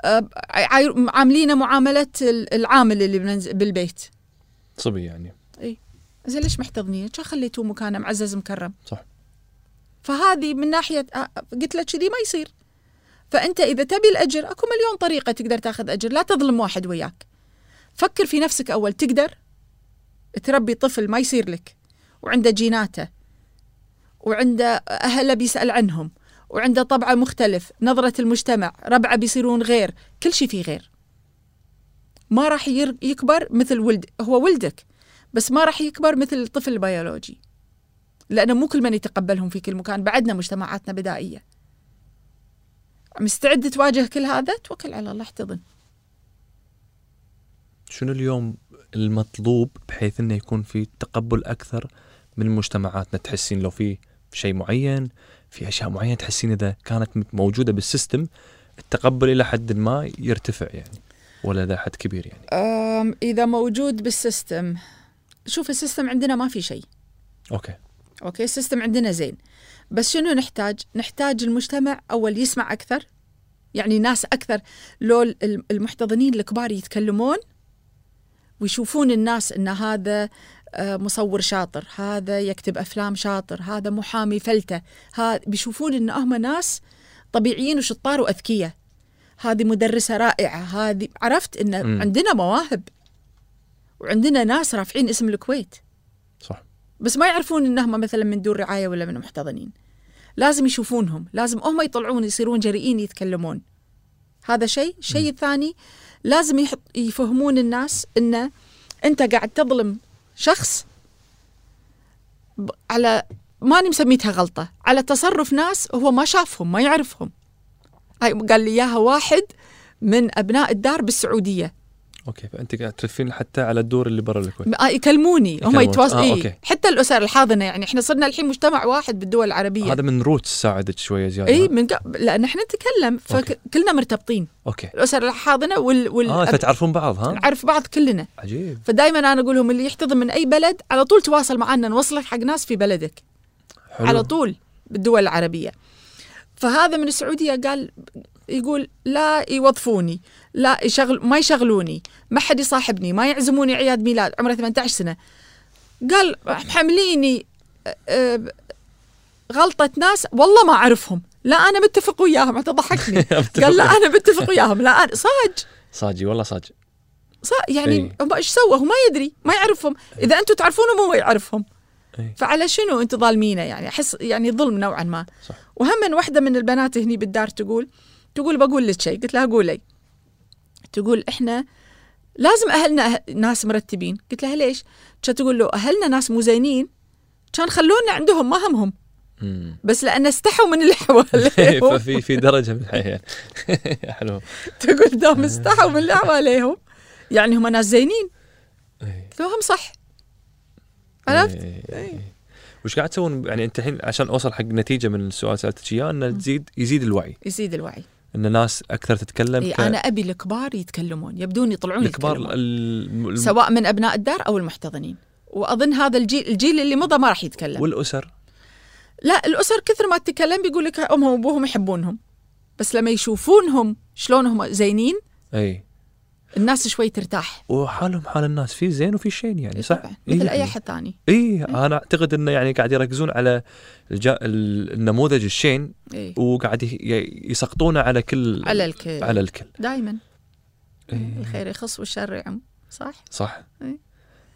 B: آه، عاي- عاملينه معامله ال- العامل اللي بننز- بالبيت
A: صبي يعني
B: زين ليش محتضنين؟ شو خليتوه مكانه معزز مكرم؟
A: صح.
B: فهذه من ناحيه آه، قلت لك كذي ما يصير. فانت اذا تبي الاجر اكو مليون طريقه تقدر تاخذ اجر، لا تظلم واحد وياك. فكر في نفسك اول تقدر تربي طفل ما يصير لك وعنده جيناته وعنده اهله بيسال عنهم وعنده طبعه مختلف، نظره المجتمع، ربعه بيصيرون غير، كل شيء فيه غير. ما راح ير- يكبر مثل ولد، هو ولدك. بس ما راح يكبر مثل الطفل البيولوجي لأنه مو كل من يتقبلهم في كل مكان بعدنا مجتمعاتنا بدائية مستعد تواجه كل هذا توكل على الله احتضن
A: شنو اليوم المطلوب بحيث انه يكون في تقبل اكثر من مجتمعاتنا تحسين لو في شيء معين في اشياء معينه تحسين اذا كانت م- موجوده بالسيستم التقبل الى حد ما يرتفع يعني ولا ذا حد كبير يعني
B: أم إذا موجود بالسيستم شوف السيستم عندنا ما في شيء
A: اوكي
B: أوكي السيستم عندنا زين بس شنو نحتاج نحتاج المجتمع أول يسمع أكثر يعني ناس أكثر لو ال- المحتضنين الكبار يتكلمون ويشوفون الناس ان هذا آه، مصور شاطر هذا يكتب افلام شاطر هذا محامي فلته هذا بيشوفون ان هم ناس طبيعيين وشطار واذكياء هذه مدرسه رائعه هذه عرفت ان
A: مم.
B: عندنا مواهب وعندنا ناس رافعين اسم الكويت
A: صح
B: بس ما يعرفون انهم مثلا من دون رعايه ولا من محتضنين لازم يشوفونهم لازم هم يطلعون يصيرون جريئين يتكلمون هذا شيء الشيء الثاني لازم يحط يفهمون الناس ان انت قاعد تظلم شخص ب- على ماني مسميتها غلطه على تصرف ناس هو ما شافهم ما يعرفهم هاي قال لي اياها واحد من ابناء الدار بالسعوديه
A: اوكي فانت قاعد تلفين حتى على الدور اللي برا الكويت
B: آه، يكلموني هم
A: يكلمونك.
B: يتواصلوا
A: آه،
B: آه،
A: أوكي.
B: إيه. حتى الاسر الحاضنه يعني احنا صرنا الحين مجتمع واحد بالدول العربيه
A: هذا من روت ساعدك شويه زياده
B: اي
A: ها؟
B: من ق... لان احنا نتكلم
A: أوكي.
B: فكلنا مرتبطين
A: اوكي
B: الاسر الحاضنه وال, وال...
A: اه فتعرفون بعض ها
B: نعرف بعض كلنا
A: عجيب
B: فدائما انا اقول لهم اللي يحتضن من اي بلد على طول تواصل معنا نوصلك حق ناس في بلدك
A: حلو
B: على طول بالدول العربية فهذا من السعودية قال يقول لا يوظفوني لا يشغل ما يشغلوني ما حد يصاحبني ما يعزموني عياد ميلاد عمره 18 سنة قال محمليني أ- أ- غلطة ناس والله ما أعرفهم لا أنا متفق وياهم حتى ضحكني قال لا أنا متفق وياهم لا أنا صاج
A: صاجي والله صاجي
B: صا- يعني
A: إيه.
B: هو ايش سوى هو ما يدري ما يعرفهم اذا انتم تعرفونهم هو يعرفهم
A: إيه.
B: فعلى شنو انتم ظالمينه يعني احس يعني ظلم نوعا ما
A: صح.
B: وهم واحده من البنات هني بالدار تقول تقول بقول لك شيء قلت لها قولي تقول احنا لازم اهلنا أه- ناس مرتبين قلت لها ليش كانت تقول له اهلنا ناس مو زينين كان خلونا عندهم ما همهم
A: مم.
B: بس لان استحوا من اللي حواليهم
A: إيه، ففي في درجه من الحياه حلو
B: تقول دوم استحوا من اللي حواليهم يعني هم ناس زينين
A: إيه.
B: قلت لهم صح عرفت؟ إيه.
A: عرفت؟ إيه، وش قاعد تسوون يعني انت الحين عشان اوصل حق نتيجه من السؤال سالتك اياه انه تزيد يزيد الوعي
B: يزيد الوعي
A: ان ناس اكثر تتكلم
B: إيه
A: ك-
B: انا ابي الكبار يتكلمون يبدون يطلعون
A: الكبار
B: يتكلمون.
A: ال- ال-
B: سواء من ابناء الدار او المحتضنين واظن هذا الجيل الجيل اللي مضى ما راح يتكلم
A: والاسر
B: لا الاسر كثر ما تتكلم بيقول لك امهم وابوهم يحبونهم بس لما يشوفونهم شلون هم زينين
A: اي
B: الناس شوي ترتاح
A: إيه. وحالهم حال الناس في زين وفي شين يعني صح
B: طبعاً،
A: إيه
B: مثل إيه. اي
A: يعني.
B: احد ثاني
A: اي انا اعتقد انه يعني قاعد يركزون على الجا... ال- النموذج الشين
B: إيه.
A: وقاعد ي- ي- يسقطونه على كل
B: على الكل
A: على الكل
B: دائما
A: إيه.
B: الخير يخص والشر يعم صح
A: صح
B: إيه.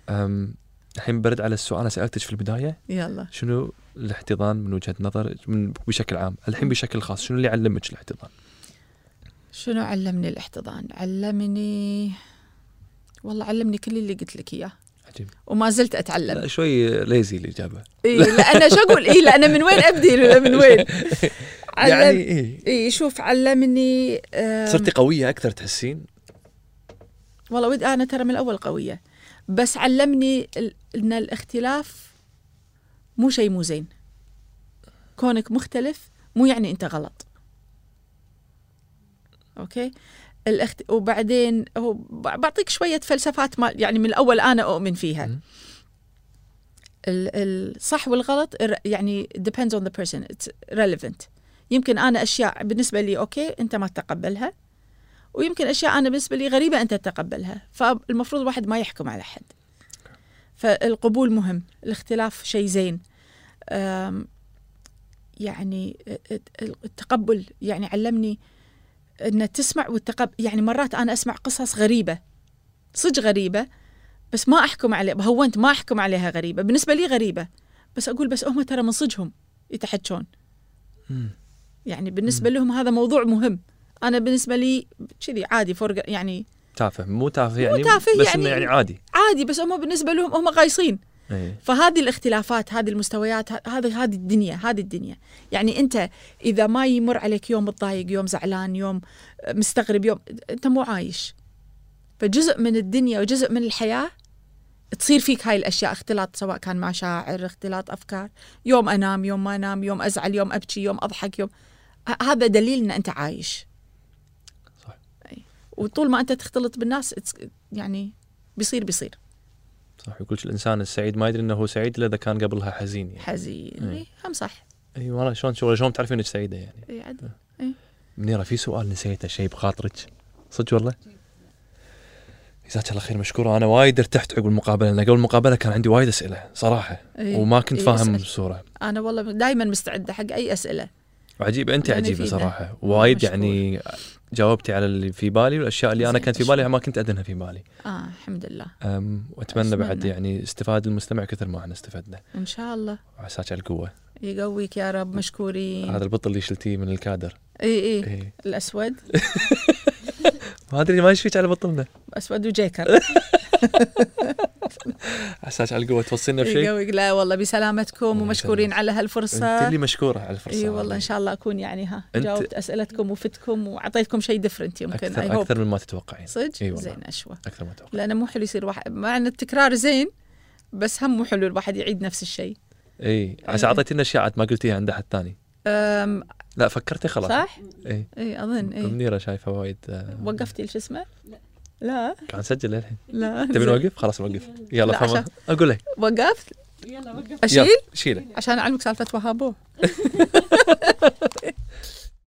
A: أم... الحين برد على السؤال انا سالتك في البدايه
B: يلا
A: شنو الاحتضان من وجهه نظرك من بشكل عام الحين بشكل خاص شنو اللي علمك الاحتضان
B: شنو علمني الاحتضان علمني والله علمني كل اللي قلت لك اياه
A: عجيب
B: وما زلت اتعلم
A: لا شوي ليزي الاجابه
B: إيه لأن شو اقول إيه لأن من وين ابدي ولا من وين
A: يعني
B: علم
A: ايه
B: إيه شوف علمني آه، آم،
A: صرتي قويه اكثر تحسين
B: والله ودي انا ترى من الاول قويه بس علمني ال- ان الاختلاف مو شيء مو زين كونك مختلف مو يعني انت غلط اوكي الاخت... وبعدين هو ب- بعطيك شويه فلسفات ما يعني من الاول انا اؤمن فيها
A: مم.
B: ال- الصح والغلط ر- يعني depends on the person it's relevant يمكن انا اشياء بالنسبه لي اوكي انت ما تتقبلها ويمكن اشياء انا بالنسبه لي غريبه انت تتقبلها فالمفروض الواحد ما يحكم على حد فالقبول مهم الاختلاف شيء زين أم، يعني التقبل يعني علمني ان تسمع وتقبل يعني مرات انا اسمع قصص غريبه صدق غريبه بس ما احكم عليها هونت ما احكم عليها غريبه بالنسبه لي غريبه بس اقول بس هم ترى من صدقهم يتحجون
A: مم.
B: يعني بالنسبه لهم هذا موضوع مهم انا بالنسبه لي كذي عادي فرق يعني
A: تافه مو تافه يعني
B: تافه
A: بس
B: يعني-
A: انه يعني عادي
B: عادي بس هم بالنسبه لهم هم قايصين
A: ايه
B: فهذه الاختلافات هذه المستويات ه- هذه هذه الدنيا هذه الدنيا يعني انت اذا ما يمر عليك يوم متضايق يوم زعلان يوم مستغرب يوم انت مو عايش فجزء من الدنيا وجزء من الحياه تصير فيك هاي الاشياء اختلاط سواء كان مشاعر اختلاط افكار يوم انام يوم ما انام يوم ازعل يوم ابكي يوم اضحك يوم ه- هذا دليل ان انت عايش
A: صح.
B: أي. وطول ما انت تختلط بالناس it's- يعني بيصير بيصير
A: صح يقول الانسان السعيد ما يدري انه هو سعيد الا اذا كان قبلها حزين يعني
B: حزين
A: أي.
B: إيه، هم صح
A: اي والله شلون شلون شلون تعرفين انك سعيده يعني
B: إيه، عدل.
A: منيره في سؤال نسيته شيء بخاطرك صدق والله جزاك الله خير مشكوره انا وايد ارتحت عقب المقابله لان قبل المقابله كان عندي وايد اسئله صراحه
B: إيه،
A: وما كنت
B: إيه،
A: فاهم
B: اسأل.
A: الصوره
B: انا والله دائما مستعده حق اي اسئله
A: عجيبه انت
B: يعني
A: عجيبه
B: فينا.
A: صراحه وايد
B: مشكور.
A: يعني جاوبتي على اللي في بالي والاشياء اللي انا
B: زين،
A: كانت في بالي ما كنت ادنها في بالي
B: اه الحمد لله
A: أم، واتمنى بعد
B: أتمنى.
A: يعني استفاد المستمع كثر ما احنا استفدنا
B: ان شاء الله
A: عساك على القوه
B: يقويك يا رب مشكورين
A: هذا البط اللي شلتيه من الكادر
B: اي اي
A: إيه.
B: الاسود
A: ما ادري ما يشفيك على بطلنا
B: اسود وجيكر
A: عساك على القوه توصلنا بشيء
B: يقويك لا والله بسلامتكم
A: طيب الله
B: ومشكورين
A: يسلمك.
B: على
A: انت
B: هالفرصه
A: اللي مشكوره على الفرصه
B: اي إيه، والله ان شاء الله اكون يعني ها
A: أنت-
B: جاوبت اسئلتكم وفتكم واعطيتكم شيء ديفرنت يمكن اي
A: اكثر
B: هوب
A: اكثر مما تتوقعين
B: صدق
A: إي والله.
B: زين اشوى
A: اكثر ما تتوقعين
B: لانه مو حلو يصير واحد مع ان التكرار زين بس هم مو حلو الواحد يعيد نفس الشيء
A: اي عسى
B: إيه.
A: اعطيتينا اشياء عاد ما قلتيها عند احد ثاني
B: أم،
A: لا فكرتي خلاص
B: صح؟ إيه.
A: اي
B: اي اظن اي
A: منيره شايفه وايد آه،
B: وقفتي شو اسمه؟ لا
A: قاعد نسجل للحين
B: لا
A: تبي
B: زين.
A: نوقف خلاص نوقف يلا
B: لا،
A: فما
B: عشان-
A: اقول لك
B: وقفت؟
C: يلا وقف
B: اشيل؟
A: يلا شيله
B: عشان اعلمك سالفه وهابوه